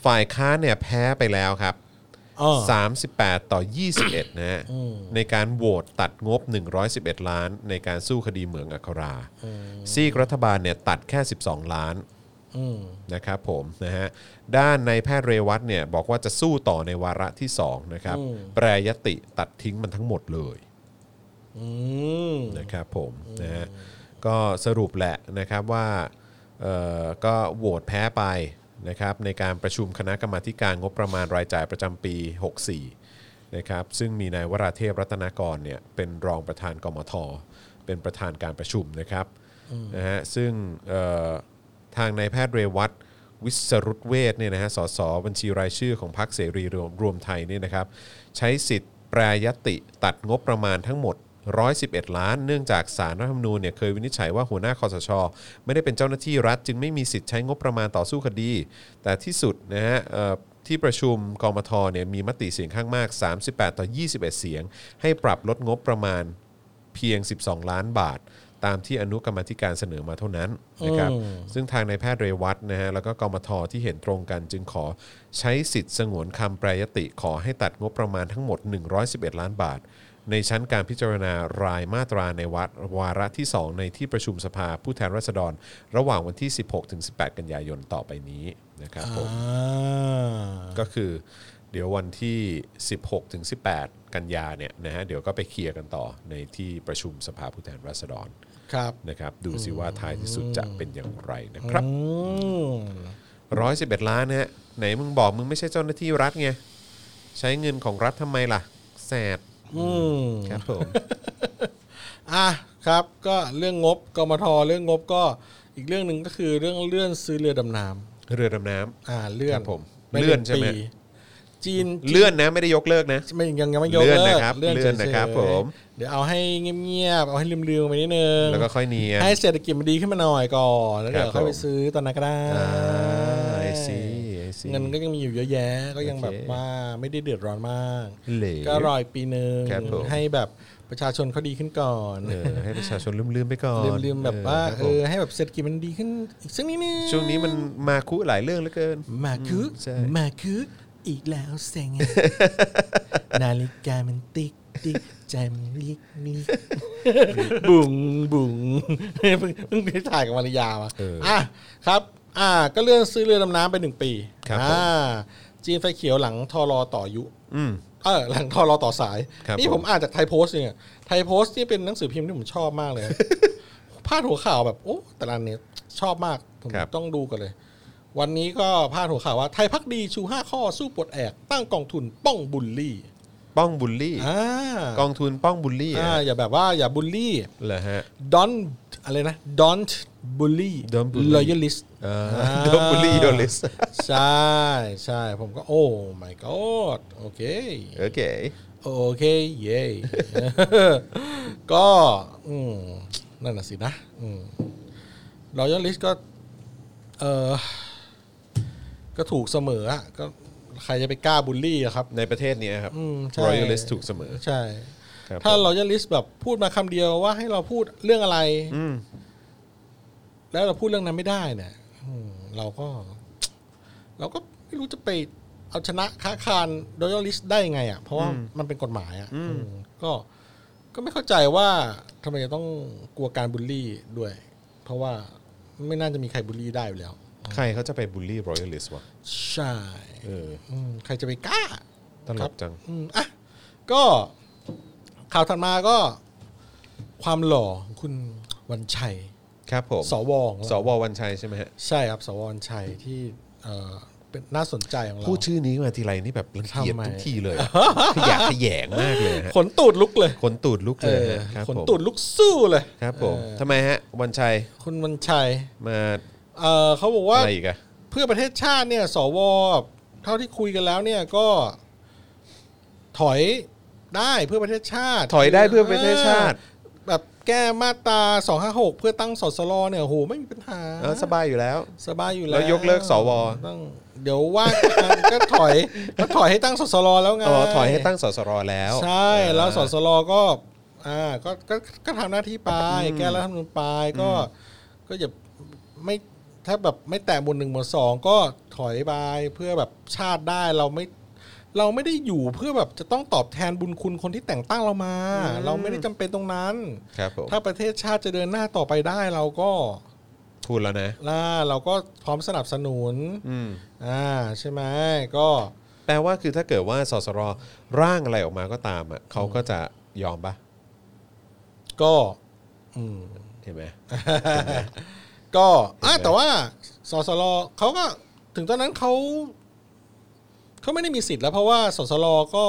B: ฝ่ายค้านเนี่ยแพ้ไปแล้วครับ
C: อ๋อ
B: 38 ต่อ 21 นะฮะในการโหวตตัดงบ 111 ล้าน ในการสู้คดีเหมืองอัคราซีกรัฐบาลเนี่ยตัดแค่ 12 ล้าน
C: อืม
B: นะครับผมนะฮะด้านในายแพทย์เรวัตเนี่ยบอกว่าจะสู้ต่อในวาระที่ 2 นะครับ
C: อืม
B: แปรยติตัดทิ้งมันทั้งหมดเลย
C: อืม
B: นะครับผมนะฮะก็สรุปแหละนะครับว่าเอ่อก็โหวตแพ้ไปนะครับในการประชุมคณะกรรมาธิการงบประมาณรายจ่ายประจำปี 64นะครับซึ่งมีนายวราเทพรัตนากรเนี่ยเป็นรองประธานกมท เป็นประธานการประชุมนะครับนะฮะซึ่งเอ่อ ทางนายแพทย์เรวัตวิสรุตเวชเนี่ยนะฮะ สสบัญชีรายชื่อของพรรคเสรีรวมรวมไทยเนี่ยนะครับ ใช้สิทธิ์แปรยติตัดงบประมาณทั้งหมด 111 ล้าน เนื่องจากสารรัฐธรรมนูญเนี่ยเคยวินิจฉัยว่าหัวหน้าคอสช ไม่ได้เป็นเจ้าหน้าที่รัฐ จึงไม่มีสิทธิ์ใช้งบประมาณต่อสู้คดี แต่ที่สุดนะฮะเอ่อที่ประชุมกมทเนี่ยมีมติเสียงข้างมาก 38 ต่อ 21 เสียง ให้ปรับลดงบประมาณ เพียง 12 ล้านบาท ตามที่อนุกรรมาธิการเสนอมาเท่านั้นนะครับ
C: อืม
B: ซึ่งทางนายแพทย์เรวัตนะฮะ แล้วก็กมทที่เห็นตรงกันจึงขอใช้สิทธิ์สงวนคำแปรยติขอให้ตัดงบประมาณทั้งหมด 111 ล้านบาท ในชั้นการพิจารณารายมาตราในวัดวาระที่ 2 ในที่ประชุมสภาผู้แทนราษฎร ระหว่างวันที่ 16-18 กันยายนต่อไปนี้นะครับผม
C: อ่า
B: ก็คือ เดี๋ยววันที่ 16ถึง18 กันยาเนี่ยนะฮะเดี๋ยวก็ไปเคลียร์กันต่อในที่ประชุมสภาผู้แทนราษฎร
C: ครับ
B: นะครับ ดูสิว่าท้ายที่สุดจะเป็นอย่างไรนะครับ
C: อืม
B: ร้อยสิบเอ็ดล้านนะฮะไหนมึงบอกมึงไม่ใช่เจ้าหน้าที่รัฐไง ใช้เงินของรัฐทำไมล่ะ แสบ
C: อืม
B: ครับ ผม
C: อ่ะครับ ก็เรื่องงบกมทเรื่องงบก็อีกเรื่องหนึ่งก็คือเรื่องเลื่อนซื้อเรือดำน้
B: เรือดำน้
C: ำอ่าเลื่อน
B: ครับผม
C: ป
B: เลื่อนใช่ไหม
C: ปีจีน
B: ำเลื่อนนะไม่ได้ยกเลิกนะ
C: ไม่ยังยังไม่ยก
B: เลื่อน
C: เลิก
B: นะครับเลื่อนนะครับ
C: ฉยๆ
B: ผม
C: เดี๋ยวเอาให้เงียบๆเอาให้ลืมๆไปนิดนึง
B: แล้วก็ค่อยเนียน
C: ให้เศรษฐกิจมันดีขึ้นมาหน่อยก่อนแล้วเดี๋ยว
B: ครับ
C: ค่อยไป
B: ผม
C: ซื้อตอนนั้นก็ได้
B: ไอซีไอซี
C: เงินก็ยังมีอยู่เยอะแยะ ก็ยังแบบ
B: โอเค
C: ว่าไม่ได้เดือดร้อนมาก
B: เหลว
C: ก็รออีกปีหนึ่ง
B: ครับผม
C: ให้แบบประชาชนเขาดีขึ้นก่อน
B: เออให้ประชาชนลืมๆไปก่อน
C: ลืมๆแบบว่า
B: เออครับผม
C: เออให้แบบเศรษฐกิจมันดีขึ้นอีกสักนิดนึง
B: ช่วงนี้มันมาคุหลายเรื่องเหลือเกิน
C: มาคือ
B: ใช่
C: มาคืออีกแล้วเซ็ง อะ นาฬิกามันติ๊กติ๊กใจมันลิกลิกบุ๋งบุ๋ง เพิ่งเพิ่งไปถ่ายกับวรรยามา
B: เอออ่
C: อ่ะครับ อ่า ก็เลื่อนซื้อเรือดำน้ำไปหนึ่งปี
B: ครับผม
C: อ่าจีนไฟเขียวหลังทอรอต่ออายุ
B: อืม
C: เอ อหลังทอรอต่อสาย
B: ครับ
C: นี่
B: ผ
C: ผม มอ่านจากไทยโพสต์เนี่ยไทยโพสต์ที่เป็นหนังสือพิมพ์ที่ผมชอบมากเลย พาดหัวข่าวแบบโอ้แต่ละอันเนี่ยชอบมาก ผม
B: ครับ
C: ต้องดูกันเลย วันนี้ก็พาดหัวข่าวว่า ไทยพักดีชูห้าข้อสู้ปลดแอก ตั้งกองทุนป้องบุลลี่
B: ป้องบุลลี่
C: อ่าก
B: องทุนป้องบุลลี่
C: อ่า
B: อะ
C: อย่าแบบว่าอย่าบุลลี่
B: เหรอฮะ
C: don't อะไรนะ don't bully
B: Don't bully
C: loyalist
B: เออ
C: อ่า
B: โดนบุลลี่โดนลิส
C: ใช่ใช่ผมก็โอ้ my god โอเค
B: โอเค
C: โอเคเย่ ก็อืมนั่นน่ะสินะรอยัลลิสก็เออก็ถูกเสมออะก็ใครจะไปกล้าบูลลี่อะครับ
B: ในประเทศเนี้ยครับ
C: อืมใช่
B: royalist ถูกเสมอ
C: ใช่
B: ครับ
C: ถ้า
B: ผม
C: รอยัลลิสแบบพูดมาคำเดียวว่าให้เราพูดเรื่องอะไร
B: อืม
C: แล้วเราพูดเรื่องนั้นไม่ได้เนี่ยอืมเราก็ เราก็ไม่รู้จะไปเอาชนะค้าคารโดยลิสได้ยังไงอ่ะเพราะว่ามันเป็นกฎหมายอ่ะอืมก็ก็ไม่เข้าใจว่าทำไมจะต้องกลัวการบูลลี่ด้วย เพราะว่าไม่น่าจะมีใครบูลลี่ได้อยู่แล้ว
B: ใครเขาจะไปบูลลี่ royalist วะ
C: ใช่
B: เออ
C: อืมใครจะไปกล้า
B: ตล
C: ครับ
B: กจัง
C: อืมอ่ะก็ข่าวถัดมาก็ ความหล่อของคุณวันชัย
B: ครับผม
C: สวของเรา
B: สววันชัยใช่ไหมฮะ
C: ใช่ครับสวรชัยที่เอ่อเป็นน่าสนใจของเรา
B: พูดชื่อนี้มาทีไรนี่แบบรังเกียจ
C: ทำไม
B: ทุกทีเลยอะขยะแขยงมากเลยฮะ
C: ขนตูดลุกเลย
B: ขนตูดลุก
C: เอ
B: เลย
C: อ
B: ฮะครับ
C: ขน
B: ผม
C: ตูดลุกสู้เลย
B: ครับผม
C: เออ
B: ทำไมฮะ วันชัย
C: คุณวันชัย
B: มา
C: เอ่อเขาบอกว่า
B: อะไรอีกอะ
C: เพื่อประเทศชาติเนี่ย สวเท่าที่คุยกันแล้วเนี่ยก็ ถอยได้เพื่อประเทศชาติ
B: ถอยได้เพื่อประเทศชาติ
C: เออแบบแก้มาตรา256 เพื่อตั้งสสลเนี่ยโอ้โหไม่มีปัญหา
B: เออสบายอยู่แล้ว
C: สบายอยู่แล้ว
B: แล้วยกเลิกสว
C: ต้องเดี๋ยวว่ากัน ก็ถอยก็ถอยให้ตั้งสสลแล้วไง
B: อ๋อถอยให้ตั้งสสรแล้ว
C: ใช่แล้วส
B: อ่า
C: สลก็อ่าก็ก็ก็ทำหน้าที่ไปแก้รัฐธรรมนูญไปก็ก็อย่าไม่ถ้าแบบไม่แตะหมวดหนึ่งหมวดสองก็ถอยไปเพื่อแบบชาติได้เราไม่เราไม่ได้อยู่เพื่อแบบจะต้องตอบแทนบุญคุณคนที่แต่งตั้งเรามา เราไม่ได้จำเป็นตรงนั้น
B: ครับผม
C: ถ้าประเทศชาติจะเดินหน้าต่อไปได้เราก็
B: พูดแล้วนะ
C: ล่าเราก็พร้อมสนับสนุน
B: อืม
C: อ่าใช่ไหมก็
B: แปลว่าคือถ้าเกิดว่าสสรร่างอะไรออกมาก็ตามอ่ะเขาก็จะยอมปะ
C: ก็ อืม
B: เห็นไหม
C: ก็อ่ะ
B: เห็นไหม
C: แต่ว่าสสลเขาก็ถึงตอนนั้นเขาเขาไม่ได้มีสิทธิ์แล้ว เพราะว่าสสลก็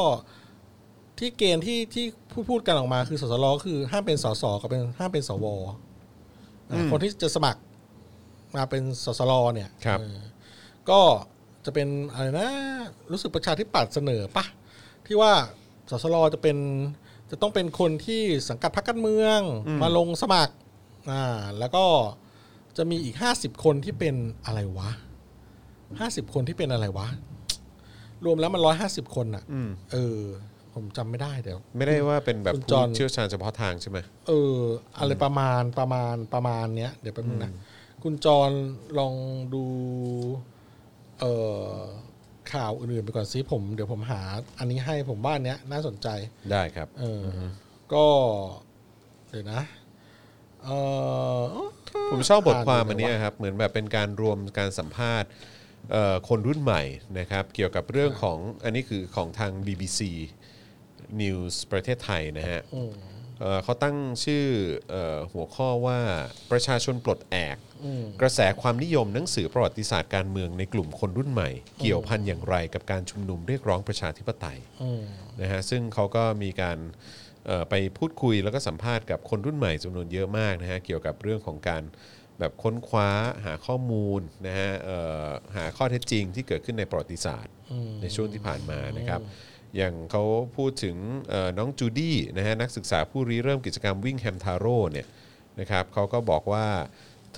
C: ที่เกณฑ์ที่ที่พูดพูดกันออกมา คือสสลคือห้ามเป็นสสกับเป็นห้ามเป็นสวอ่ะคนที่จะสมัครมาเป็นสสลเนี่ย
B: ครับ
C: เออก็จะเป็นอะไรนะ รู้สึกประชาธิปัตย์เสนอปะที่ว่าสสลจะเป็นจะต้องเป็นคนที่สังกัดพรรคการเมืองมาลงสมัคร อ่าแล้วก็จะมีอีกห้าสิบคนที่เป็นอะไรวะห้าสิบคนที่เป็นอะไรวะ รวมแล้วมันร้อยห้าสิบคนอ่ะ
B: อืม
C: เออ ผมจำไม่ได้เดี๋ยว
B: ไม่ได้ว่าเป็นแบบ
C: คุณจ
B: ผู้
C: อน
B: เชี่ยวชาญเฉพาะทางใช่ไหม
C: เออ อะไรประมาณประมาณประมาณเนี้ย เดี๋ยวแป๊บนึงนะ คุณจรลองดู เอ่อข่าวอื่นๆไปก่อนซิผม เดี๋ยวผมหา อันนี้ให้ผมว่าอันเนี้ย น่าสนใจ
B: ได้ครับ
C: เอออก็เดี๋ยวนะ เออ
B: ผมชอบบทความอันเนี้ยครับ เหมือนแบบเป็นการรวมการสัมภาษณ์ เอ่อคนรุ่นใหม่นะครับ เกี่ยวกับเรื่องของอันนี้คือของทาง BBC News ประเทศไทยนะฮะเอ่อเขาตั้งชื่อเออหัวข้อว่าประชาชนปลดแอก กระแสความนิยมหนังสือประวัติศาสตร์การเมืองในกลุ่มคนรุ่นใหม่ เกี่ยวพันอย่างไรกับการชุมนุมเรียกร้องประชาธิปไตย นะฮะซึ่งเขาก็มีการเอ่อไปพูดคุยแล้วก็สัมภาษณ์กับคนรุ่นใหม่จำนวนเยอะมากนะฮะเกี่ยวกับเรื่องของการแบบค้นคว้าหาข้อมูลนะฮะเอ่อหาข้อเท็จจริงที่เกิดขึ้นในประวัติศาสตร์ ในช่วงที่ผ่านมานะครับ อย่างเขาพูดถึงเอ่อน้องจูดี้นะฮะนักศึกษาผู้ริเริ่มกิจกรรมวิ่งแฮมทาโร่เนี่ยนะครับเขาก็บอกว่า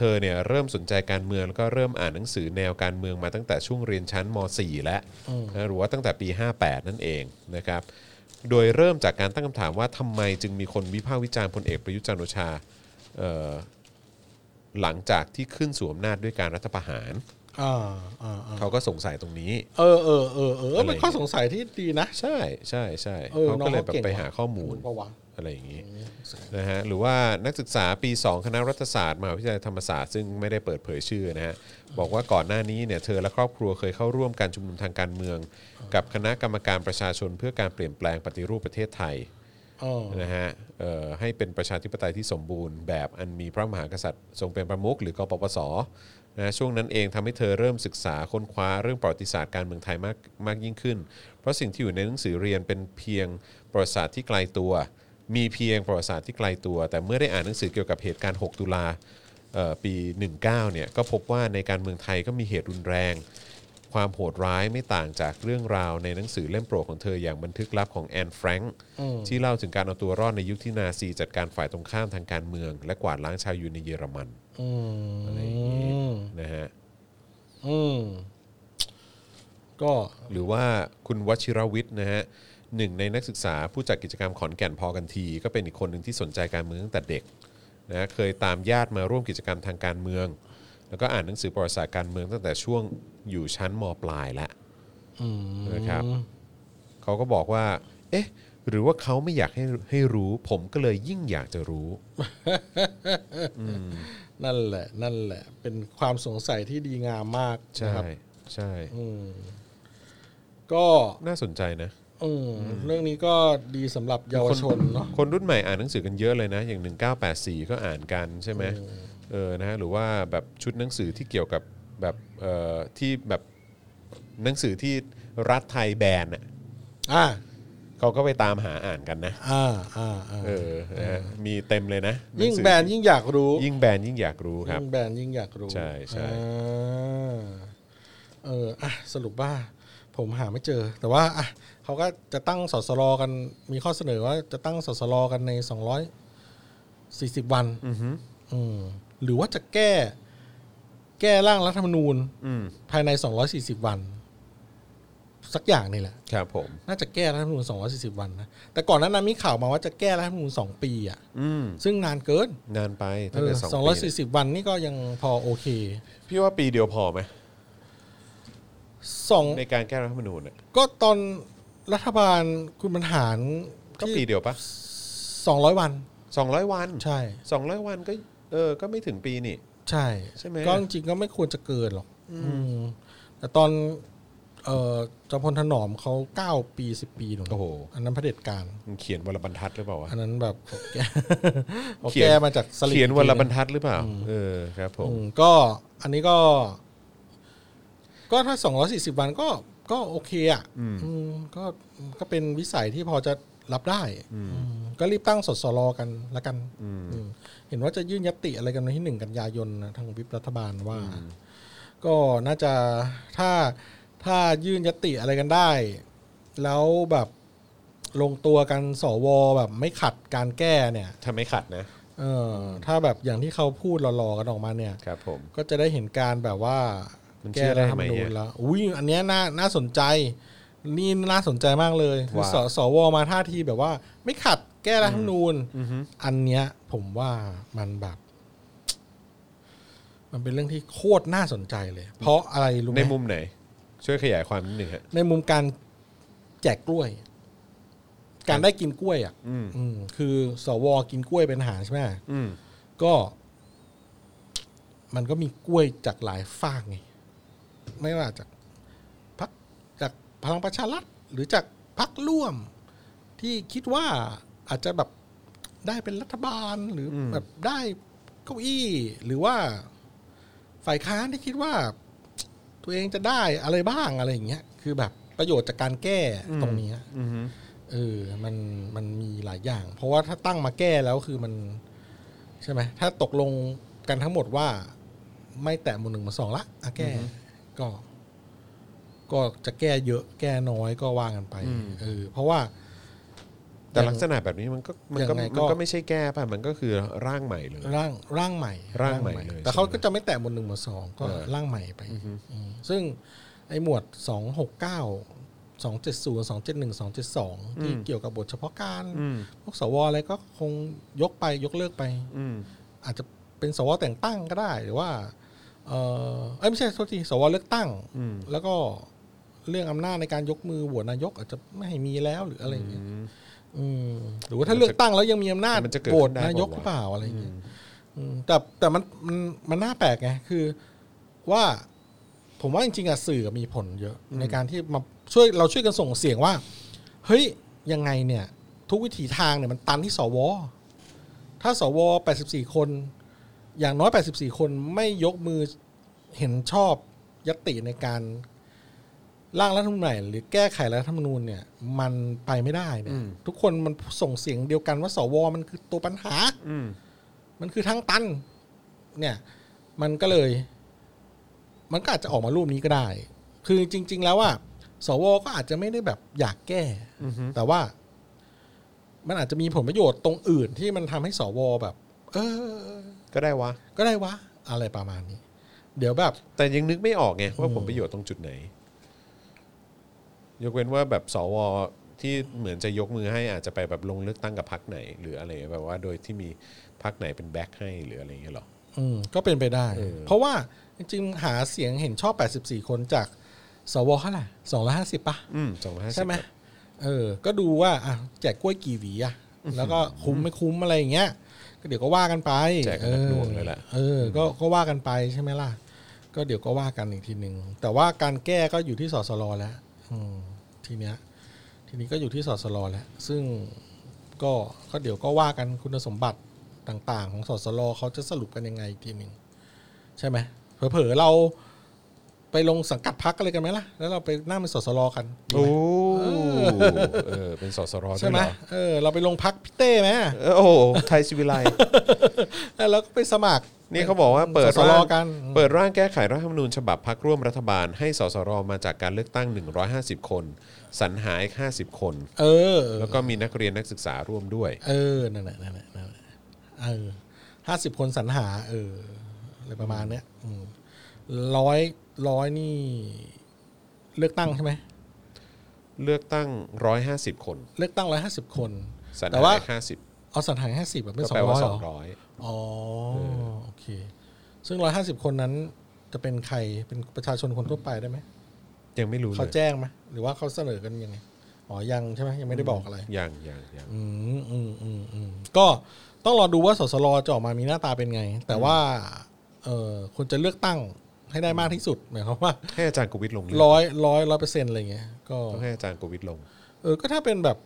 B: เธอเนี่ยเริ่มสนใจการเมืองแล้วก็เริ่มอ่านหนังสือแนวการเมืองมาตั้งแต่ช่วงเรียนชั้นม .4 แล้วนะหรือว่าตั้งแต่ปี 58 นั่นเองนะครับ โดยเริ่มจากการตั้งคำถามว่าทำไมจึงมีคนวิพากษ์วิจารณ์พลเอกประยุทธ์จันทร์โอชาเอ่อหลังจากที่ขึ้นสู่อำนาจด้วยการรัฐประหาร
C: อ่าอ่าอ่า
B: เขาก็สงสัยตรงนี้
C: เออเออเออเออเออเป็นข้อสงสัยที่ดีนะ
B: ใช่ใช่ใช่
C: เออ
B: เขาก็เลย
C: น้อ
B: แบ
C: งเขา
B: บ
C: เก่ง
B: ไปหาข้อมูล
C: ปะวะ
B: อะไรอย่างนี้นะฮะหรือว่านักศึกษาปี 2 คณะรัฐศาสตร์มหาวิทยาลัยธรรมศาสตร์ซึ่งไม่ได้เปิดเผยชื่อนะฮะบอกว่าก่อนหน้านี้เนี่ยเธอและครอบครัวเคยเข้าร่วมการชุมนุมทางการเมือง กับคณะกรรมการประชาชนเพื่อการเปลี่ยนแปลงปฏิรูปประเทศไทย
C: เออ
B: นะฮะเอ่อให้เป็นประชาธิปไตยที่สมบูรณ์แบบอันมีพระมหากษัตริย์ทรงเป็นประมุขหรือกปปสนะช่วงนั้นเองทำให้เธอเริ่มศึกษาค้นคว้าเรื่องประวัติศาสตร์การเมืองไทยมากมากยิ่งขึ้น เพราะสิ่งที่อยู่ในหนังสือเรียนเป็นเพียงประวัติศาสตร์ที่ไกลตัว มีเพียงประวัติศาสตร์ที่ไกลตัว แต่เมื่อได้อ่านหนังสือเกี่ยวกับเหตุการณ์ 6 ตุลาเอ่อปี 19เนี่ยก็พบว่าในการเมืองไทยก็มีเหตุรุนแรง ความโหดร้ายไม่ต่างจากเรื่องราวในหนังสือเล่มโปรดของเธออย่างบันทึกลับของแอนแฟรงค์ที่เล่าถึงการเอาตัวรอดในยุคที่นาซีจัดการฝ่ายตรงข้ามทางการเมือง และกวาดล้างชาวยูในเยอรมันอะไรอย่างนี้
C: อืม
B: นะฮะ
C: อืมก็
B: หรือว่าคุณวชิรวิทย์นะฮะหนึ่งในนักศึกษาผู้จัดกิจกรรมขอนแก่นพอกันที ก็เป็นอีกคนหนึ่งที่สนใจการเมืองตั้งแต่เด็กนะเคยตามญาติมาร่วมกิจกรรมทางการเมือง แล้วก็อ่านหนังสือประวัติศาสตร์การเมืองตั้งแต่ช่วงอยู่ชั้นมปลายแล้ว
C: อืม
B: นะครับ เขาก็บอกว่า เอ๊ะ หรือว่าเขาไม่อยากให้ให้รู้ ผมก็เลยยิ่งอยากจะรู้
C: นั่นแหละ นั่นแหละ เป็นความสงสัยที่ดีงามมาก
B: ใช่
C: นะครับ
B: ใช่
C: อืมก็
B: น่าสนใจนะ
C: อืมเรื่องนี้ก็ดีสำหรับเยาวชนเนาะ
B: คนรุ่นใหม่อ่านหนังสือกันเยอะเลยนะ อย่าง 1984 ก็อ่านกันใช่ไหมเออ นะฮะ หรือว่าแบบชุดหนังสือที่เกี่ยวกับแบบ เอ่อ ที่แบบหนังสือที่รัฐไทยแบนน่ะ
C: อ่า
B: เขาก็ไปตามหาอ่านกันนะ
C: อ่าอ่าอ่า
B: เออนะฮะมีเต็มเลยนะห
C: ยิ่ง
B: สือ
C: แบนยิ่งอยากรู้
B: ยิ่งแบนยิ่งอยากรู้ครับ
C: ยิ่งแบนยิ่งอยากรู้
B: ใช่ใช่
C: อ่าเอออ่ะสรุปว่า ผมหาไม่เจอ แต่ว่าอ่ะเขาก็จะตั้งสสรกันมีข้อเสนอว่าจะตั้งสสรกันในสองร้อยสี่สิบวันอืมหรือว่าจะแก้ แก้ร่างรัฐธรรมนูญ
B: อืม
C: ภายในสองร้อยสี่สิบวัน สักอย่างนี่แหละ
B: ครับผม
C: น่าจะแก้รัฐธรรมนูญสองร้อสี่สิบวันนะแต่ก่อนหนั้นนะมีข่าวมาว่าจะแก้รัฐธรรมนูญสองปีอ่ะ
B: อืม
C: ซึ่งนานเกิน
B: นานไปตั้งแต่สอง
C: สองร้อย
B: ปี
C: สี่สิบวันนี่ก็ยังพอโอเค
B: พี่ว่าปีเดียวพอไหม
C: สอง
B: ในการแก้รัฐธรรมนูญน่ะ
C: ก็ตอนรัฐบาลคุณบรรหาร
B: ก็ปีเดียวปะ
C: สองร้อยวัน
B: สองร้อยวัน
C: ใช่
B: สองร้อยวันก็เออก็ไม่ถึงปีนี่
C: ใช่
B: ใช่ไหม
C: ก็จริงๆก็ไม่ควรจะเกินหรอกอืมแต่ตอนเอ่อจอมพลถนอมเขาเก้าปีสิบปีหนู
B: โอ้โห
C: อันนั้นเผด็จการ
B: มันเขียนวันละบรรทัดหรือเปล่าวะ
C: อันนั้นแบบ แก
B: เขียน
C: แกมาจากสลิม
B: เขียนวันละบรรทัดหรือเปล่า เออครับผม
C: อืมก็ อันนี้ก็ ก็ถ้าสองร้อสี่สิบวันก็ก็โอเคอ่ะ
B: อืม
C: อืมก็ก็เป็นวิสัยที่พอจะรับได้อืมก็รีบตั้งสดสรอกันละกันอืมเห็นว่าจะยื่นยติอะไรกันในที่หนึ่งกันยายนนะทางวิปรัฐบาลว่า ก็น่าจะถ้าถ้ายื่นยติอะไรกันได้ แล้วแบบลงตัวกันสวแบบไม่ขัดการแก้เนี่ย
B: ถ้าไม่ขัดนะ
C: เออถ้าแบบอย่างที่เขาพูดหล่อๆกันออกมาเนี่ย
B: ครับผม
C: ก็จะได้เห็นการแบบว่าม
B: นเชื่
C: แก้
B: อได้
C: รัฐธรร
B: ไหม
C: มนู
B: เนี่
C: ญ
B: ย
C: แล้วอุ้ยอันเนี้ยน่าน่าสนใจ นี่น่าสนใจมากเลยคือ
B: ว่า
C: สสวมาท่าทีแบบว่า ไม่ขัดแก้รัฐธรรมนูญอันเนี้ย ผมว่ามันแบบ มันเป็นเรื่องที่โคตรน่าสนใจเลย เพราะอะไรรู้ไหม
B: ในมุมไหน ช่วยขยายความนิดหนึ่งฮะ
C: ในมุมการแจกกล้วย การได้กินกล้วยอ่ะ
B: อืม
C: อืม คือสวกินกล้วยเป็นอาหารใช่ไหม
B: อืม
C: ก็ มันก็มีกล้วยจากหลายฝากไง ไม่ว่าจากพักจากพลังประชารัฐหรือจากพักร่วม ที่คิดว่าอาจจะแบบได้เป็นรัฐบาลหรืออแบบได้เก้าอี้ หรือว่า ฝ่ายค้านที่คิดว่า ตัวเองจะได้อะไรบ้างอะไรอย่างเงี้ยคือแบบประโยชน์จากการแก้ตรงเนี้ย
B: อือฮึ
C: เออ มัน มันมีหลายอย่าง เพราะว่าถ้าตั้งมาแก้แล้วคือมัน ใช่ไหม ถ้าตกลงกันทั้งหมดว่า ไม่แตะหมวดหนึ่งหมวดสองละอ่ะแก้ ก็ ก็จะแก้เยอะ แก้น้อยก็ว่ากันไป เออ เพราะว่า
B: แต่ลักษณะแบบนี้มันก็มันก็
C: ยังไง
B: มั
C: ก็
B: นก็ไม่ใช่แก้ป่ะมันก็คือร่างใหม่เลย
C: ร่างร่างใหม่
B: ร่างใหม่เลย
C: แต่เขาก็จะไม่แตะหมวดหนึ่งหมวดสองก็
B: เออ
C: ร่างใหม่ไปมซึ่งไอ้หมวดสองหกเก้าสองเจ็ดศูนย์สองเจ็ดหนึ่งสองเจ็ดสองที่เกี่ยวกับบทเฉพาะการพวกสวอะไรก็คงยกไปยกเลิกไป
B: อืม
C: อาจจะเป็นสวแต่งตั้งก็ได้หรือว่า เออเอ้ยไม่ใช่โทษทีสวเลือกตั้ง แล้วก็เรื่องอำนาจในการยกมือโหวตนายก อาจจะไม่ให้มีแล้วหรืออะไรอย่างเงี้ยอืมหรือว่าถ้าเลือกตั้งแล้วยังมีอำนาจ
B: มันจะเกิด
C: โหวต
B: ขึ้นได้
C: นายก
B: เปล่าวะ
C: หรือเปล่าอะไรอย่างเงี้ยอืมแต่แต่มันมันมันน่าแปลกไงคือว่าผมว่าจริงๆอะสื่อมีผลเยอะ ในการที่มาช่วยเราช่วยกันส่งเสียงว่า เฮ้ยยังไงเนี่ย ทุกวิถีทางเนี่ยมันตันที่สว ถ้าสว 84 คน อย่างน้อย 84 คนไม่ยกมือเห็นชอบยติในการร่างรัฐธรรมนูญใหม่หรือแก้ไขรัฐธรรมนูญเนี่ย มันไปไม่ได้เนี่ยทุกคนมันส่งเสียงเดียวกันว่า สว มันคือตัวปัญหา
B: อืม
C: มันคือทางตัน เนี่ย มันก็เลย มันก็อาจจะออกมารูปนี้ก็ได้ คือจริง ๆ แล้วว่า สวก็อาจจะไม่ได้แบบอยากแก้ แต่ว่า มันอาจจะมีผลประโยชน์ตรงอื่นที่มันทำให้สวแบบ เออ
B: ก็ได้วะ
C: ก็ได้วะ อะไรประมาณนี้ เดี๋ยวแบบ
B: แต่ยังนึกไม่ออกไงว่าผมประโยชน์ตรงจุดไหน ยกเว้นว่าแบบสวที่เหมือนจะยกมือให้อาจจะไปแบบลงเลือกตั้งกับพักไหน หรืออะไรแบบว่าโดยที่มีพักไหนเป็นแบ็คให้หรืออะไรอย่างเงี้ยหรอ
C: อืมก็เป็นไปได้
B: เออ
C: เพราะว่าจริงๆ หาเสียงเห็นชอบ 84 คนจาก สวเท่าไหร่สองร้อยห้าสิบป่ะ
B: อืมสองพันห้าสิบ
C: ใช่ไหมเออ ก็ดูว่าอ่ะแจกกล้วยกี่หวีอ่ะ แล้วก็คุ้มไม่คุ้มอะไรอย่างเงี้ย ก็เดี๋ยวก็ว่ากันไป
B: แจกกันแบบดวงเลยแหละ
C: เออ ก็ก็ว่ากันไปใช่ไหมล่ะ ก็เดี๋ยวก็ว่ากันอีกทีหนึ่ง แต่ว่าการแก้ก็อยู่ที่สสรแล้ว อืมทีเนี้ย ทีนี้ก็อยู่ที่สสรแล้ว ซึ่งก็ก็เดี๋ยวก็ว่ากันคุณสมบัติต่าง ๆ ของสสรเขาจะสรุปกันยังไงอีกทีหนึ่งใช่ไหมเผลอๆเราไปลงสังกัดพักกันเลยกันไหมล่ะ แล้วเราไปนั่งเป็นสสรกันดีไหม
B: โอ้เออเป็นสสรด้
C: ใช่
B: วย
C: ไหม
B: เหรอ
C: เออ เราไปลงพักพี่เต้ไหม
B: เออโอ้โหไทยสิวิไล
C: แล้วก็ไปสมัคร
B: นี่เขาบอกว่าเปิด
C: สสร
B: ร่าง
C: กัน
B: เปิดร่างแก้ไขรัฐธรรมนูญฉบับพักร่วมรัฐบาล ให้สสรมาจากการเลือกตั้ง 150 คน สรรหาอีก50 คน
C: เออ
B: แล้วก็มีนักเรียนนักศึกษาร่วมด้วย
C: เออ นั่นแหละนั่นแหละนั่นแหละเออห้าสิบคนสรรหา เออ อะไรประมาณเนี้ยอืมร้อยร้อยนี่ เลือกตั้งใช่ไหม
B: เลือกตั้ง 150 คน
C: เลือกตั้งร้อยห้าสิบคน
B: สรร
C: แต่
B: หา
C: ว่า
B: อีก50
C: เอาสรรหาห้าสิบแบบไม่
B: ก็
C: สอ
B: แปล
C: งร้
B: ว่า
C: อยหรอ
B: 200
C: อ๋อ โอเค ซึ่งร้อยห้าสิบคนนั้น จะเป็นใคร เป็นประชาชนคนทั่วไปได้ไหม
B: ยังไม่รู้เล
C: เขา
B: ย
C: แจ้งไหมหรือว่าเขาเสนอกันยังไง อ๋อ ยังใช่ไหมยังไม่ได้บอกอะไร
B: ยังยังยัง
C: อืมอืมอืมอืมก็ต้องรอดูว่าสสรจะออกมามีหน้าตาเป็นไง แต่ว่า เออควรจะเลือกตั้งให้ได้มากที่สุดหมายความว่า
B: ให้อาจารย์กวิทย์ลงเลือก
C: ร้อยร้อยร้อยเปอร์เซ็นต์อะไรเงี้ยก็
B: ต้องให้อาจารย์กวิทย์ลง
C: เออก็ถ้าเป็นแบบ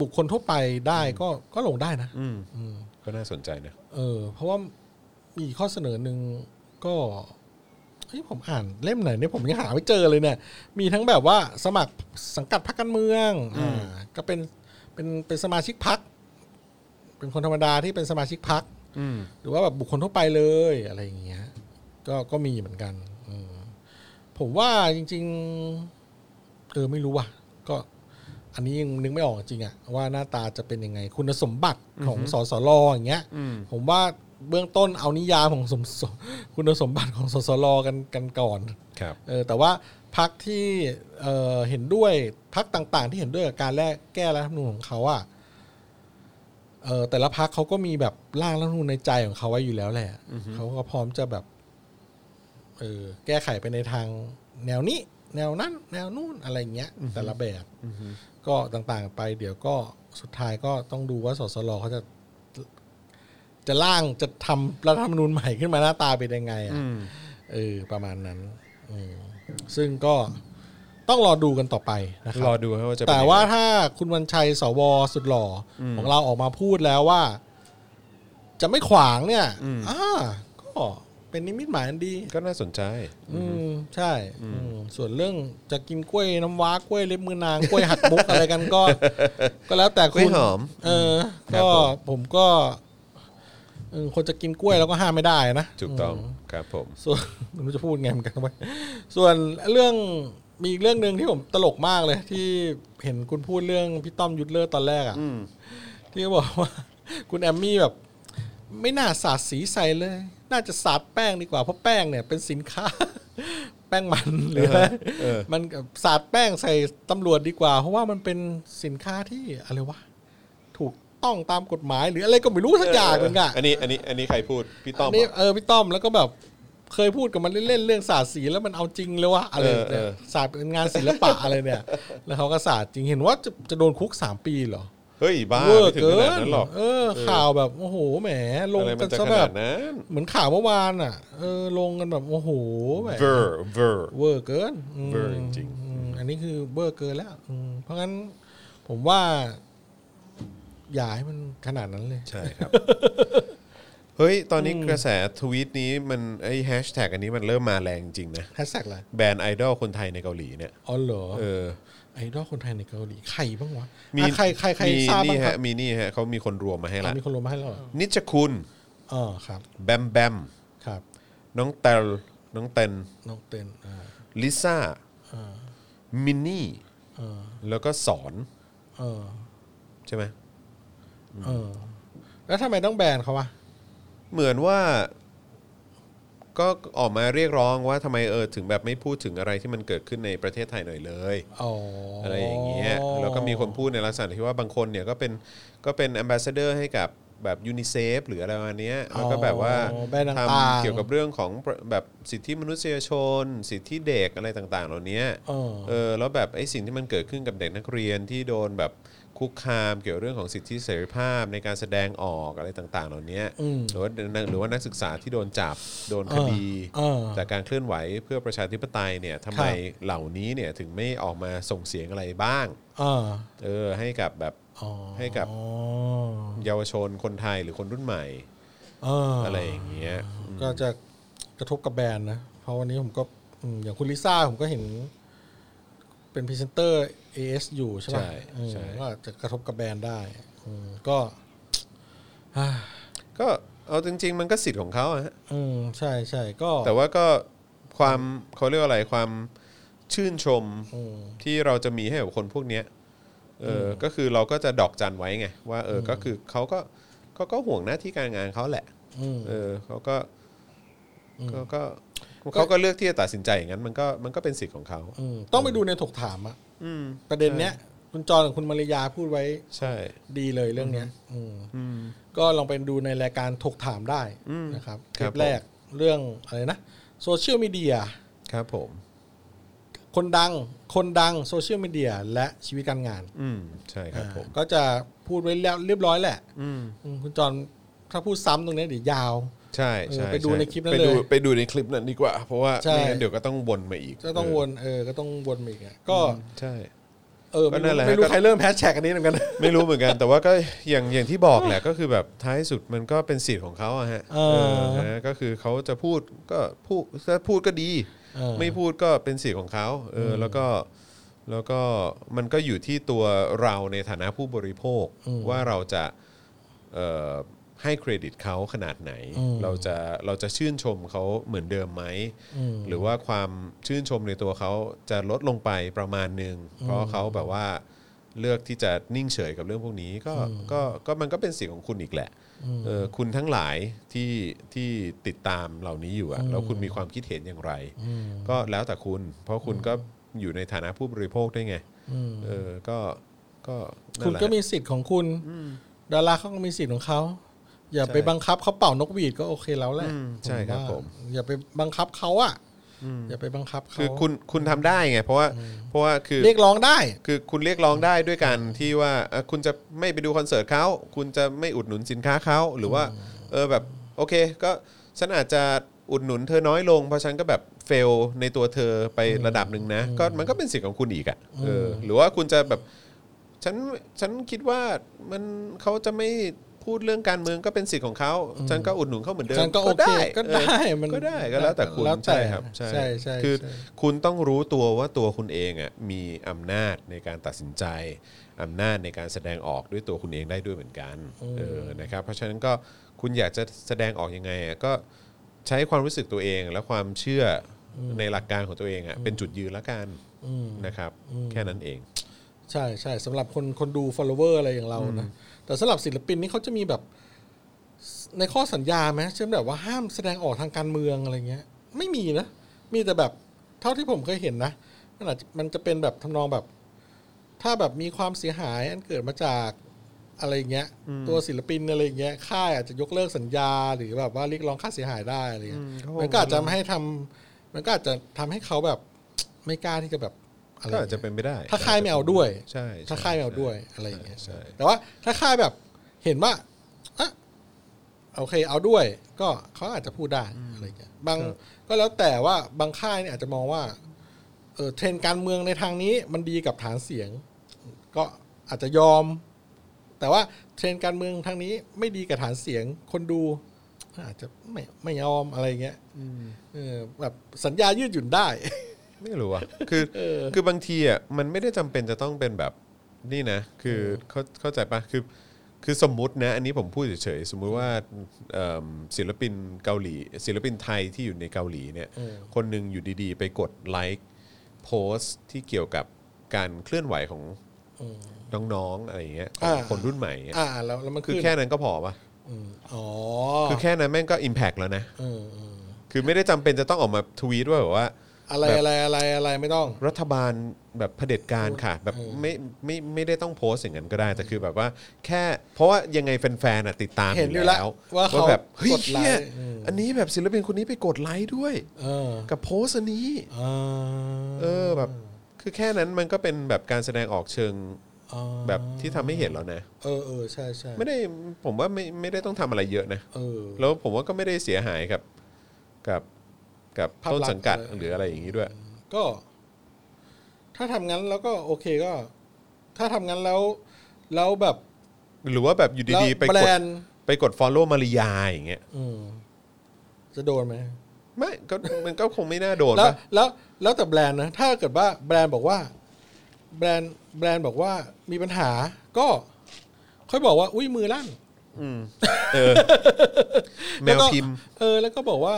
C: บุคคลทั่วไปได้ก็ก็ลงได้นะ
B: อืม
C: อืม
B: ก็น่าสนใจนะ
C: เออ เพราะว่ามีข้อเสนอหนึ่งก็เฮ้ยผมอ่านเล่มไหนเนี่ยผมยังหาไม่เจอเลยเนี่ย มีทั้งแบบว่าสมัครสังกัดพรรคการเมืองอ่าก็เป็นเป็นเป็นสมาชิกพรรคเป็นคนธรรมดาที่เป็นสมาชิกพรรค
B: อืม
C: หรือว่าแบบบุคคลทั่วไปเลยอะไรอย่างเงี้ย ก็ก็มีเหมือนกันอืมผมว่าจริง ๆ เออไม่รู้ว่ะ ก็ อันนี้ยังนึกไม่ออกจริงอะว่าหน้าตาจะเป็นยังไง คุณสมบัติของสสลอย่างเงี้ย ผมว่าเบื้องต้นเอานิยามของสม สคุณสมบัติของสสลกันกันก่อน
B: ครับ
C: เออแต่ว่าพักที่เอ่อเห็นด้วยพักต่างๆ ที่เห็นด้วยกับการแลกแก้รัฐธรรมนูญของเขาอะเออแต่ละพักเขาก็มีแบบร่างรัฐธรรมนูญในใจของเขาไว้อยู่แล้วแหละเขาก็พร้อมจะแบบเออแก้ไขไปในทางแนวนี้ แนวนั้น แนวนู่นอะไรอย่างเงี้ย แต่ละแบบก็ต่างๆไป เดี๋ยวก็สุดท้ายก็ต้องดูว่าสสลเขาจะ จะร่างจะทำรัฐธรรมนูญใหม่ขึ้นมาหน้าตาเป็นยังไงอะ เออประมาณนั้นอืม ซึ่งก็ต้องรอดูกันต่อไปนะครั
B: รอบ ดูครับว่าจะเป็น
C: แต่ว่า
B: ยังไง
C: ถ้าคุณวันชัยสวสุดหล่ออของเราออกมาพูดแล้วว่า จะไม่ขวางเนี่ย
B: อืม
C: อ่าก็เป็นนิมิตหมายอันดี
B: ก็น่าสนใจ
C: อืมใช่อืมส่วนเรื่องจะกินกล้วยน้ำว้ากล้วยเล็บมือนางกล้วยหักมุก อะไรกัน ก็ ก็แล้วแต่
B: กล้
C: คุ
B: ว
C: ณ
B: ยหอม
C: เออ
B: ครับ
C: ก็
B: ผม
C: ผมก็เออคนจะกินกล้วยเราก็ห้ามไม่ได้นะ
B: ถูกต้องครับผม
C: ส่วน ไม่รู้จะพูดไงเหมือนกันไปส่วนเรื่องมีอีกเรื่องหนึ่งที่ผมตลกมากเลย ที่เห็นคุณพูดเรื่องพี่ต้อมยุทธเลิศตอนแรกอ่ะที่เขาบอกว่า คุณแอมมี่แบบ ไม่น่าสาดสีใส่เลย น่าจะสาดแป้งดีกว่า เพราะแป้งเนี่ยเป็นสินค้า แป้งมันหรืออะไร
B: เออ
C: มันสาดแป้งใส่ตำรวจดีกว่า เพราะว่ามันเป็นสินค้าที่อะไรวะถูกต้องตามกฎหมายหรืออะไรก็ไม่รู้สักอย่างหนึงอะ
B: อันนี้อันนี้อันนี้ใครพูดพี่ต้อม
C: อันนี้
B: เหรอ
C: เออพี่ต้อมแล้วก็แบบเคยพูดกับมันเล่นๆเรื่องสาดสีแล้วมันเอาจริงเลยวะอะไร
B: เออ
C: เนี่ย
B: เออ
C: สาดเป็นงานศิลปะอะไรเนี่ย แล้วเขาก็สาดจริงเห็นว่าจะจะโดนคุกสามปีเหรอ
B: เฮ้ยบ้า
C: เวอ
B: ไม่
C: ร์
B: ถึง
C: เกิ
B: ขนาด
C: น
B: นั้นหรอก
C: เออ ข่าวแบบโอ้โหแหมลง
B: อะไรมั
C: กัน น
B: จะ
C: ซะ
B: ข
C: แบ
B: นา
C: บ
B: ดนั้น
C: เหมือนข่าวเมื่อวานอ่ะเออลงกันแบบโอ้โหแหม
B: เวอร์เวอร์
C: เวอร์เกินม
B: เวอร์จริง
C: อืมอันนี้คือเวอร์เกินแล้วอืมเพราะงั้นผมว่า อย่าให้มันขนาดนั้นเลย
B: ใช่ ครับ เฮ้ย ตอนนี้กระแสทวีตนี้มันไอแฮชแท็กอันนี้มันเริ่มมาแรงจริงนะ
C: แฮชแท็กอะไร
B: แบรนด์ไอดอลคนไทยในเกาหลีเนี่ย
C: อ๋อเหรอ
B: เออ
C: ไอดอลคนไทยในเกาหลีใครบ้างวะ
B: มี
C: อ่ะใครใครใคร
B: มี
C: ทราบบ้า
B: นี่
C: งครั
B: ฮะ
C: บ
B: มีนี่ฮะเขามีคนรวมมาให้
C: อ่ะ
B: ละ
C: มีคนลงมาให้แล้วเหรอ
B: นิจคุณ
C: อ๋อครับ
B: แบมแบม
C: ครับ
B: น้องเตลน้องเตน
C: น้องเต้นอ่า
B: ลิซ่า
C: อ่า
B: มินนี่
C: อ่า
B: แล้วก็สอน
C: อ่า
B: ใช่ไหม
C: อ่าแล้วทำไมต้องแบนเขาวะ
B: เหมือนว่าก็ออกมาเรียกร้องว่าทำไมเออถึงแบบไม่พูดถึงอะไรที่มันเกิดขึ้นในประเทศไทยหน่อยเลย
C: อ๋ออ
B: อะไรอย่างเงี้ยแล้วก็มีคนพูดในลักษณะที่ว่าบางคนเนี่ยก็เป็นก็เป็นแอมบาสเดอร์ให้กับแบบยูนิเซฟหรืออะไรประมาณเนี้ยแล้วก็แบบว่า
C: อ๋อแบนต่าง
B: ทำ
C: ๆ
B: เกี่ยวกับเรื่องของแบบสิทธิมนุษยชน สิทธิเด็กอะไรต่าง ๆ เหล่านี้
C: เออ
B: เออแล้วแบบไอ้สิ่งที่มันเกิดขึ้นกับเด็กนักเรียนที่โดนแบบคุกคามเกี่ยวเรื่องของสิทธิเสรีภาพในการแสดงออกอะไรต่าง ๆ เหล่านี้
C: อืม
B: หรือว่าหรือว่านักศึกษาที่โดนจับโดนคดี
C: เออเออ
B: จากการเคลื่อนไหวเพื่อประชาธิปไตยเนี่ยทำไมเหล่านี้เนี่ยถึงไม่ออกมาส่งเสียงอะไรบ้าง
C: อ่า
B: เออให้กับแบบ
C: อ๋อ
B: ให้กับ
C: อ๋อ
B: เยาวชนคนไทยหรือคนรุ่นใหม่
C: อ่า
B: อะไรอย่างเงี้ย
C: ก็จะกระทบกับแบรนด์นะ เพราะวันนี้ผมก็อืมอย่างคุณลิซ่าผมก็เห็น เป็นพรีเซนเตอร์ AS อยู่ใช่ไหม
B: ใช่ใช่
C: ก็จะกระทบกับแบรนด์ได้อืมก็
B: ก็เอาจริง ๆ มันก็สิทธิ์ของเขาอะฮะ
C: อืมใช่ใช่ก็
B: แต่ว่าก็ความเขาเรียกว่าอะไรความชื่นชม
C: อืม
B: ที่เราจะมีให้กับคนพวกเนี้ยเอออก็คือเราก็จะดอกจันไว้ไงว่าเอออก็คือเขาก็เขาก็ห่วงหน้าที่การงานเขาแหละ
C: อืม
B: เออเขาก็เขาก็เขาก็เลือกที่จะตัดสินใจอย่างนั้นมันก็มันก็เป็นสิทธิ์ของเขา
C: อืมต้องไปดูในถกถามอะ
B: อืม
C: ประเด็นเนี้ย คุณจอนกับคุณมาริยาพูดไว้
B: ใช่
C: ดีเลยเรื่องเนี้ย อืม
B: อืม
C: ก็ลองไปดูในรายการถกถามได้
B: อืม
C: นะครับ
B: ครั
C: เลิ
B: บ
C: ปแรกเรื่องอะไรนะโซเชียลมีเดีย
B: ครับผม
C: คนดัง คนดังโซเชียลมีเดียและชีวิตการงาน
B: อืมใช่ครับผม
C: อ่าก็จะพูดไว้แล้วเรียบร้อยแหละ
B: อืม
C: อืมคุณจอนถ้าพูดซ้ำตรงเนี้ยเดี๋ยวยาว
B: ใช่
C: เออ
B: ใช่
C: ไปดู
B: ช่
C: ในคลิปนั้น
B: ไปดู
C: เลย
B: ไปดูในคลิปนั้นดีกว่า เพราะว่า
C: ใช่
B: ไม่งั้นเดี๋ยวก็ต้องวนมาอีก
C: ก็ต้องวนเออก็ต้องวนมาอีกอะก็
B: ใช่
C: เออ
B: ก็
C: ไม่
B: นั่
C: รู้
B: นแหละ
C: ไม่รู้
B: ก็
C: ใครเริ่มแฮชแท็กอันนี้เหมือนกัน
B: ไม่รู้เหมือนกัน แต่ว่าก็อย่างอย่างที่บอกแหละก็คือแบบท้ายสุดมันก็เป็นสิทธิ์ของเขาอะฮะ
C: เออ
B: เออนะก็คือเขาจะพูดก็พูดถ้าพูดก็ดี
C: เออ
B: ไม่พูดก็เป็นสิทธิ์ของเขาเอออแล้วก็แล้วก็มันก็อยู่ที่ตัวเราในฐานะผู้บริโภคว่าเราจะเอ่อให้เครดิตเขาขนาดไหน เราจะเราจะชื่นชมเขาเหมือนเดิมไหม หรือว่าความชื่นชมในตัวเขาจะลดลงไปประมาณหนึ่งเพราะเขาแบบว่าเลือกที่จะนิ่งเฉยกับเรื่องพวกนี้ก็ก็ก็มันก็เป็นสิทธิ์ของคุณอีกแหละเออคุณทั้งหลายที่ที่ติดตามเหล่านี้อยู่อะแล้วคุณมีความคิดเห็นอย่างไร ก็แล้วแต่คุณ เพราะคุณก็อยู่ในฐานะผู้บริโภคด้วยไงเออก็ก็นั่
C: คุ
B: น
C: ณ
B: แหละ
C: ก็มีสิทธิ์ของคุณดาราเขาก็มีสิทธิ์ของเขาอย่าไปบังคับเขาเป่านกหวีดก็โอเคแล้วแหละ
B: อืมใช่ครับ
C: ว่า
B: ผม
C: อย่าไปบังคับเขาอ่ะอย่าไปบังคับเขา
B: คือคุณคุณทำได้ไง เพราะว่าเพราะว่าคือ
C: เรียกร้องได้
B: คือคุณเรียกร้องได้ด้วยการที่ว่าเอ่อคุณจะไม่ไปดูคอนเสิร์ตเขาคุณจะไม่อุดหนุนสินค้าเขาหรือว่าเออแบบโอเค ก็ฉันอาจจะอุดหนุนเธอน้อยลง เพราะฉันก็แบบ เฟลในตัวเธอไประดับหนึ่งนะ ก็มันก็เป็นสิทธิ์ของคุณอีกอะ่ะเออหรือว่าคุณจะแบบฉันฉันคิดว่ามันเขาจะไม่พูดเรื่องการเมืองก็เป็นสิทธิ์ของเขาฉันก็อุดหนุนเขาเหมือนเดิม
C: ฉันก็โอเค
B: ก็
C: ก็
B: ได้
C: ได้
B: เออ
C: มัน
B: ก็ได้ก็แล้วแต่คุณ
C: แล้วแต่
B: ใช่ครับ
C: ใช่ใช่
B: คือ
C: ใช่
B: คุณต้องรู้ตัวว่าตัวคุณเองอ่ะมีอำนาจในการตัดสินใจอำนาจในการแสดงออกด้วยตัวคุณเองได้ด้วยเหมือนกันเออนะครับเพราะฉะนั้นก็คุณอยากจะแสดงออกยังไงอะก็ ใช้ความรู้สึกตัวเองและความเชื่ออในหลักการของตัวเองอะ่ะเป็นจุดยืนละกันนะครับ แค่นั้นเอง
C: ใช่ใช่สำหรับคนคนดู follower อะไรอย่างเรานะแต่สำหรับศิลปินนี่เขาจะมีแบบในข้อสัญญาไหมเช่นแบบว่าห้ามแสดงออกทางการเมืองอะไรเงี้ย ไม่มีนะ มีแต่แบบเท่าที่ผมเคยเห็นนะมันอาจจะมันจะเป็นแบบทำนองแบบ ถ้าแบบมีความเสียหายอันเกิดมาจากอะไรเงี้ย ตัวศิลปินอะไรเงี้ยค่ายอาจจะยกเลิกสัญญา หรือแบบว่าเรียกร้องค่าเสียหายได้อะไรเงี้ยมันก็อาจจะไม่ให้ทำมันก็อาจจะทำให้เขาแบบ ไม่กล้าที่จะแบบอะไร
B: ก็
C: เงี้ย
B: อาจจะเป็นไม่ได้
C: ถ้าค่ายไม่เอาด้วย
B: ใช่ใช่
C: ถ้าค่ายไม่เอาด้วยอะไรอย่างเงี้ย
B: ใช่
C: แต่ว่าถ้าค่ายแบบเห็นว่าอะโอเคเอาด้วย ก็เขาอาจจะพูดได้อะไรอย่างเงี้ยบางก็แล้วแต่ว่าบางค่ายเนี่ยอาจจะมองว่าเออเทรนด์การเมืองในทางนี้มันดีกับฐานเสียง ก็อาจจะยอม แต่ว่าเทรนด์การเมืองทางนี้ไม่ดีกับฐานเสียงคนดู อาจจะไม่ไม่ยอมอะไรอย่างเงี้ยเออแบบสัญญายืดหยุ่นได้
B: ไม่รู้อ่ะคือคือบางทีอ่ะมันไม่ได้จำเป็นจะต้องเป็นแบบนี่นะ คือเข้าเข้าใจปะคือ คือสมมุตินะ อันนี้ผมพูดเฉยๆสมมุติว่าเอิ่มศิลปินเกาหลี ศิลปินไทยที่อยู่ในเกาหลีเนี่ย คนหนึ่งอยู่ดีๆ ไปกดไลค์โพสต์ที่เกี่ยวกับการเคลื่อนไหวของน้องๆอะไรอย่างเงี้ยของ
C: อ่า
B: คนรุ่นใหม่อย่างเงี้ย
C: อ่า แล้วแล้วมัน
B: คือ
C: ขึ้น
B: แค่นั้นก็พอปะ
C: อืมอ๋อ
B: คือแค่นั้นแม่งก็ Impact แล้วนะ
C: เออเออ
B: คือไม่ได้จำเป็นจะต้องออกมาทวีตว่าแบบว่า
C: อะไร
B: แบบ
C: อะไรอะไรอะไรไม่ต้อง
B: รัฐบาลแบบเผด็จการค่ะ แบบไม่ไม่ไม่ได้ต้องโพสต์อย่างนั้นก็ได้ แต่คือแบบว่าแค่เพราะว่ายังไงแฟนๆน่ะติดตาม
C: เห็นอยู่แล้วว่าเขา
B: แบบเฮ้ย
C: กดไลค์
B: เหี้ย
C: อืม
B: อันนี้แบบศิลปินคนนี้ไปกดไลค์ด้วย
C: เออ
B: กับโพสต์อันนี้
C: เอ
B: เออแบบคือแค่นั้นมันก็เป็นแบบการแสดงออกเชิงแบบที่ทำให้เห็นแล้วนะ
C: เออเออใช่ใช่
B: ไม่ได้ผมว่าไม่ไม่ได้ต้องทำอะไรเยอะนะ
C: เออ
B: แล้วผมว่าก็ไม่ได้เสียหายกับกับกับ
C: ภาพ
B: ต้น
C: ลักษณ์
B: สังกัด
C: เลย
B: หรืออะไรอย่างนี้ด้วย
C: ก็ ถ้าทำงั้นแล้วก็โอเคก็ ถ้าทำงั้นแล้ว แล้วแบบ
B: หรือว่าแบบอยู่ดีๆ ไป
C: แล้วแบร
B: กด
C: นด์
B: ไปกด follow มาริยาอย่างเงี้ย
C: อืมจะโดนไหม
B: ไม่ก็มันก็คงไม่น่าโดน
C: แล้ว
B: ปะ
C: แล้วแล้วแต่แบรนด์นะถ้าเกิดว่าแบรนด์บอกว่า แบรนด์แบรนด์บอกว่ามีปัญหา ก็ ค่อยบอกว่า อุ้ยมือลั่น
B: แมวพิมพ์
C: เออแล้วก็บอกว่า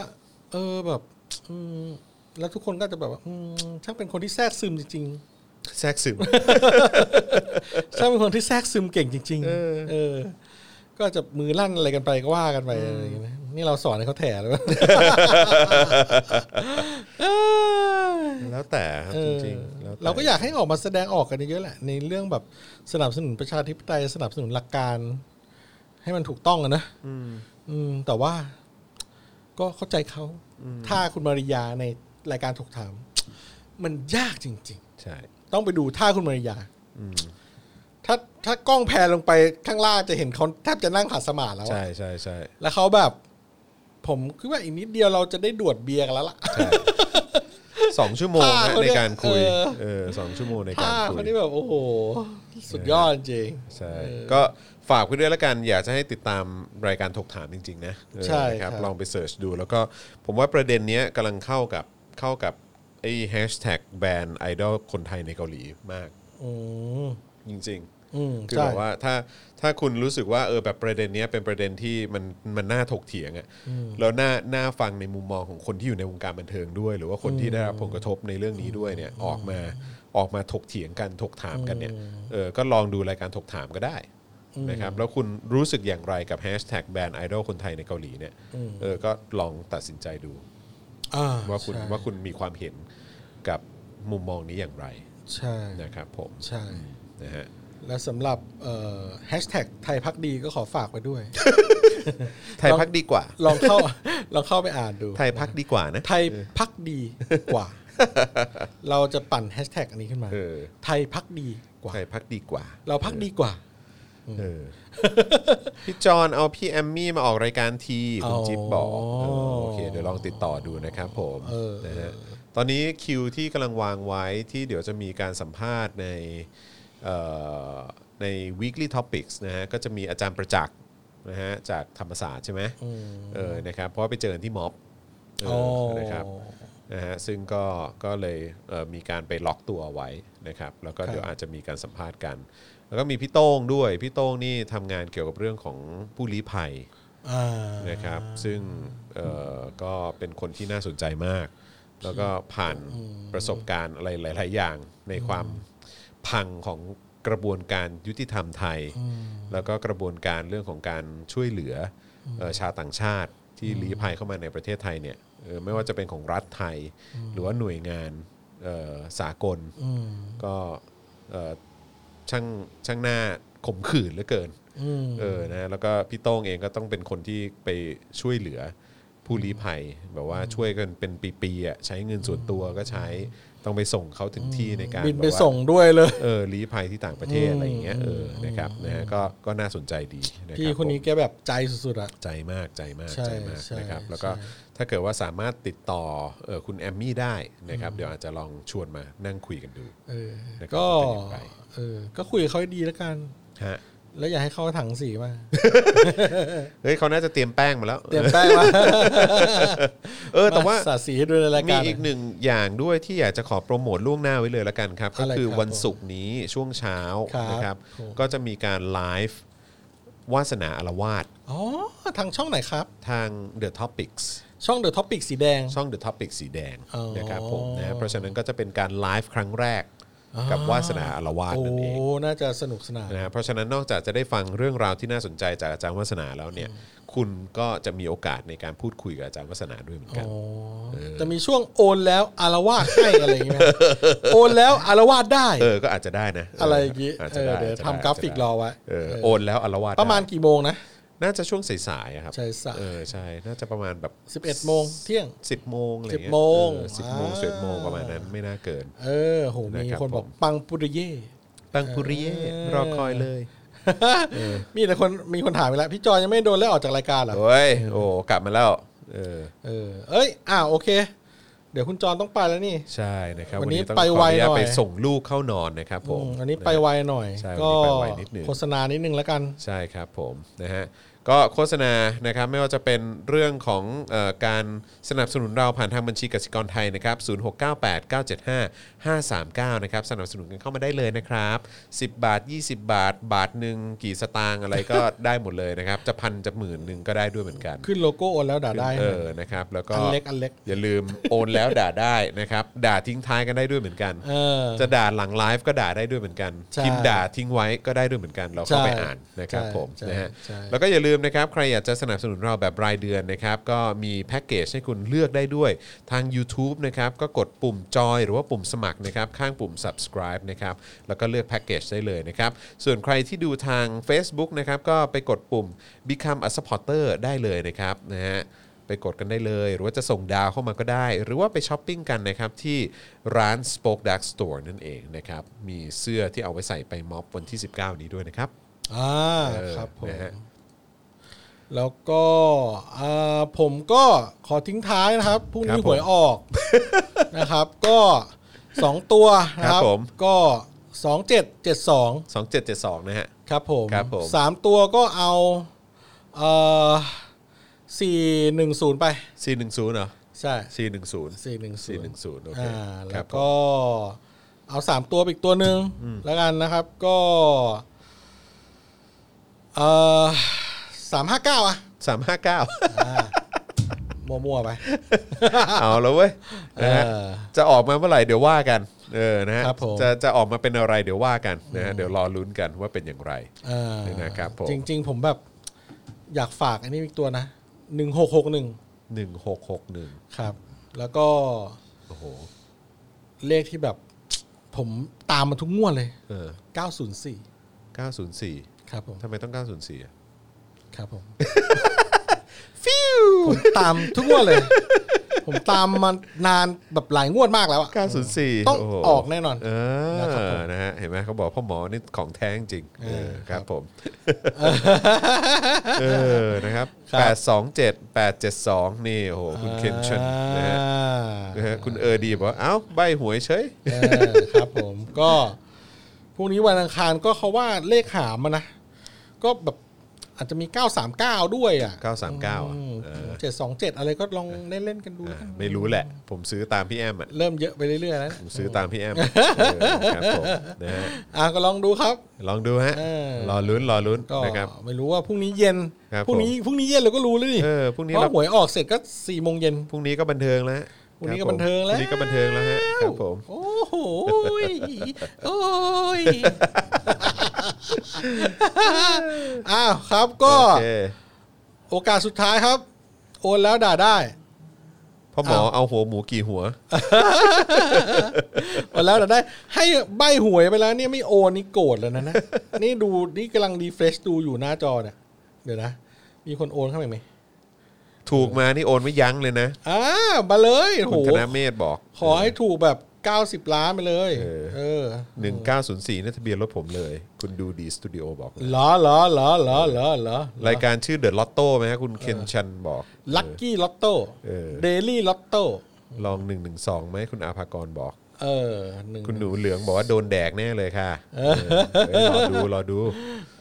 C: เออแบบอืมแล้วทุกคนก็จะแบบว่าอืมช่างเป็นคนที่แทรกซึมจริง
B: แทรกซึม
C: ๆ ช่างเป็นคนที่แทรกซึมเก่งจริง ๆ เออ ก็จะมือลั่นอะไรกันไปก็ว่ากันไปอะไรอย่างเงี้ยนะนี่เราสอนให้เขาแถ หรือเปล่า เออ
B: แล้วแต่ครับ
C: เอ
B: จ
C: อ
B: ริงๆแล้วแต่
C: เราก็อยากให้ออกมาแสดงออกกันเยอะๆแหละ ในเรื่องแบบสนับสนุนประชาธิปไตยสนับสนุนหลักการ ให้มันถูกต้องอะนะ
B: อืม
C: อืมแต่ว่าก็เข้าใจเขา ถ้าคุณมาริยาในรายการถกถาม มันยากจริง
B: ใช่
C: ๆ ต้องไปดูท่าคุณมาริยาถ้าถ้ากล้องแพนลงไปข้างล่างจะเห็นเขาแทบจะนั่งขัดสมาธิแล้ว
B: ใช่
C: อะ
B: ใช่ใช่
C: แล้วเขาแบบ ผมคิดว่าอีกนิดเดียวเราจะได้ดวดเบียร์กันแล้วล่ะ
B: ใช่สองชั่วโมง
C: ท่า
B: นะ
C: เขา
B: ใน
C: เนี่ย
B: การคุย
C: เออ
B: เออสองชั่วโมงในการ
C: ท่า
B: คุย
C: เขานี่แบบโอ้โห สุดยอดจริง
B: ใช่ ก็ฝากไว้ด้วยละกัน อยากจะให้ติดตามรายการถกถามจริง ๆ นะเออ
C: ใช่
B: นะครับ
C: ครับ
B: ลองไปเสิร์ชดู แล้วก็ผมว่าประเด็นเนี้ยกำลังเข้ากับเข้ากับไอ้แฮชแท็กแบรนด์ไอดอลคนไทยในเกาหลีมาก
C: ืม
B: จริง
C: อืม
B: ๆ คือ
C: ใช่
B: แบบว่าถ้าถ้าคุณรู้สึกว่าเออแบบประเด็นเนี้ยเป็นประเด็นที่มันมันน่าถกเถียงอะ่ะแล้วน่าน่าฟังในมุมมองของคนที่อยู่ในวงการบันเทิงด้วย หรือว่าคนที่ได้รับผลกระทบในเรื่องนี้ด้วยเนี่ยออกมาออกมาถกเถียงกันถกถามกันเนี่ยเออก็ลองดูรายการถกถามก็ได้นะครับแล้วคุณรู้สึกอย่างไรกับแฮชแท็กแบรนด์ไอดอลคนไทยในเกาหลีเนี่ยเออก็ลองตัดสินใจดู
C: อ่
B: ว่าคุณ
C: ใช่
B: ว่าคุณมีความเห็นกับมุมมองนี้อย่างไร
C: ใช่
B: นะครับผม
C: ใช่
B: นะฮะ
C: และสำหรับแฮชแท็กไทยพักดีก็ขอฝากไว้ด้วย
B: ไทยพักดีกว่า
C: ลองเข้า ลองเข้าไปอ่านดู
B: ไทยพักดีกว่านะ
C: ไทยพักดีกว่า เราจะปั่นแฮชแท็กอันนี้ขึ้นมา
B: เออ
C: ไทยพักดีกว่า
B: ไทยพักดีกว่า
C: เราพักดีกว่า
B: เออ พี่จอนเอาพี่แอมมี่มาออกรายการทีคุณ
C: อ๋อ
B: จิ๊บบอกเออโอเค เดี๋ยวลองติดต่อดูนะครับผม
C: เออ
B: นะฮะตอนนี้คิวที่กำลังวางไว้ที่เดี๋ยวจะมีการสัมภาษณ์ในเอ่อใน weekly topics นะฮะก็จะมีอาจารย์ประจักษ์นะฮะจากธรรมศาสตร์ใช่ไหมเออนะครับเพราะว่าไปเจอกันที่ม็อบเออนะครับ นะฮะซึ่งก็ก็เลยเอ่อมีการไปล็อกตัวไว้นะครับ แล้วก็
C: ครับ
B: เดี๋ยวอาจจะมีการสัมภาษณ์กัน แล้วก็มีพี่โต้งด้วย พี่โต้งนี่ทำงานเกี่ยวกับเรื่องของผู้ลี้ภัย
C: อ่า
B: นะครับ ซึ่งเอ่อก็เป็นคนที่น่าสนใจมาก แล้วก็ผ่านประสบการณ์อะไรหลาย ๆ อย่างในความพังของกระบวนการยุติธรรมไทย แล้วก็กระบวนการเรื่องของการช่วยเหลือเอ่อชาวต่างชาติที่ลี้ภัยเข้ามาในประเทศไทยเนี่ยเอ่อไม่ว่าจะเป็นของรัฐไทย หรือว่าหน่วยงานเอ่อสากลก็เอ่อช่างช่างหน้าข่มขืนเหลือเกินเออนะแล้วก็พี่โต้งเองก็ต้องเป็นคนที่ไปช่วยเหลือผู้ลี้ภัย แบบว่าช่วยกันเป็นปีๆอ่ะใช้เงินส่วนตัวก็ใช้ต้องไปส่งเขาถึงที่ในการ
C: บินไป
B: แบบว่า
C: ส่งด้วยเลย
B: เออลี้ภัยที่ต่างประเทศอะไรอย่างเงี้ยเออนะครับนะฮะก็ก็น่าสนใจดีนะ
C: พี่
B: รับ
C: คนนี้
B: ผม
C: แกแบบใจสุดๆอ่ะ
B: ใจมากใจมาก
C: ใช่
B: ใจมาก
C: ใช่
B: นะครับ แล้วก็
C: ใช่
B: ถ้าเกิดว่าสามารถติดต่อเออคุณแอมมี่ได้นะครับ เดี๋ยวอาจจะลองชวนมานั่งคุยกันดู
C: เออ
B: นะครับ
C: ก็
B: เป็นอย่างไร
C: เออก็คุยกับเขาให้ดีแล้วกัน
B: ฮะ
C: แล้วอย่าให้เข้าถังสีมา
B: เฮ้ยเขาน่าจะเตรียมแป้งมาแล้ว
C: เตรียมแป้งมา
B: เออแต่ว่า
C: สาดสีให้ด้วยในราย
B: มี
C: การ
B: อีกหนึ่งอย่างด้วยที่อยากจะขอโปรโมทล่วงหน้าไว้เลยละกันครับ ก็
C: อะไร
B: คือ
C: ครับ
B: วันศุกร์นี้ช่วงเช้า
C: ครับ
B: นะครับ
C: ผม
B: ก็จะมีการไลฟ์วาสนาอารวาส
C: อ๋อทางช่องไหนครับ
B: ทาง The Topics
C: ช่องเดอะท็อปิกสีแดง
B: ช่อง The Topic สีแดง
C: อ๋อ
B: นะครับผมนะเพราะฉะนั้นก็จะเป็นการไลฟ์ครั้งแรกกับวาสนาอารวาส
C: โอ้
B: นั่นเอง
C: น่าจะสนุกสนาน
B: นะฮะเพราะฉะนั้นนอกจากจะได้ฟังเรื่องราวที่น่าสนใจจากอาจารย์วาสนาแล้วเนี่ย คุณก็จะมีโอกาสในการพูดคุยกับอาจารย์วาสนาด้วยเหมือนกัน
C: อ๋อจะมีช่วงโอนแล้วอารวาสให้อะไรอย่าง เงี้ยโอนแล้วอารวาสได้
B: เออก็อาจจะได้นะ
C: อะไรอย่างงี้
B: เจ
C: เอ
B: จะ
C: อเดี๋ย
B: ไอ
C: ว
B: จจะไ
C: ทำกราฟิกรอไว้
B: เออ
C: เออ
B: โอนแล้วอารวาสได้
C: ประมาณกี่โมงนะ
B: น่าจะช่วงสายๆอะครับ
C: สายๆ
B: เออใช่น่าจะประมาณแบบ
C: 11โมงเที่ยง
B: สิบโมงอะไรเงี้ย
C: 10โมง
B: สิบโมง
C: อ่า
B: สิบโมงประมาณนั้นไม่น่าเกิน
C: เออโหมี
B: นะครับ
C: คนบอ
B: ผ
C: ก
B: ม
C: ปังปุริเย่
B: ตังปุริเย่รอคอยเลย
C: มีแต่คนมีคนถามไปแล้วพี่จอยยังไม่โดนแล้วออกจากรายการเหรอ
B: โอ้ยโอ้กลับมาแล้วเออ
C: เออเอ้ยอ้าวโอเค เดี๋ยวคุณจอนต้องไปแล้วนี่
B: ใช่นะครับ
C: วันนี้
B: ต้อง
C: ไป
B: ข
C: ไว
B: ออนุญาต
C: หน่อย
B: ไปส่งลูกเข้านอนนะครับผม
C: อืมอันนี้ไปไวหน่อย
B: ใช่
C: ก็
B: วันนี้ไปไวนิดหนึ่ง
C: โฆษณานิดนึงแล้วกัน
B: ใช่ครับผมนะฮะก็โฆษณานะครับไม่ว่าจะเป็นเรื่องของเออการสนับสนุนเราผ่านทางบัญชีกสิกรไทยนะครับ0698 975 539นะครับสนับสนุนกันเข้ามาได้เลยนะครับ 10 บาท 20 บาท บาทหนึ่งกี่สตางค์อะไรก็ ได้หมดเลยนะครับจะพันจะหมื่นหนึ่งก็ได้ด้วยเหมือนกัน
C: ขึ้นโลโก้โอนแล้วด่าได้
B: เอ
C: ให้หน่อย
B: อนะครับแล้วก็
C: อันเล็กอันเล็ก
B: อย่าลืมโอนแล้วด่าได้นะครับด่าทิ้งท้ายกันได้ด้วยเหมือนกัน
C: เออ
B: จะด่าหลังไลฟ์ก็ด่าได้ด้วยเหมือนกัน
C: ใช่
B: พิมพ์ด่าทิ้งไว้ก็ได้ด้วยเหมือนกัน เราเข้าไปอ่านนะครับ
C: ใช่
B: ผม
C: ใช่
B: นะฮะ
C: ใช่
B: แล้วก็อย่าลืมนะครับ ใครอยากจะสนับสนุนเราแบบรายเดือนนะครับ ก็มีแพ็กเกจให้คุณเลือกได้ด้วยทาง YouTube นะครับ ก็กดปุ่มจอยหรือว่าปุ่มสมัครนะครับ ข้างปุ่ม subscribe นะครับ แล้วก็เลือกแพ็กเกจได้เลยนะครับ ส่วนใครที่ดูทาง Facebook นะครับก็ไปกดปุ่ม become a supporter ได้เลยนะครับนะฮะ ไปกดกันได้เลย หรือว่าจะส่งดาวเข้ามาก็ได้ หรือว่าไปช้อปปิ้งกันนะครับ ที่ร้าน Spoke Dark Store นั่นเองนะครับ มีเสื้อที่เอาไว้ใส่ไปม็อบวันที่ 19 นี้ด้วยนะครับ
C: อ่า
B: เออ
C: ครับผม
B: นะฮะ
C: แล้วก็อ่าผมก็ขอทิ้งท้ายนะครับพรุ่งนี้หวยออกนะครับ ก็สองตัวนะครับก็สองเจ็ดเจ็ดสอง
B: 2772 นะฮะ
C: ครับผม
B: ครับผม
C: สามตัวก็เอาเอ่อสี่หนึ่งศูนย์ไป
B: 410เหรอ
C: ใช่
B: 410
C: สี่หนึ่งศูนย์
B: 410 โอเค
C: อ่า
B: ค
C: แล้
B: รับ
C: ว
B: ผม
C: ก็เอาสามตัวไปอีกตัวหนึ่งแล้วกันนะครับก็เออสามห้าเก้าอ่ะ
B: 359
C: มั่วๆไป
B: เอาแล้วเว้ยนะฮะ
C: เออ
B: จะออกมาเมื่อไหร่เดี๋ยวว่ากันเออนะฮะ
C: ครับผม
B: จะจะออกมาเป็นอะไรเดี๋ยวว่ากันนะฮะเดี๋ยวรอลุ้นกันว่าเป็นอย่างไร
C: เอ่อ
B: นะครับผม
C: จริง ๆ ผมแบบอยากฝากอันนี้อีกตัวนะหนึ่งหกหกหนึ่ง
B: 1661
C: ครับ แล้วก็
B: โอ้โห
C: เลขที่แบบ ผมตามมาทุกงวดเลย
B: เออ
C: 904
B: 904
C: ครับผม
B: ทำไมต้อง 904อ่ะ
C: ครับผมฟิวผมตามทุกงวดเลย ผมตามมานานแบบหลายงวดมากแล้วอะ
B: 904
C: ต้อง
B: โโห
C: ออกแน่นอน
B: เอ
C: นะครับผ
B: อ
C: ม
B: นะฮะเห็นไหมเขาบอกพ่อหมอนี่ของแท้จริงๆเออ
C: เออ
B: ค
C: ครั
B: รับบ ผมเออนะครับ
C: ครับ
B: 827 872 นี่โอ้โหคุณเคนชันนะฮะนะฮะคุณเออดีบอกว่าเอ้าใบหวยเฉย
C: เออครับผมก็พรุ่งนี้วันอังคารก็เขาว่าเลขหามานะ ก็แบบอาจจะมี 939 ด้วยอ่ะ
B: 939อ่ะเออ
C: เจ็ดสองเจ็ดอะไรก็ลองเล่นเล่นๆกันดู
B: อ่ะ
C: แล้วกัน
B: ไม่รู้แหละ ผมซื้อตามพี่แอมอ่ะ
C: เริ่มเยอะไปเรื่อยๆแล้วนะ
B: ผมซื้อตามพี่แอมเออครับผมนะฮะ
C: อ่ะก็ลองดูครับ
B: ลองดูฮะ
C: เออ
B: รอลุ้นรอลุ้น
C: ก็
B: นะครับ
C: ไม่รู้ว่าพรุ่งนี้เย็น
B: ครับ
C: พรุ่งนี้
B: ผม
C: พรุ่งนี้เย็นเราก็รู้แล้วดิ
B: เออพรุ่งนี้
C: เพ
B: เรา
C: ราะหวยออกเสร็จก็สี่โมงเย็น
B: พรุ่งนี้ก็บันเทิงแล้ว
C: พรุ่งนี้
B: ค
C: ก็
B: ผม
C: บันเทิงแล้ว
B: พรุ่งนี้ก็บันเทิงแล้วฮะครับผม
C: โอ้โหยโอ้ยอ้าวครับก็
B: โอเค
C: โอกาสสุดท้ายครับ โอนแล้วด่าได้
B: พ่อหมอ
C: เอา
B: เอาหัวหมูกี่หัว
C: โอนแล้วด่าได้ ให้ใบหวยไปแล้วเนี่ยไม่โอนนี่โกรธแล้วนะนะ นี่ดูนี่กำลังรีเฟรชดูอยู่หน้าจอเนี่ยเดี๋ยวนะ มีคนโอนเข้ามาอีกไหม
B: ถูกมานี่โอนไม่ยั้งเลยนะ
C: อ่ามาเลยโอ้
B: คุณ
C: โห
B: ธนเมธบอก
C: ขอให้ถูกแบบ 90 ล้านไปเลย
B: เออ
C: เออ
B: หนึ่งเก้าศูนย์สี่นี่ทะเบียนรถผมเลย คุณดูดีสตูดิโอบอกนะ
C: เหรอเหรอเหรอเหรอเหรอเหรอ
B: รายการชื่อเดอะลอตโต้ไหมฮะคุณเคนชันบอก
C: ลัคกี้ลอตโต้
B: เออ
C: เดลี่ลอตโต้
B: ลองหนึ่งหนึ่งสองไหมคุณอาภากรบอก
C: เออหนึ่ง
B: คุณหนูเหลืองบอกว่าโดนแดกแน่เลยค่ะเออเฮ้ยรอดูรอดู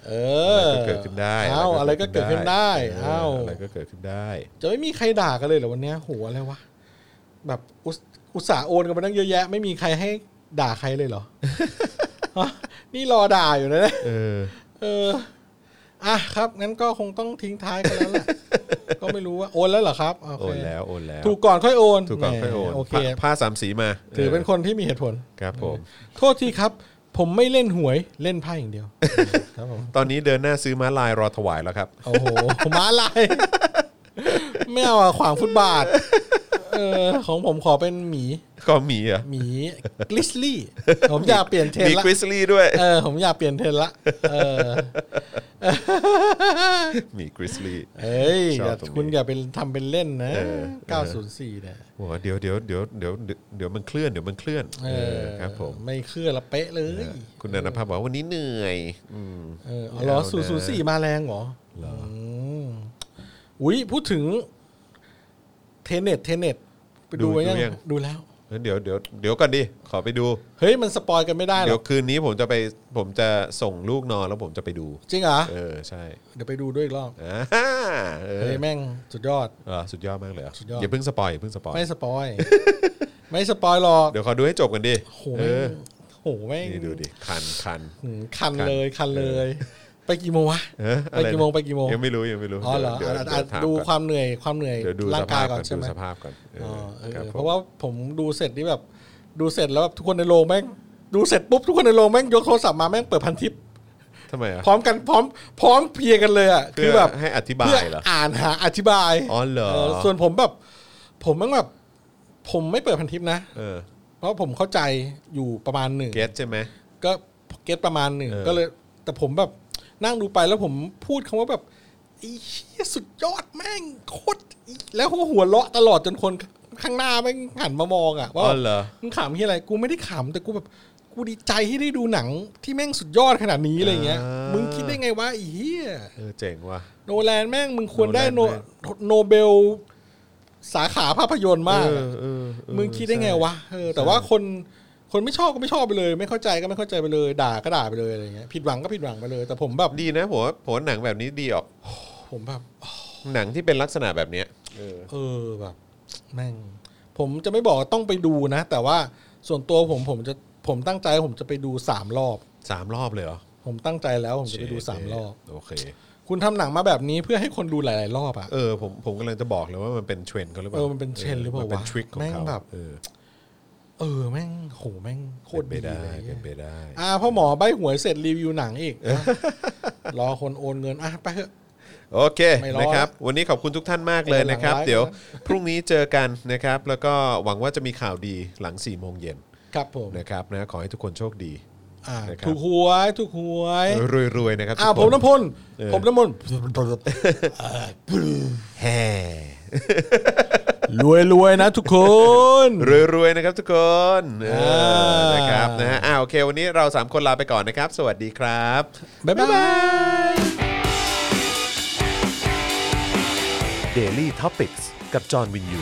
C: เอ
B: อะไร
C: อ
B: ก็เกิดขึ้นได้
C: เอ้าอะไรก็เกิดขึ้นได้
B: เอ
C: เอ้า
B: ออะไรก็เกิดขึ้นได้
C: จะไม่มีใครด่ากันเลยเหรอวันเนี้ยโหอะไรวะแบบอุตอุตส่าห์โอนกันมาตั้งเยอะแยะ ไม่มีใครให้ด่าใครเลยเหร อ ฮะนี่รอด่าอยู่นะเนี่ย
B: เออ
C: เอออ่ะครับงั้นก็คงต้องทิ้งท้ายกันแล้วแหละก็ไม่รู้ว่าโอนแล้วเหรอครับเค
B: โอนแล้วโอนแล้ว
C: ถูกก่อนค่อยโอน
B: ถูกก่อนค่อยโอน
C: แหมโอเค
B: ผ้าผ้าสามสีมา
C: ถือเป็นคนที่มีเหตุผล
B: ครับผม
C: โทษทีครับ ผมไม่เล่นหวยเล่นไพ่อย่างเดียว ครับผม
B: ตอนนี้เดินหน้าซื้อม้าลายรอถวายแล้วครับ
C: โอ้โหม้าลายไม่เอาอะขวางฟุตบาท เออ ของผมขอเป็นหมี
B: ก็มีเหรอ่ะ
C: หมีกลิสลี่ผมอยากเปลี่ยนเทรน
B: มี
C: ละ
B: กริซลี่ด้วย
C: เออผมอยากเปลี่ยนเทรนละเออ
B: มีกริซลี่
C: เอ้ย
B: ชอบ
C: อย่า
B: ตรงนี้
C: คุณอย่าเป็นทำเป็นเล่นนะ
B: เออ
C: 904เนี่ย
B: โอ้โหเดี๋ยวเดี๋ยวเดี๋ยวเดี๋ยวเดี๋ยวมันเคลื่อนเดี๋ยวมันเคลื่อน
C: เอ
B: เอ
C: อ
B: อครับผม
C: ไม่เคลื่อนละเป๊ะเลย
B: คุณนันทภาพบอกว่าวันนี้เหนื่อยอืม
C: เอออ๋อเหรอ
B: เอานะ
C: 004มาแรงเหรอ
B: เหรอ
C: อืมอุ้ยพูดถึงเทเน็ตเทเน็ตไปดูไว้ยังดูแล้ว
B: งั้นเดี๋ยวเดี๋ยวเดี๋ยวก่อนดิ ขอไปดู
C: เฮ้ยมันสปอยกันไม่ได้หร
B: เดี๋ย
C: อ
B: วคืนนี้ผมจะไปผมจะส่งลูกนอนแล้วผมจะไปดู
C: จริงเหรอ
B: เออใช่
C: เดี๋ยวไปดูด้วยอีกรอบ
B: อ่าฮ่าเออ
C: เฮ้ยแม่งสุดยอด
B: เออสุดยอดมากเลยเหรอ
C: สุดยอด
B: อย่าเพิ่งสปอยอย่าเพิ่งสปอย
C: ไม่สปอย ไม่สปอยหรอก
B: เดี๋ยวขอดูให้จบกันดิ
C: โห
B: เอ
C: แม่
B: อง
C: โหแม่ง
B: นี่ดูดิคันคัน
C: หืมคันเลยคันเลย ไปกี่โมงวะ
B: เอ๊ะอะร
C: ไป
B: นะ
C: กี่โมงไปกี่โมง
B: ยังไม่รู้ยังไม่รู้
C: อ๋อเหรอ
B: ดี๋ยว
C: อ่ะ
B: เดี๋ย
C: อ่ะ
B: วถาม
C: ดู
B: ก่อน
C: ความเหนื่อยความเหนื่อย
B: เดี๋ยวดู
C: ร่างกายก่อ
B: ส
C: นใช่ไห
B: ภ
C: ม
B: ดูสภาพก่อนเออ
C: อ๋อเออ
B: ครับ
C: เพราะว่าผมดูเสร็จนี่แบบ ดูเสร็จแล้วแบบทุกคนในโรงแม่งดูเสร็จปุ๊บทุกคนในโรงแม่งยกโทรศัพท์มาแม่งเปิดพันทิป
B: ทำไมอ่ะ
C: พร้อมกันพร้อมพร้อมเพรียงกันเลยอ่ะ
B: เพื่
C: คือแบบ
B: ให้อธิบา
C: เพื่อย
B: เหรอ
C: อ่านหาอธิบาย
B: อ๋อเหรอ
C: เส่วนผมแบบ ผมแม่งแบบ ผมไม่เปิดพันทิปนะ
B: เออ
C: เพราะผมเข้าใจอยู่ประมาณหนึ่ง
B: เก็ตใช่ไหม
C: ก็เก็ตประมาณหนึ่ง
B: เออ
C: ก็เลย แต่ผมแบบนั่งดูไปแล้วผมพูดคำว่าแบบไอ้เหี้ยสุดยอดแม่งโคตรอีแล้วก็หัวเราะตลอดจนคนข้างหน้าแม่งหันมามองอ่ะ
B: อ๋
C: ว่า
B: อเหรอ
C: มึงขำที่อะไร กูไม่ได้ขำแต่กูแบบ กูดีใจที่ได้ดูหนังที่แม่งสุดยอดขนาดนี้อะไรเงี้ย
B: อ่ามึ
C: มึงคิดได้ไงวะไอีเหี้ย
B: เออเจ๋งว่ะ
C: โนแลนแม่งมึงควรได้โน
B: โนแลน
C: โนเบลสาขาภาพยนตร์มาก
B: เออเออเออ
C: มึงคิดได้ไงวะเออแต่ว่าคนคนไม่ชอบก็ไม่ชอบไปเลย ไม่เข้าใจก็ไม่เข้าใจไปเลย ด่าก็ด่าไปเลยอะไรเงี้ยผิดหวังก็ผิดหวังไปเลย แต่ผมแบบ
B: ดีนะผมว่าผมว่าหนังแบบนี้ดีออก
C: ผมแบบ
B: หนังที่เป็นลักษณะแบบเนี้ยเออ
C: เออแบบแม่งผมจะไม่บอกว่าต้องไปดูนะ แต่ว่าส่วนตัวผมผมจะผมตั้งใจว่าผมจะไปดูสามรอบ
B: สามรอบเลยเหรอ
C: ผมตั้งใจแล้วผมจะไปดูสามรอบ
B: โอเค
C: คุณทำหนังมาแบบนี้เพื่อให้คนดูหลาย ๆ รอบอะ
B: เออผมผมกำลังจะบอกเลยว่ามันเป็นเทรนด์เขาหรือเปล่า
C: เออมันเป็นเทรนด์หรือเปล่า
B: มันเป็น
C: วะ
B: ทริคของ
C: แม่ง
B: เขา
C: แบบ
B: เออ
C: เออแม่งโหแม่งโค
B: เป็
C: ต
B: น
C: ร
B: ไป
C: ดี
B: ได้
C: เลย
B: เป็นไปได้
C: อ่าพ่อหมอใบหวยเสร็จรีวิวหนังอีก รอคนโอนเงินอ่ะไปเถอะ
B: โอเค
C: ไม่รอ
B: นะครับวันนี้ขอบคุณทุกท่านมากเลยนะครับ
C: หลังไลฟ์
B: เดี๋ยวพรุ่งนี้เจอกันนะครับ แล้วก็หวังว่าจะมีข่าวดีหลัง4ี่โมงเย็น
C: ครับผม
B: นะครับนะขอให้ทุกคนโชคดี
C: อ่า
B: นะครับ
C: ถูกหวยถูกหวย
B: รวยๆนะครับ
C: อ้าว
B: ทุ
C: ผ
B: ก
C: ม
B: ค
C: น้ำพล
B: เออ
C: ผมน้ำมน
B: แฮ่
C: รวยรวยๆนะทุกคน
B: รวยๆนะครับทุกคนเออ
C: อ่าน
B: นะครับนะฮะอ่าโอเค วันนี้เรา 3 คนลาไปก่อนนะครับ สวัสดีครับ
C: บ๊ายบาย
A: Daily t o p i c กกับจอห์นวินยู